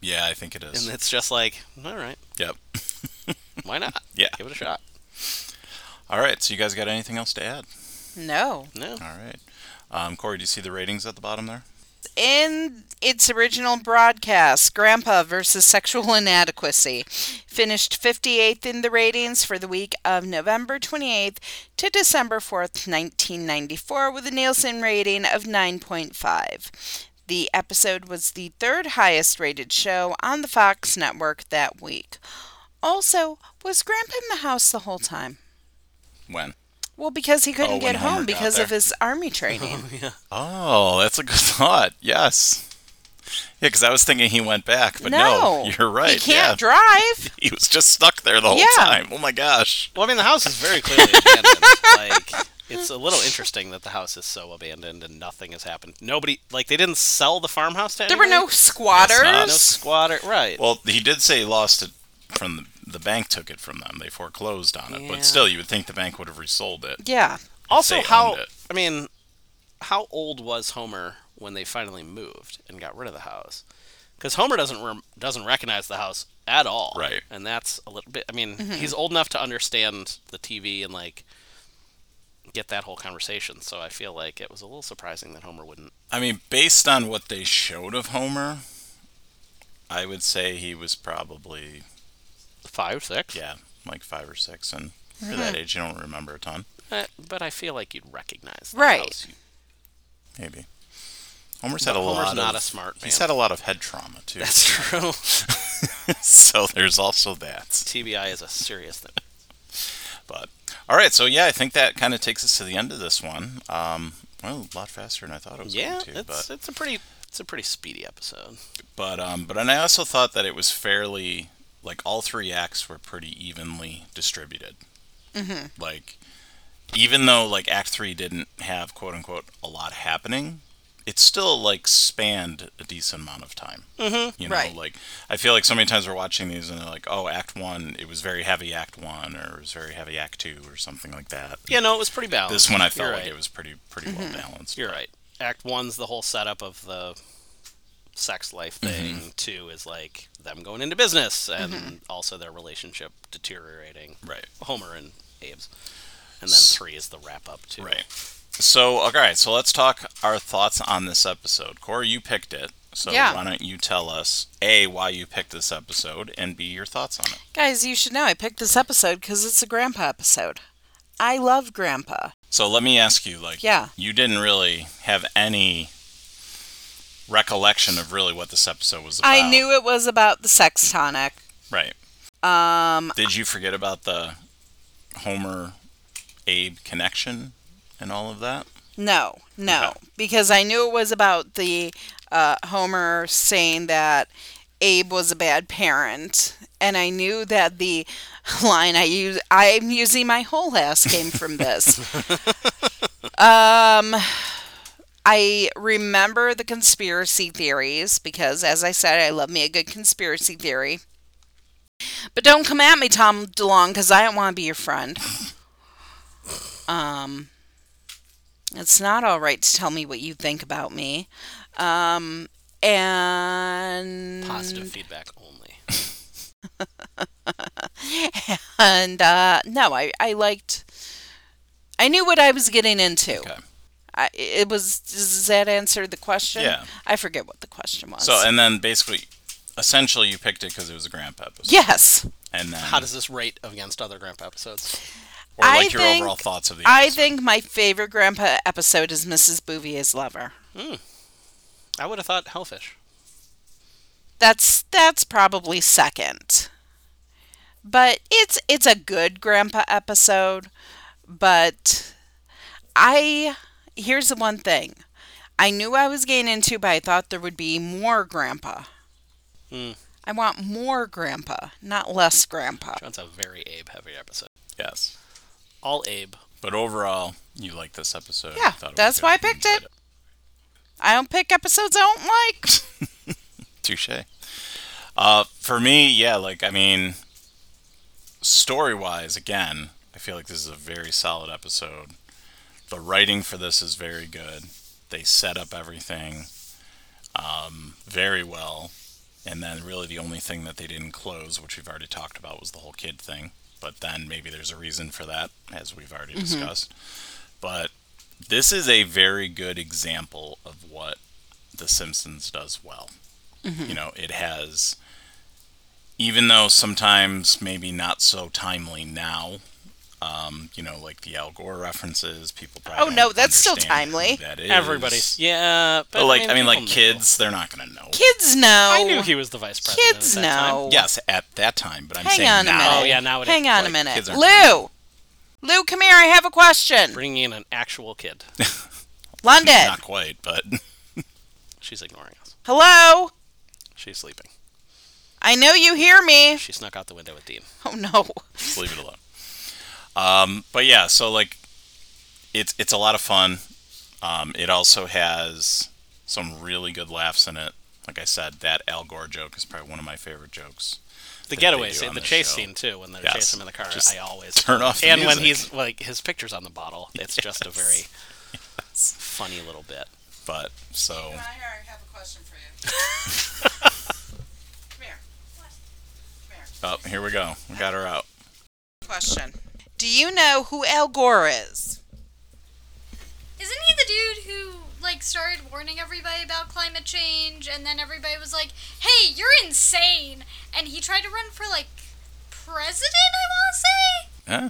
[SPEAKER 1] Yeah, I think it is.
[SPEAKER 2] and it's just like, all right,
[SPEAKER 1] yep.
[SPEAKER 2] why not?
[SPEAKER 1] Yeah.
[SPEAKER 2] give it a shot.
[SPEAKER 1] All right. So you guys got anything else to add?
[SPEAKER 3] No.
[SPEAKER 2] No, (laughs)
[SPEAKER 1] All right. Um, Corey, do you see the ratings at the bottom there?
[SPEAKER 3] In its original broadcast, Grandpa versus Sexual Inadequacy finished 58th in the ratings for the week of November 28th to December 4th, 1994, with a Nielsen rating of 9.5. The episode was the third highest rated show on the Fox network that week. Also, was Grandpa in the house the whole time?
[SPEAKER 1] When?
[SPEAKER 3] Well, because he couldn't
[SPEAKER 1] Oh, when
[SPEAKER 3] get
[SPEAKER 1] Homer
[SPEAKER 3] home
[SPEAKER 1] got
[SPEAKER 3] because of
[SPEAKER 1] there.
[SPEAKER 3] his army training.
[SPEAKER 1] Oh, that's a good (laughs) thought. Yes. Yeah, because I was thinking he went back, (laughs) but no,
[SPEAKER 3] no,
[SPEAKER 1] (laughs) you're right.
[SPEAKER 3] He can't
[SPEAKER 1] yeah.
[SPEAKER 3] drive.
[SPEAKER 1] (laughs) he was just stuck there the whole
[SPEAKER 3] Yeah.
[SPEAKER 1] time. Oh my gosh.
[SPEAKER 2] well, I mean the house
[SPEAKER 1] (laughs)
[SPEAKER 2] is very clearly abandoned. like, it's a little interesting that the house is so abandoned and nothing has happened. Nobody like they didn't sell the farmhouse to.
[SPEAKER 3] There were
[SPEAKER 2] anybody?
[SPEAKER 3] no squatters.
[SPEAKER 2] no squatter, right?
[SPEAKER 1] Well, he did say he lost it from the, the bank took it from them. They foreclosed on it,
[SPEAKER 2] Yeah.
[SPEAKER 1] but still, you would think the bank would have resold it.
[SPEAKER 3] Yeah.
[SPEAKER 2] also,
[SPEAKER 1] they
[SPEAKER 2] how
[SPEAKER 1] owned it.
[SPEAKER 2] I mean, how old was Homer when they finally moved and got rid of the house? Because Homer doesn't rem- doesn't recognize the house at all,
[SPEAKER 1] Right.
[SPEAKER 2] And that's a little bit. I mean,
[SPEAKER 3] Mm-hmm.
[SPEAKER 2] he's old enough to understand the TV and like get that whole conversation. So I feel like it was a little surprising that Homer wouldn't.
[SPEAKER 1] I mean, based on what they showed of Homer, I would say he was probably
[SPEAKER 2] Five, six,
[SPEAKER 1] yeah, like five or six, and for that age, you don't remember a ton.
[SPEAKER 2] Uh, but I feel like you'd recognize. The
[SPEAKER 3] Right.
[SPEAKER 2] house. You-
[SPEAKER 1] Maybe. Homer's had a
[SPEAKER 2] Homer's
[SPEAKER 1] lot
[SPEAKER 2] not
[SPEAKER 1] of
[SPEAKER 2] a smart man.
[SPEAKER 1] he's had a lot of head trauma
[SPEAKER 2] (laughs)
[SPEAKER 1] too.
[SPEAKER 2] That's
[SPEAKER 1] (laughs)
[SPEAKER 2] true.
[SPEAKER 1] so there's also that.
[SPEAKER 2] TBI is a serious
[SPEAKER 1] (laughs)
[SPEAKER 2] thing.
[SPEAKER 1] But all right, so yeah, I think that kind of takes us to the end of this one. Um, well, a lot faster than I thought it was
[SPEAKER 2] Yeah,
[SPEAKER 1] going to.
[SPEAKER 2] it's
[SPEAKER 1] But
[SPEAKER 2] it's a pretty it's a pretty speedy episode.
[SPEAKER 1] but um, but and I also thought that it was fairly like all three acts were pretty evenly distributed. Mm-hmm. Like even though like Act Three didn't have quote unquote a lot happening, it still like spanned a decent amount of time. Mm-hmm. You know,
[SPEAKER 3] Right.
[SPEAKER 1] like I feel like so many times we're watching these and they're like, oh, Act One, it was very heavy Act One, or it was very heavy Act Two, or something like that.
[SPEAKER 2] Yeah, no, it was pretty balanced.
[SPEAKER 1] This one I felt
[SPEAKER 2] You're
[SPEAKER 1] like
[SPEAKER 2] right. Mm-hmm.
[SPEAKER 1] it was pretty pretty well balanced.
[SPEAKER 2] You're
[SPEAKER 1] but-
[SPEAKER 2] right. Act one's the whole setup of the sex life thing.
[SPEAKER 1] Mm-hmm.
[SPEAKER 2] Two is like them going into business and also their relationship deteriorating.
[SPEAKER 1] Right.
[SPEAKER 2] Homer and Abe's. And then three is the wrap up too.
[SPEAKER 1] Right. So, all right. So let's talk our thoughts on this episode. Corey, you picked it. So
[SPEAKER 3] Yeah.
[SPEAKER 1] why don't you tell us a why you picked this episode and b your thoughts on it?
[SPEAKER 3] Guys, you should know I picked this episode because it's a grandpa episode. I love grandpa.
[SPEAKER 1] So let me ask you, like,
[SPEAKER 3] Yeah.
[SPEAKER 1] you didn't really have any recollection of really what this episode was about.
[SPEAKER 3] I knew it was about the sex tonic.
[SPEAKER 1] Right.
[SPEAKER 3] Um,
[SPEAKER 1] Did you forget about the Homer Abe connection and all of that?
[SPEAKER 3] no, no,
[SPEAKER 1] Okay.
[SPEAKER 3] because I knew it was about the uh, Homer saying that Abe was a bad parent, and I knew that the line I use I'm using my whole ass came from this. um, I remember the conspiracy theories because, as I said, I love me a good conspiracy theory. But don't come at me, Tom DeLong, because I don't want to be your friend. Um, it's not all right to tell me what you think about me. Um, and
[SPEAKER 2] Positive feedback only.
[SPEAKER 1] Mm-hmm.
[SPEAKER 3] and uh, no, I I liked. I knew what I was getting into.
[SPEAKER 1] Okay.
[SPEAKER 3] I, it was does that answer the question?
[SPEAKER 1] Yeah.
[SPEAKER 3] I forget what the question was.
[SPEAKER 1] So uh, and then basically, essentially, you picked it because it was a grandpa episode.
[SPEAKER 3] yes,
[SPEAKER 1] And then
[SPEAKER 2] How does this rate against other grandpa episodes?
[SPEAKER 1] or
[SPEAKER 3] I
[SPEAKER 1] like your
[SPEAKER 3] think-
[SPEAKER 1] overall thoughts of the
[SPEAKER 3] I
[SPEAKER 1] episode?
[SPEAKER 3] think my favorite grandpa episode is Mrs. Bouvier's lover.
[SPEAKER 2] I would have thought Hellfish.
[SPEAKER 3] That's that's probably second. But it's it's a good grandpa episode, but I here's the one thing. I knew I was getting into, but I thought there would be more grandpa.
[SPEAKER 2] Hmm.
[SPEAKER 3] I want more grandpa, not less grandpa.
[SPEAKER 2] John's a very Abe heavy episode.
[SPEAKER 1] Yes.
[SPEAKER 2] All Abe.
[SPEAKER 1] But overall, you like this episode.
[SPEAKER 3] Yeah,
[SPEAKER 1] Thought it was
[SPEAKER 3] that's
[SPEAKER 1] good.
[SPEAKER 3] why I picked
[SPEAKER 1] Enjoyed
[SPEAKER 3] it. I don't pick episodes I don't like.
[SPEAKER 1] Touche. Uh, for me, yeah, like I mean, story wise, again, I feel like this is a very solid episode. The writing for this is very good. They set up everything um, very well, and then really the only thing that they didn't close, which we've already talked about, was the whole kid thing. But then maybe there's a reason for that, as we've already
[SPEAKER 3] Mm-hmm.
[SPEAKER 1] discussed. But this is a very good example of what The Simpsons does well
[SPEAKER 3] Mm-hmm.
[SPEAKER 1] you know it has even though sometimes maybe not so timely now um, you know like the al gore references people probably
[SPEAKER 3] Oh,
[SPEAKER 1] don't
[SPEAKER 3] no, that's still
[SPEAKER 1] understand who
[SPEAKER 3] timely.
[SPEAKER 1] that is.
[SPEAKER 2] Everybody's. Yeah. But,
[SPEAKER 1] but like i mean
[SPEAKER 2] people
[SPEAKER 1] like
[SPEAKER 2] knew.
[SPEAKER 1] kids they're not gonna know
[SPEAKER 3] Kids know.
[SPEAKER 2] I knew he was the vice president.
[SPEAKER 3] Kids
[SPEAKER 2] at that time.
[SPEAKER 3] know.
[SPEAKER 1] yes at that time but i'm
[SPEAKER 3] Hang
[SPEAKER 1] saying
[SPEAKER 3] on a
[SPEAKER 1] now
[SPEAKER 3] minute.
[SPEAKER 2] Oh, yeah, nowadays,
[SPEAKER 3] Hang on
[SPEAKER 1] like,
[SPEAKER 3] a minute.
[SPEAKER 1] kids aren't-
[SPEAKER 3] Lou. Lou, come here. I have a question.
[SPEAKER 2] Bringing in an actual kid.
[SPEAKER 3] London.
[SPEAKER 1] not quite but (laughs)
[SPEAKER 2] She's ignoring us.
[SPEAKER 3] Hello.
[SPEAKER 2] She's sleeping.
[SPEAKER 3] I know you hear me.
[SPEAKER 2] She snuck out the window with Dean.
[SPEAKER 3] Oh no.
[SPEAKER 1] just leave it alone um, but yeah so like it's it's a lot of fun um, it also has some really good laughs in it like i said that al gore joke is probably one of my favorite jokes (laughs)
[SPEAKER 2] The
[SPEAKER 1] they
[SPEAKER 2] getaway
[SPEAKER 1] do
[SPEAKER 2] scene,
[SPEAKER 1] on
[SPEAKER 2] the
[SPEAKER 1] this
[SPEAKER 2] chase
[SPEAKER 1] show.
[SPEAKER 2] scene too, when they're
[SPEAKER 1] Yes.
[SPEAKER 2] chasing him in the car.
[SPEAKER 1] Just
[SPEAKER 2] I always
[SPEAKER 1] turn off the
[SPEAKER 2] (laughs) And when
[SPEAKER 1] music.
[SPEAKER 2] he's like his picture's on the bottle, it's just a very
[SPEAKER 3] (laughs)
[SPEAKER 2] funny little bit.
[SPEAKER 1] but so
[SPEAKER 3] I have a question for you. (laughs) come here.
[SPEAKER 1] oh, here we go we got her out
[SPEAKER 3] Question. Do you know who Al Gore is?
[SPEAKER 4] Isn't he the dude who like started warning everybody about climate change and then everybody was like, "Hey, you're insane." And he tried to run for like president, I want to say.
[SPEAKER 1] yeah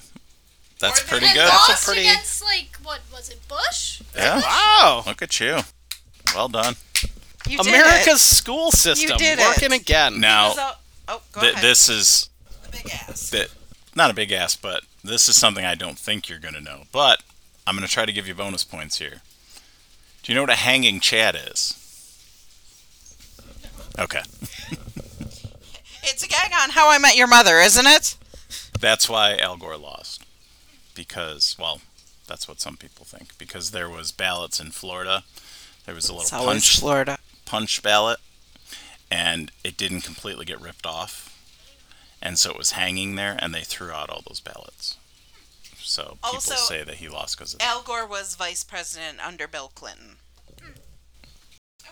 [SPEAKER 1] that's
[SPEAKER 3] Or the
[SPEAKER 1] pretty
[SPEAKER 4] and
[SPEAKER 1] good
[SPEAKER 4] lost
[SPEAKER 2] That's a pretty-
[SPEAKER 4] against like what was it? Bush?
[SPEAKER 1] yeah
[SPEAKER 2] Wow.
[SPEAKER 1] look at you well done
[SPEAKER 3] You did it.
[SPEAKER 2] America's school system
[SPEAKER 3] did it.
[SPEAKER 2] working again.
[SPEAKER 1] now
[SPEAKER 3] So- oh, go
[SPEAKER 1] th-
[SPEAKER 3] ahead.
[SPEAKER 1] this is
[SPEAKER 3] the big ass.
[SPEAKER 1] that not a big ass but this is something i don't think you're gonna know but i'm gonna try to give you bonus points here do you know what a hanging chat is okay
[SPEAKER 3] It's a gag on How I Met Your Mother, isn't it?
[SPEAKER 1] That's why Al Gore lost. Because, well, that's what some people think. Because there was ballots in Florida. There was a
[SPEAKER 3] It's
[SPEAKER 1] little
[SPEAKER 3] always
[SPEAKER 1] punch
[SPEAKER 3] Florida.
[SPEAKER 1] punch ballot and it didn't completely get ripped off. And so it was hanging there and they threw out all those ballots. So people
[SPEAKER 3] Also-
[SPEAKER 1] say that he lost because of that.
[SPEAKER 3] Al Gore was vice president under Bill Clinton.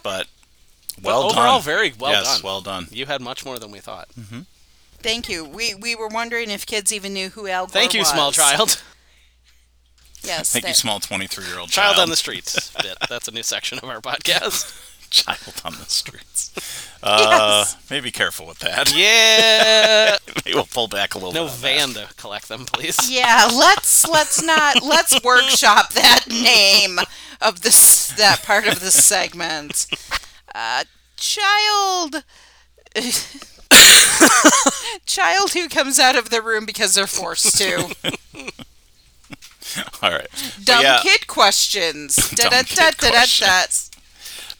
[SPEAKER 1] But
[SPEAKER 2] But
[SPEAKER 1] well done.
[SPEAKER 2] overall very well
[SPEAKER 1] yes,
[SPEAKER 2] done.
[SPEAKER 1] well done.
[SPEAKER 2] you had much more than we thought.
[SPEAKER 3] Thank you. We we were wondering if kids even knew who Al Gore
[SPEAKER 2] Thank you,
[SPEAKER 3] was.
[SPEAKER 2] small (laughs) child.
[SPEAKER 3] Yes.
[SPEAKER 1] Thank you,
[SPEAKER 3] that-
[SPEAKER 1] small 23 year old
[SPEAKER 2] Child,
[SPEAKER 1] child.
[SPEAKER 2] on the streets. Um, (laughs) bit. That's a new section of our podcast.
[SPEAKER 1] child on the
[SPEAKER 3] (laughs)
[SPEAKER 1] streets. Uh, Maybe careful with that.
[SPEAKER 2] (laughs)
[SPEAKER 1] (laughs)
[SPEAKER 2] Yeah.
[SPEAKER 1] Maybe we'll pull back a little
[SPEAKER 2] (laughs) No
[SPEAKER 1] bit. on that.
[SPEAKER 2] van to collect them, please.
[SPEAKER 3] Yeah, let's let's not let's workshop that name of this that part of the segment. Uh, child, child who comes out of the room because they're forced to.
[SPEAKER 1] (laughs) All right. (laughs)
[SPEAKER 3] Dumb
[SPEAKER 1] yeah.
[SPEAKER 3] kid questions.
[SPEAKER 1] Dumb
[SPEAKER 3] Da-da-da,
[SPEAKER 1] kid
[SPEAKER 3] da-da-da.
[SPEAKER 1] questions.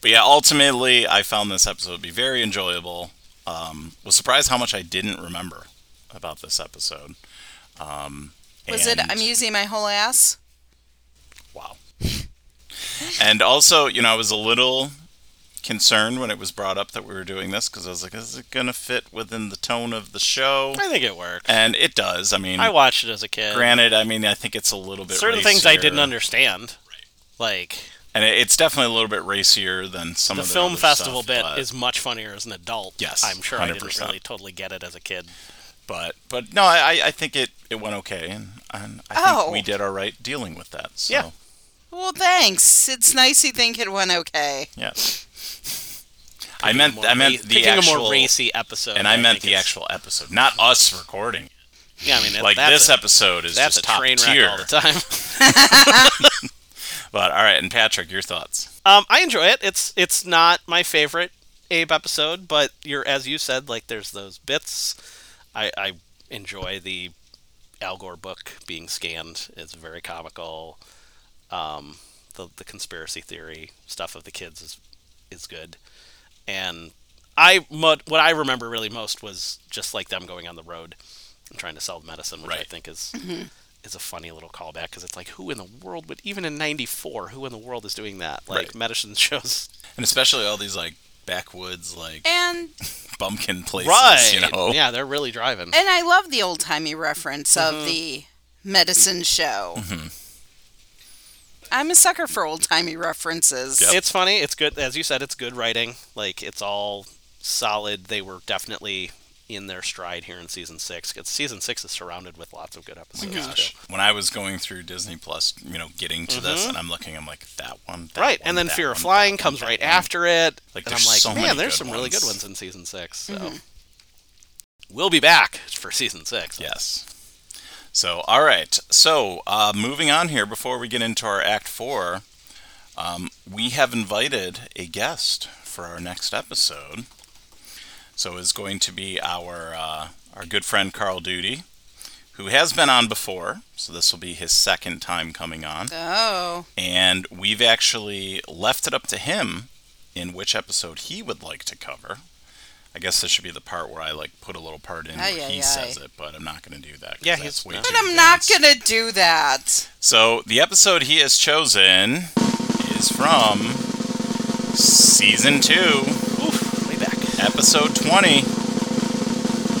[SPEAKER 1] But yeah, ultimately, I found this episode to be very enjoyable. Um, was surprised how much I didn't remember about this episode. Um,
[SPEAKER 3] Was
[SPEAKER 1] and,
[SPEAKER 3] it? I'm using my whole ass.
[SPEAKER 1] Wow. and also, you know, I was a little concerned when it was brought up that we were doing this because I was like, is it going to fit within the tone of the show?
[SPEAKER 2] I think it worked. Mm.
[SPEAKER 1] And it does. I mean,
[SPEAKER 2] I watched it as a kid.
[SPEAKER 1] granted, I mean, I think it's a little bit
[SPEAKER 2] Certain things I didn't
[SPEAKER 1] racier.
[SPEAKER 2] understand. Like
[SPEAKER 1] and it- it's definitely a little bit racier than some
[SPEAKER 2] the
[SPEAKER 1] of the
[SPEAKER 2] film
[SPEAKER 1] other
[SPEAKER 2] festival
[SPEAKER 1] stuff,
[SPEAKER 2] bit
[SPEAKER 1] but-
[SPEAKER 2] is much funnier as an adult.
[SPEAKER 1] Yes,
[SPEAKER 2] I'm sure I didn't
[SPEAKER 1] 100%.
[SPEAKER 2] really totally get it as a kid.
[SPEAKER 1] but but no, I I- I think it it went okay, and, and I think
[SPEAKER 3] Oh.
[SPEAKER 1] we did all right dealing with that. So,
[SPEAKER 2] Yeah.
[SPEAKER 3] Well, thanks. It's nice you think it went okay.
[SPEAKER 1] Yes. I meant
[SPEAKER 2] More
[SPEAKER 1] I meant
[SPEAKER 2] ra-
[SPEAKER 1] the
[SPEAKER 2] picking
[SPEAKER 1] actual
[SPEAKER 2] a more racy episode,
[SPEAKER 1] and I, meant
[SPEAKER 2] think
[SPEAKER 1] the
[SPEAKER 2] it's-
[SPEAKER 1] actual episode, not us recording.
[SPEAKER 2] Yeah, I mean, it-
[SPEAKER 1] Like
[SPEAKER 2] that's
[SPEAKER 1] this
[SPEAKER 2] a,
[SPEAKER 1] episode is
[SPEAKER 2] that's
[SPEAKER 1] just
[SPEAKER 2] a
[SPEAKER 1] top
[SPEAKER 2] train wreck
[SPEAKER 1] tier.
[SPEAKER 2] all the time. (laughs)
[SPEAKER 1] But all right, and Patrick, your thoughts?
[SPEAKER 2] Um, I enjoy it. It's it's not my favorite Abe episode, but you're as you said, like there's those bits. I, I enjoy the Al Gore book being scanned. It's very comical. Um, the the conspiracy theory stuff of the kids is is good, and I mo- what I remember really most was just like them going on the road and trying to sell medicine, which I
[SPEAKER 1] Right.
[SPEAKER 2] think is is a funny little callback because it's like who in the world would even in '94 who in the world is doing that? Like
[SPEAKER 1] Right.
[SPEAKER 2] medicine (laughs) shows
[SPEAKER 1] and especially all these like backwoods, like
[SPEAKER 3] And
[SPEAKER 1] bumpkin places,
[SPEAKER 2] Eh. right?
[SPEAKER 1] you know.
[SPEAKER 2] Yeah, they're really driving.
[SPEAKER 3] and I love the old timey reference of the medicine show. I'm a sucker for old timey references.
[SPEAKER 1] Yep.
[SPEAKER 2] It's funny. It's good, as you said. It's good writing. Like it's all solid. They were definitely in their stride here in season six. 'cause season six is surrounded with lots of good episodes.
[SPEAKER 1] Oh Gosh,
[SPEAKER 2] too.
[SPEAKER 1] when I was going through Disney Plus, you know, getting to this, and I'm looking, I'm like that one, that
[SPEAKER 2] Mm-hmm. right,
[SPEAKER 1] one,
[SPEAKER 2] and then
[SPEAKER 1] that
[SPEAKER 2] Fear of
[SPEAKER 1] one,
[SPEAKER 2] Flying
[SPEAKER 1] that one,
[SPEAKER 2] comes
[SPEAKER 1] that
[SPEAKER 2] right
[SPEAKER 1] one.
[SPEAKER 2] after it.
[SPEAKER 1] Like,
[SPEAKER 2] and I'm
[SPEAKER 1] there's
[SPEAKER 2] like,
[SPEAKER 1] so many
[SPEAKER 2] man, there's
[SPEAKER 1] good
[SPEAKER 2] some really
[SPEAKER 1] ones."
[SPEAKER 2] good ones in season six. So we'll be back for season six.
[SPEAKER 1] Yes. So, all right. So, uh, moving on here, before we get into our Act Four, um, we have invited a guest for our next episode. So, it's going to be our uh, our good friend Carl Duty, who has been on before. So, this will be his second time coming on,
[SPEAKER 3] Oh.
[SPEAKER 1] and we've actually left it up to him in which episode he would like to cover. I guess this should be the part where I like put a little part in where
[SPEAKER 3] Aye,
[SPEAKER 1] he
[SPEAKER 3] aye,
[SPEAKER 1] says it, but I'm not going to do that. 'cause
[SPEAKER 2] Yeah,
[SPEAKER 1] that's
[SPEAKER 2] he's
[SPEAKER 1] way
[SPEAKER 2] not.
[SPEAKER 1] too
[SPEAKER 3] But I'm not
[SPEAKER 1] advanced.
[SPEAKER 3] going to do that.
[SPEAKER 1] So the episode he has chosen is from season two,
[SPEAKER 2] Oof, way back.
[SPEAKER 1] episode 20,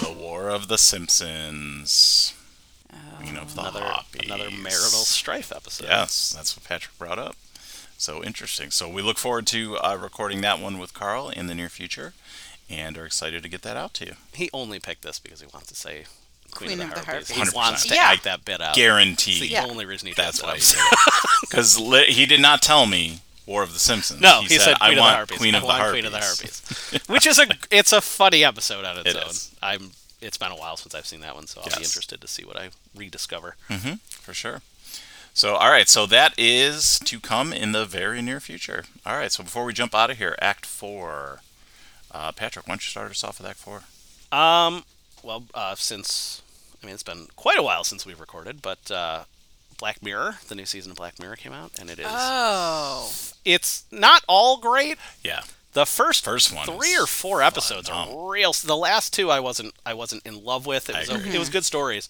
[SPEAKER 1] The War of the Simpsons.
[SPEAKER 3] Oh.
[SPEAKER 1] Queen of the
[SPEAKER 2] Another
[SPEAKER 1] Hoppies.
[SPEAKER 2] another marital strife episode.
[SPEAKER 1] Yes, that's what Patrick brought up. So interesting. So we look forward to uh, recording that one with Carl in the near future and are excited to get that out to you.
[SPEAKER 2] He only picked this because he wants to say Queen, of the, Harpies.
[SPEAKER 3] Harpies.
[SPEAKER 2] He wants to
[SPEAKER 3] 100%. Yeah.
[SPEAKER 2] act that bit out. It's the
[SPEAKER 1] Guaranteed.
[SPEAKER 2] only reason he did
[SPEAKER 1] That's
[SPEAKER 2] that
[SPEAKER 1] why he
[SPEAKER 2] episode.
[SPEAKER 1] did it. Because li- he did not tell me War of the Simpsons.
[SPEAKER 2] (laughs) No, he, said,
[SPEAKER 1] I
[SPEAKER 2] Queen
[SPEAKER 1] want
[SPEAKER 2] of the Harpies.
[SPEAKER 1] Queen
[SPEAKER 2] I
[SPEAKER 1] of the
[SPEAKER 2] want
[SPEAKER 1] Harpies.
[SPEAKER 2] Queen of the Harpies. (laughs) Which is a it's a funny episode on its
[SPEAKER 1] It
[SPEAKER 2] own.
[SPEAKER 1] is.
[SPEAKER 2] I'm it's been a while since I've seen that one, so I'll be
[SPEAKER 1] Yes.
[SPEAKER 2] interested to see what I rediscover.
[SPEAKER 1] For sure. So, all right. So that is to come in the very near future. All right. So before we jump out of here, Act Four. Uh, Patrick, why don't you start us off with Act Four?
[SPEAKER 2] Um well uh, since I mean it's been quite a while since we've recorded, but uh, Black Mirror, the new season of Black Mirror came out and it is
[SPEAKER 3] Oh.
[SPEAKER 2] it's not all great.
[SPEAKER 1] Yeah.
[SPEAKER 2] The first
[SPEAKER 1] First one.
[SPEAKER 2] three
[SPEAKER 1] is-
[SPEAKER 2] or four episodes
[SPEAKER 1] phenomenal.
[SPEAKER 2] are real. The last two I wasn't I wasn't in love with. It
[SPEAKER 1] I
[SPEAKER 2] was
[SPEAKER 1] agree.
[SPEAKER 2] it was good stories,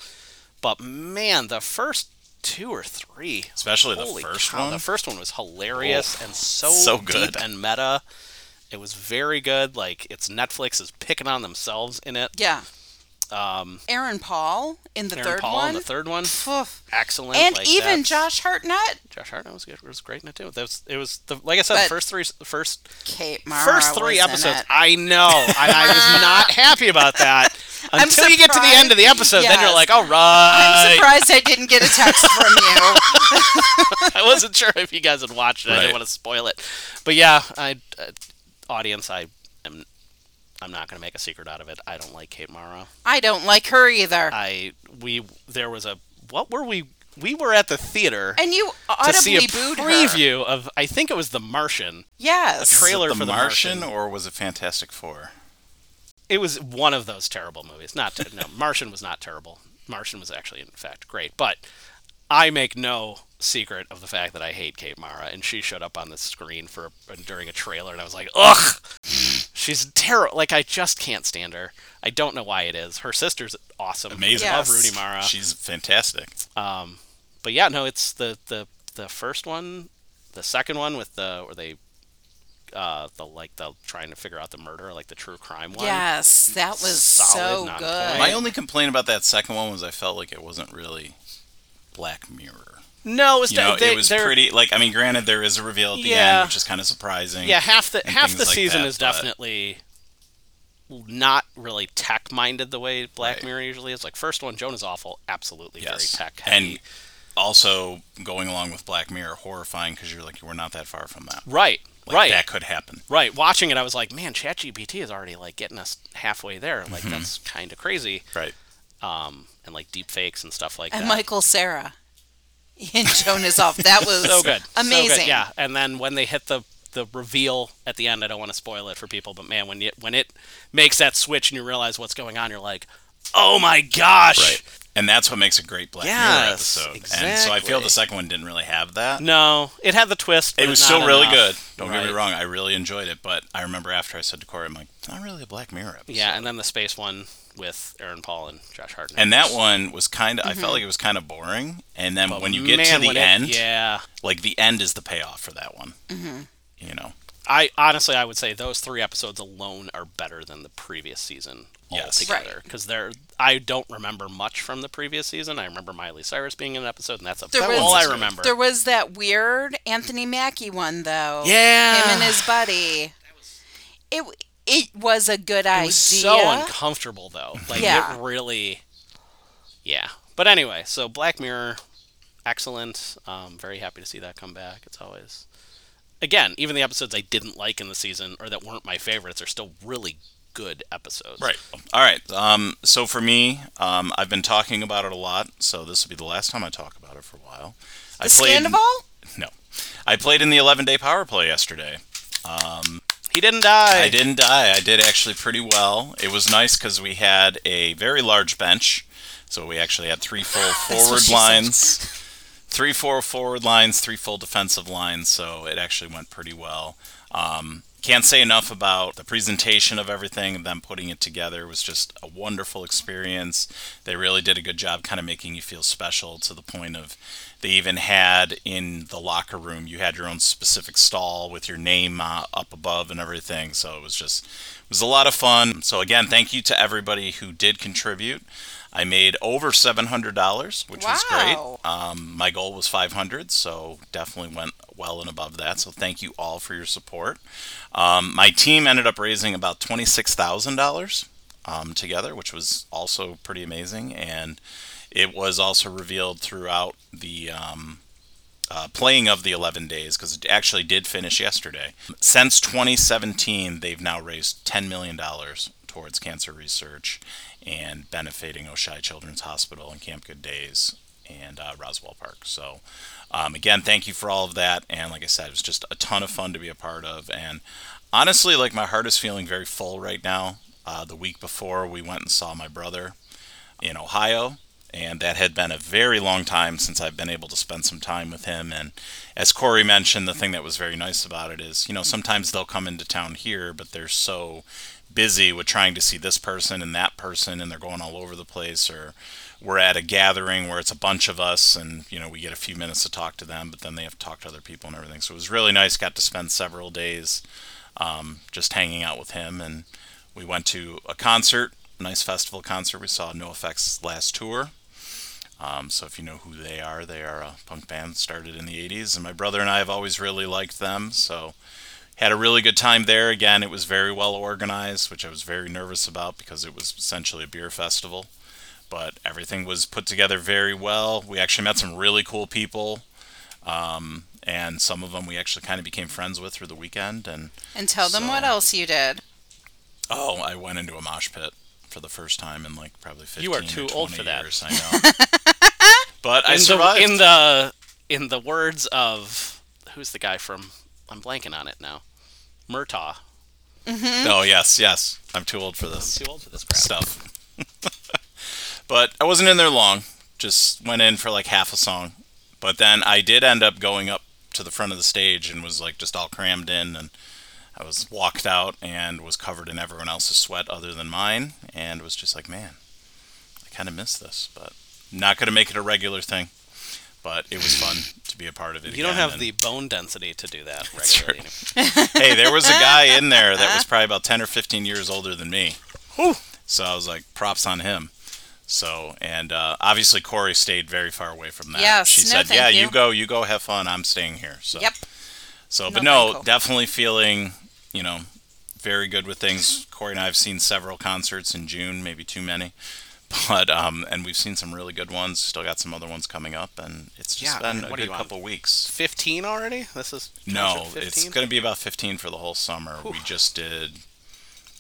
[SPEAKER 2] but man, the first two or three,
[SPEAKER 1] Especially the
[SPEAKER 2] holy
[SPEAKER 1] first
[SPEAKER 2] cow,
[SPEAKER 1] one.
[SPEAKER 2] The first one was hilarious and so
[SPEAKER 1] so good.
[SPEAKER 2] deep and meta. It was very good. Like it's Netflix is picking on themselves in it.
[SPEAKER 3] Yeah.
[SPEAKER 2] Um,
[SPEAKER 3] Aaron Paul in the
[SPEAKER 2] Aaron
[SPEAKER 3] third
[SPEAKER 2] Paul
[SPEAKER 3] one.
[SPEAKER 2] in the third one,
[SPEAKER 3] Poof.
[SPEAKER 2] excellent.
[SPEAKER 3] And
[SPEAKER 2] like,
[SPEAKER 3] even
[SPEAKER 2] that's-
[SPEAKER 3] Josh Hartnett,
[SPEAKER 2] Josh Hartnett was good. Was great in it too. That was, it was the like I said, the
[SPEAKER 3] But-
[SPEAKER 2] first three, the first
[SPEAKER 3] Kate Mara
[SPEAKER 2] first three
[SPEAKER 3] was in
[SPEAKER 2] episodes.
[SPEAKER 3] it.
[SPEAKER 2] I know, and I
[SPEAKER 3] (laughs)
[SPEAKER 2] was not happy about that.
[SPEAKER 3] I'm
[SPEAKER 2] Until you get to the end of the
[SPEAKER 3] surprised-
[SPEAKER 2] episode, then you're
[SPEAKER 3] yes.
[SPEAKER 2] like, all right.
[SPEAKER 3] (laughs) I'm surprised I didn't get a
[SPEAKER 2] (laughs)
[SPEAKER 3] text from you.
[SPEAKER 2] I wasn't sure if you guys had watched it. I
[SPEAKER 1] Right.
[SPEAKER 2] didn't want to spoil it, but yeah, I uh, audience, I am. I'm not going to make a secret out of it. I don't like Kate Mara.
[SPEAKER 3] I don't like her either.
[SPEAKER 2] I we there was a what were we we were at the theater
[SPEAKER 3] and you
[SPEAKER 2] to
[SPEAKER 3] audibly
[SPEAKER 2] see a
[SPEAKER 3] booed her.
[SPEAKER 2] preview of I think it was The Martian.
[SPEAKER 3] Yes.
[SPEAKER 2] A trailer
[SPEAKER 1] was it
[SPEAKER 2] for
[SPEAKER 1] the
[SPEAKER 2] The
[SPEAKER 1] Martian,
[SPEAKER 2] Martian.
[SPEAKER 1] or was it Fantastic Four?
[SPEAKER 2] it was one of those terrible movies. Not ter- no, (laughs) Martian was not terrible. Martian was actually, in fact, great. But I make no secret of the fact that I hate Kate Mara, and she showed up on the screen for during a trailer, and I was like, ugh, she's terrible. Like I just can't stand her. I don't know why it is. Her sister's awesome.
[SPEAKER 1] Amazing.
[SPEAKER 2] Love
[SPEAKER 3] Yes.
[SPEAKER 2] Rudy Mara.
[SPEAKER 1] She's fantastic.
[SPEAKER 2] Um, but yeah, no, it's the the the first one, the second one with the where they. Uh, the like the trying to figure out the murder, like the true crime one.
[SPEAKER 3] Yes, that was
[SPEAKER 2] Solid,
[SPEAKER 3] so
[SPEAKER 2] not
[SPEAKER 3] good.
[SPEAKER 2] Right.
[SPEAKER 1] My only complaint about that second one was I felt like it wasn't really Black Mirror.
[SPEAKER 2] No, it's
[SPEAKER 1] You know,
[SPEAKER 2] they,
[SPEAKER 1] it was
[SPEAKER 2] they're-
[SPEAKER 1] pretty. Like, I mean, granted, there is a reveal at the
[SPEAKER 2] Yeah.
[SPEAKER 1] end, which is kind of surprising.
[SPEAKER 2] Yeah, half the
[SPEAKER 1] and
[SPEAKER 2] half
[SPEAKER 1] things
[SPEAKER 2] the
[SPEAKER 1] like
[SPEAKER 2] season
[SPEAKER 1] that,
[SPEAKER 2] is
[SPEAKER 1] but-
[SPEAKER 2] definitely not really tech minded the way Black
[SPEAKER 1] Right.
[SPEAKER 2] Mirror usually is. Like first one, Joan is awful, absolutely
[SPEAKER 1] Yes.
[SPEAKER 2] very tech heavy.
[SPEAKER 1] and also going along with Black Mirror, horrifying because you're like, we're not that far from that.
[SPEAKER 2] right,
[SPEAKER 1] Like,
[SPEAKER 2] right,
[SPEAKER 1] That could happen.
[SPEAKER 2] right. Watching it, I was like, man, ChatGPT is already like getting us halfway there. Like
[SPEAKER 1] Mm-hmm.
[SPEAKER 2] that's kind of crazy.
[SPEAKER 1] Right.
[SPEAKER 2] Um, and like deep fakes and stuff like
[SPEAKER 3] And
[SPEAKER 2] that.
[SPEAKER 3] Michael Sarah in Jonas off. That
[SPEAKER 2] (laughs)
[SPEAKER 3] was
[SPEAKER 2] so good, So good,
[SPEAKER 3] amazing.
[SPEAKER 2] yeah, and then when they hit the the reveal at the end, I don't want to spoil it for people, but man, when it when it makes that switch and you realize what's going on, you're like, oh my gosh,
[SPEAKER 1] Right. and that's what makes a great Black Mirror
[SPEAKER 2] Yes,
[SPEAKER 1] episode. And so I feel
[SPEAKER 2] exactly.
[SPEAKER 1] the second one didn't really have that.
[SPEAKER 2] No, it had the twist. but
[SPEAKER 1] it was
[SPEAKER 2] not
[SPEAKER 1] still really
[SPEAKER 2] enough.
[SPEAKER 1] good. Don't get me
[SPEAKER 2] Right.
[SPEAKER 1] wrong, I really enjoyed it, but I remember after I said to Corey, I'm like, not really a Black Mirror episode.
[SPEAKER 2] Yeah, and then the space one with Aaron Paul and Josh Hartnett.
[SPEAKER 1] And that one was kind of, I
[SPEAKER 2] Mm-hmm.
[SPEAKER 1] felt like it was kind of boring. And then
[SPEAKER 2] But
[SPEAKER 1] when you get
[SPEAKER 2] man,
[SPEAKER 1] to
[SPEAKER 2] when
[SPEAKER 1] the
[SPEAKER 2] it-
[SPEAKER 1] end,
[SPEAKER 2] yeah.
[SPEAKER 1] like the end is the payoff for that one.
[SPEAKER 2] Mm-hmm.
[SPEAKER 1] You know,
[SPEAKER 2] I honestly, I would say those three episodes alone are better than the previous season
[SPEAKER 1] Yes.
[SPEAKER 2] altogether. Because they're, I don't remember much from the previous season. I remember Miley Cyrus being in an episode, and that's about
[SPEAKER 3] There was-
[SPEAKER 2] all I remember.
[SPEAKER 3] There was that weird Anthony Mackie one though.
[SPEAKER 2] yeah,
[SPEAKER 3] Him and his buddy. It it was a good
[SPEAKER 2] it
[SPEAKER 3] idea.
[SPEAKER 2] was so uncomfortable though. Like
[SPEAKER 3] Yeah.
[SPEAKER 2] it really, yeah. But anyway, so Black Mirror, excellent. Um, very happy to see that come back. It's always, again, even the episodes I didn't like in the season or that weren't my favorites are still really good episodes.
[SPEAKER 1] Right. All right. Um, so for me, um, I've been talking about it a lot, so this will be the last time I talk about it for a while. I
[SPEAKER 3] the Scandival?
[SPEAKER 1] No, I played in the 11-day power play yesterday. Um,
[SPEAKER 2] He didn't die.
[SPEAKER 1] I didn't die. I did actually pretty well. It was nice because we had a very large bench, so we actually had three full forward
[SPEAKER 3] she said.
[SPEAKER 1] lines, (laughs) three full forward lines, three full defensive lines. So it actually went pretty well. Um, can't say enough about the presentation of everything and them putting it together was just a wonderful experience. They really did a good job kind of making you feel special to the point of they even had in the locker room you had your own specific stall with your name uh, up above and everything. So it was just it was a lot of fun. So again, thank you to everybody who did contribute. I made over $700, which was great.
[SPEAKER 3] Wow.
[SPEAKER 1] Um, my goal was 500, so definitely went well and above that. So thank you all for your support. Um, my team ended up raising about twenty-six thousand dollars um, together, which was also pretty amazing. And it was also revealed throughout the um, uh, playing of the eleven days because it actually did finish yesterday. Since 2017, they've now raised ten million dollars towards cancer research and benefiting Oshai Children's Hospital and Camp Good Days and uh, Roswell Park. So. Um, again, thank you for all of that. And like I said, it was just a ton of fun to be a part of. And honestly, like my heart is feeling very full right now. Uh, the week before, we went and saw my brother in Ohio. And that had been a very long time since I've been able to spend some time with him. And as Corey mentioned, the thing that was very nice about it is, you know, sometimes they'll come into town here, but they're so busy with trying to see this person and that person, and they're going all over the place, or we're at a gathering where it's a bunch of us and you know we get a few minutes to talk to them but then they have to talk to other people and everything so it was really nice got to spend several days um, just hanging out with him and we went to a concert a nice festival concert we saw no effects last tour um, so if you know who they are they are a punk band started in the 80s and my brother and i have always really liked them so had a really good time there again it was very well organized which i was very nervous about because it was essentially a beer festival but everything was put together very well. We actually met some really cool people, um, and some of them we actually kind of became friends with through the weekend. And
[SPEAKER 3] And tell them
[SPEAKER 1] So-
[SPEAKER 3] what else you did.
[SPEAKER 1] oh, I went into a mosh pit for the first time in like probably fifteen.
[SPEAKER 2] You are
[SPEAKER 1] or
[SPEAKER 2] too old
[SPEAKER 1] 20
[SPEAKER 2] for that.
[SPEAKER 1] Years, I know.
[SPEAKER 2] (laughs)
[SPEAKER 1] but I
[SPEAKER 2] in
[SPEAKER 1] survived.
[SPEAKER 2] The, in the in the words of who's the guy from I'm blanking on it now. Murtaugh.
[SPEAKER 1] oh yes, yes. I'm too old for this.
[SPEAKER 2] I'm too old for this crap.
[SPEAKER 1] stuff. (laughs) but I wasn't in there long. Just went in for like half a song. But then I did end up going up to the front of the stage and was like just all crammed in and I was walked out and was covered in everyone else's sweat other than mine and was just like, man, I kind of miss this, but not going to make it a regular thing. But it was fun to be a part of it.
[SPEAKER 2] You don't
[SPEAKER 1] again,
[SPEAKER 2] have
[SPEAKER 1] and-
[SPEAKER 2] the bone density to do that
[SPEAKER 1] That's
[SPEAKER 2] regularly. anymore.
[SPEAKER 1] hey, there was a guy
[SPEAKER 3] (laughs)
[SPEAKER 1] in there that was probably about 10 or 15 years older than me. So I was like, props on him. So, and uh, obviously Corey stayed very far away from that.
[SPEAKER 3] Yes,
[SPEAKER 1] she
[SPEAKER 3] no,
[SPEAKER 1] said,
[SPEAKER 3] thank
[SPEAKER 1] yeah,
[SPEAKER 3] you."
[SPEAKER 1] you. go, you go have fun. I'm staying here. So,
[SPEAKER 3] Yep.
[SPEAKER 1] So, but
[SPEAKER 3] No,
[SPEAKER 1] no,
[SPEAKER 3] thank you.
[SPEAKER 1] definitely feeling, you know, very good with things. Corey and I have seen several concerts in June, maybe too many. (laughs) But, um, and we've seen some really good ones. Still got some other ones coming up. And it's just
[SPEAKER 2] Yeah,
[SPEAKER 1] been
[SPEAKER 2] I mean,
[SPEAKER 1] a
[SPEAKER 2] what are
[SPEAKER 1] good
[SPEAKER 2] you on?
[SPEAKER 1] couple weeks.
[SPEAKER 2] 15 already? This is
[SPEAKER 1] No,
[SPEAKER 2] Fellowship
[SPEAKER 1] it's
[SPEAKER 2] 15?
[SPEAKER 1] going to be about 15 for the whole summer. We just did.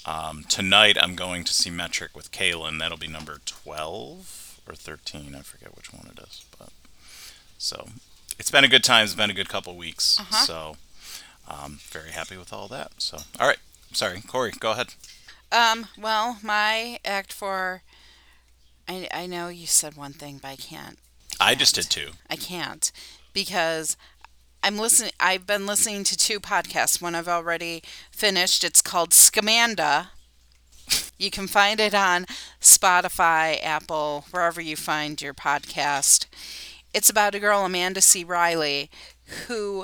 [SPEAKER 1] Um, tonight, I'm going to see Metric with Kaylin. That'll be number 12 or 13. I forget which one it is. But so it's been a good time. It's been a good couple weeks.
[SPEAKER 3] Uh-huh.
[SPEAKER 1] So um, very happy with all that. So all right. Sorry, Corey, go ahead.
[SPEAKER 3] Um, well, my act for I, I know you said one thing, but I can't.
[SPEAKER 1] I just did two.
[SPEAKER 3] I can't because I'm listening. I've been listening to two podcasts. One I've already finished. It's called Scamanda. You can find it on Spotify, Apple, wherever you find your podcast. It's about a girl, Amanda C. Riley, who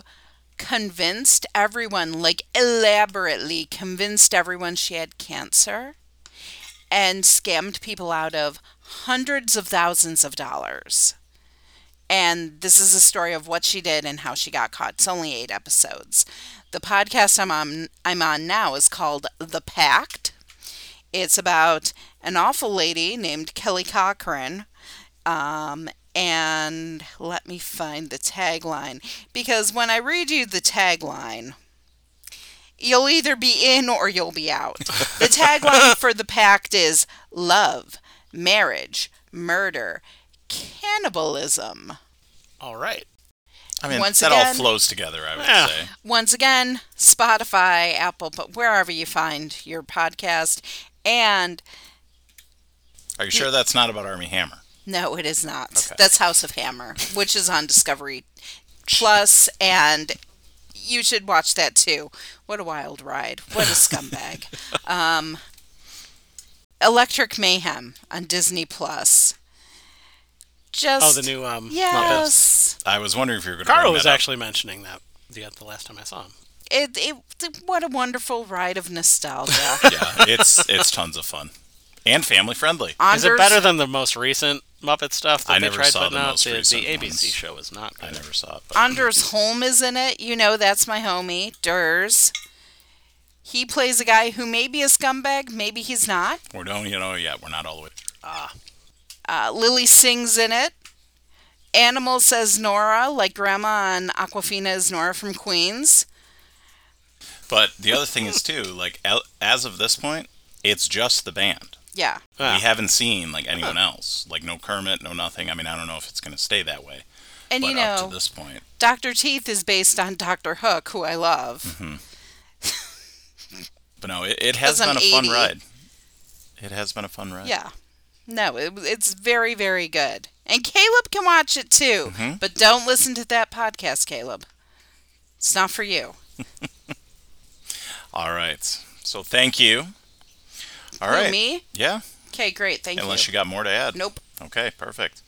[SPEAKER 3] convinced everyone, like elaborately convinced everyone she had cancer and scammed people out of hundreds of thousands of dollars. And this is a story of what she did and how she got caught. It's only eight episodes. The podcast I'm on, I'm on now is called The Pact. It's about an awful lady named Kelly Cochran. Um, and let me find the tagline because when I read you the tagline, you'll either be in or you'll be out. The tagline for the pact is love, marriage, murder, cannibalism.
[SPEAKER 2] All right.
[SPEAKER 1] I mean,
[SPEAKER 3] Once
[SPEAKER 1] that all
[SPEAKER 3] again-
[SPEAKER 1] flows together, I would
[SPEAKER 2] Yeah.
[SPEAKER 1] say.
[SPEAKER 3] Once again, Spotify, Apple, but wherever you find your podcast. And
[SPEAKER 1] Are you sure that's not about Army Hammer?
[SPEAKER 3] no, it is not.
[SPEAKER 1] Okay.
[SPEAKER 3] That's House of Hammer, which is on Discovery Plus, and you should watch that too. What a wild ride! What
[SPEAKER 2] (laughs)
[SPEAKER 3] a scumbag. um, Electric Mayhem on Disney Plus. Just
[SPEAKER 2] Oh, the new um. Muppets.
[SPEAKER 3] yes.
[SPEAKER 1] I was wondering if you were going to.
[SPEAKER 2] Carl was actually mentioning that the, the last time I saw him.
[SPEAKER 3] It, it what a wonderful ride of nostalgia.
[SPEAKER 2] (laughs)
[SPEAKER 1] Yeah, it's it's tons of fun and family friendly.
[SPEAKER 2] Is it better than the most recent Muppet stuff that
[SPEAKER 1] I
[SPEAKER 2] they
[SPEAKER 1] never
[SPEAKER 2] tried
[SPEAKER 1] saw
[SPEAKER 2] putting
[SPEAKER 1] the
[SPEAKER 2] out?
[SPEAKER 1] most
[SPEAKER 2] the,
[SPEAKER 1] recent
[SPEAKER 2] the ABC
[SPEAKER 1] ones.
[SPEAKER 2] show is not
[SPEAKER 1] I
[SPEAKER 2] good.
[SPEAKER 1] never saw it. But
[SPEAKER 3] Anders Holm is in it. You know, that's my homie, Durs. He plays a guy who may be a scumbag, maybe he's not.
[SPEAKER 1] we don't, you know, yeah, we're not all the way.
[SPEAKER 2] Ah.
[SPEAKER 3] Uh, Lily sings in it. Animal says Nora, like Grandma and Aquafina is Nora from Queens.
[SPEAKER 1] But the other thing is too, like el- as of this point, it's just the band.
[SPEAKER 3] Yeah.
[SPEAKER 2] Ah.
[SPEAKER 1] We haven't seen like anyone else, like no Kermit, no nothing. I mean, I don't know if it's going to stay that way.
[SPEAKER 3] And
[SPEAKER 1] but
[SPEAKER 3] you
[SPEAKER 1] up
[SPEAKER 3] know,
[SPEAKER 1] to this point,
[SPEAKER 3] Dr. Teeth is based on Dr. Hook, who
[SPEAKER 1] (laughs)
[SPEAKER 3] I love.
[SPEAKER 1] but no, it, it has
[SPEAKER 3] I'm
[SPEAKER 1] been a fun
[SPEAKER 3] 80.
[SPEAKER 1] ride. It has been a fun ride.
[SPEAKER 3] Yeah. No, it, it's very, very good. And Caleb can watch it too.
[SPEAKER 1] Mm-hmm.
[SPEAKER 3] But don't listen to that podcast, Caleb. It's not for you.
[SPEAKER 1] All right. So thank you. All
[SPEAKER 3] Who,
[SPEAKER 1] right.
[SPEAKER 3] Oh, me?
[SPEAKER 1] Yeah.
[SPEAKER 3] Okay, great. Thank you.
[SPEAKER 1] Unless you got more to add.
[SPEAKER 3] Nope.
[SPEAKER 1] Okay, perfect.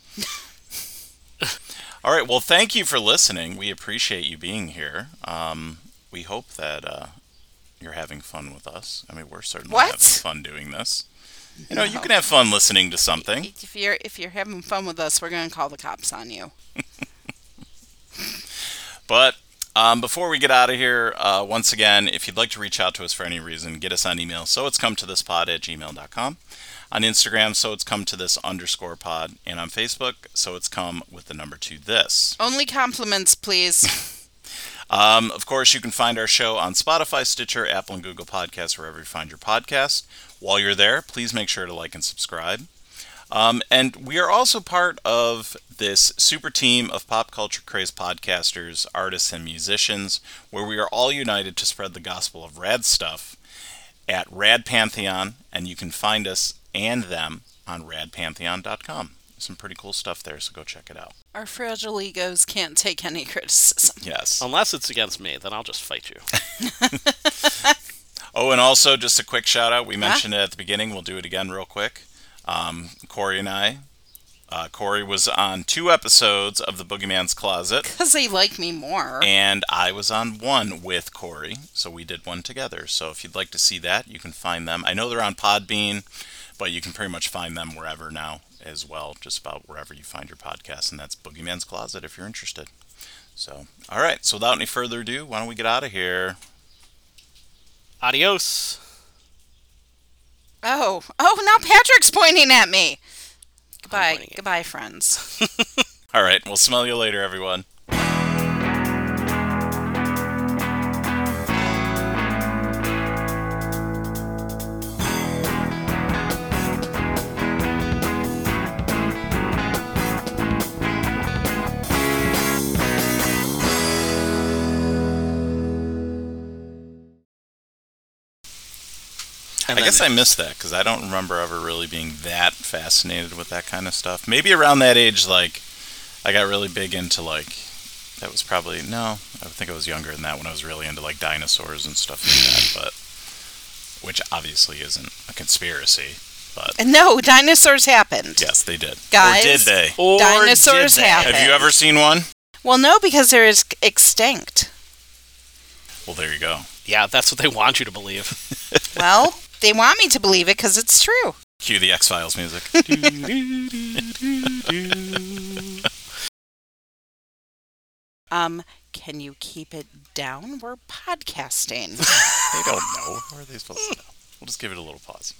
[SPEAKER 1] All right. Well, thank you for listening. We appreciate you being here. Um, we hope that uh, you're having fun with us. I mean, we're certainly
[SPEAKER 3] What?
[SPEAKER 1] having fun doing this. You know, you can have fun listening to something.
[SPEAKER 3] If you're if you're having fun with us, we're gonna call the cops on you.
[SPEAKER 1] But um, before we get out of here, uh, once again, if you'd like to reach out to us for any reason, get us on email. So it's come to this pod at gmail.com. On Instagram, so it's come to this underscore pod. And on Facebook, so it's come with the number two this.
[SPEAKER 3] Only compliments, please.
[SPEAKER 1] Um, of course, you can find our show on Spotify, Stitcher, Apple, and Google Podcasts, wherever you find your podcast. While you're there, please make sure to like and subscribe. Um, and we are also part of this super team of pop culture craze podcasters, artists, and musicians, where we are all united to spread the gospel of rad stuff at Rad Pantheon, and you can find us and them on radpantheon.com. Some pretty cool stuff there, so go check it out.
[SPEAKER 3] Our fragile egos can't take any criticism. (laughs)
[SPEAKER 1] Yes.
[SPEAKER 2] Unless it's against me, then I'll just
[SPEAKER 1] (laughs)
[SPEAKER 2] fight you.
[SPEAKER 1] Oh, and also just a quick shout out. We mentioned it at the beginning. We'll do it again real quick. Um, Corey and I. Uh, Corey was on two episodes of The Boogeyman's Closet,
[SPEAKER 3] Cause they like me more.
[SPEAKER 1] and I was on one with Corey. So we did one together. So if you'd like to see that, you can find them. I know they're on Podbean, but you can pretty much find them wherever now as well, just about wherever you find your podcast. And that's Boogeyman's Closet if you're interested. So, all right. So without any further ado, why don't we get out of here?
[SPEAKER 2] Adios.
[SPEAKER 3] Oh, oh, now Patrick's pointing at me.
[SPEAKER 2] I'm
[SPEAKER 3] Goodbye,
[SPEAKER 2] pointing at-
[SPEAKER 3] goodbye, friends.
[SPEAKER 1] All right. We'll smell you later, everyone.
[SPEAKER 2] And
[SPEAKER 1] I
[SPEAKER 2] then-
[SPEAKER 1] guess I missed that because I don't remember ever really being that fascinated with that kind of stuff. Maybe around that age, like I got really big into like that was probably no, I think I was younger than that when I was really into like dinosaurs and stuff like that. But which obviously isn't a conspiracy. But
[SPEAKER 3] No, dinosaurs happened.
[SPEAKER 1] yes, they did.
[SPEAKER 3] Guys.
[SPEAKER 1] or did they?
[SPEAKER 2] Or did
[SPEAKER 3] Dinosaurs
[SPEAKER 2] they?
[SPEAKER 3] have-
[SPEAKER 1] Have you ever seen one?
[SPEAKER 3] Well, no, because they're ex- extinct.
[SPEAKER 1] Well, there you go.
[SPEAKER 2] Yeah, that's what they want you to believe.
[SPEAKER 3] Well, they want me to believe it because it's true.
[SPEAKER 1] Cue the X Files music.
[SPEAKER 3] (laughs) Um, can you keep it down? We're podcasting.
[SPEAKER 1] They don't know. How are they supposed to know? We'll just give it a little
[SPEAKER 3] (laughs)
[SPEAKER 1] pause.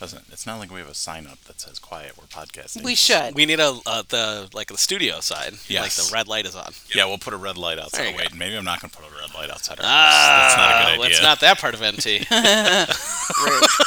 [SPEAKER 1] Doesn't it's not like we have a sign up that says quiet, we're podcasting.
[SPEAKER 3] we should.
[SPEAKER 2] We need a uh, the like the studio side. Like
[SPEAKER 1] Yes.
[SPEAKER 2] the red light is on.
[SPEAKER 1] yeah, we'll put a red light outside.
[SPEAKER 2] There you
[SPEAKER 1] Wait, maybe I'm not gonna put a red light outside our house.
[SPEAKER 2] Ah,
[SPEAKER 1] (laughs) That's not a good idea.
[SPEAKER 2] That's not that part of NT.
[SPEAKER 3] Rude.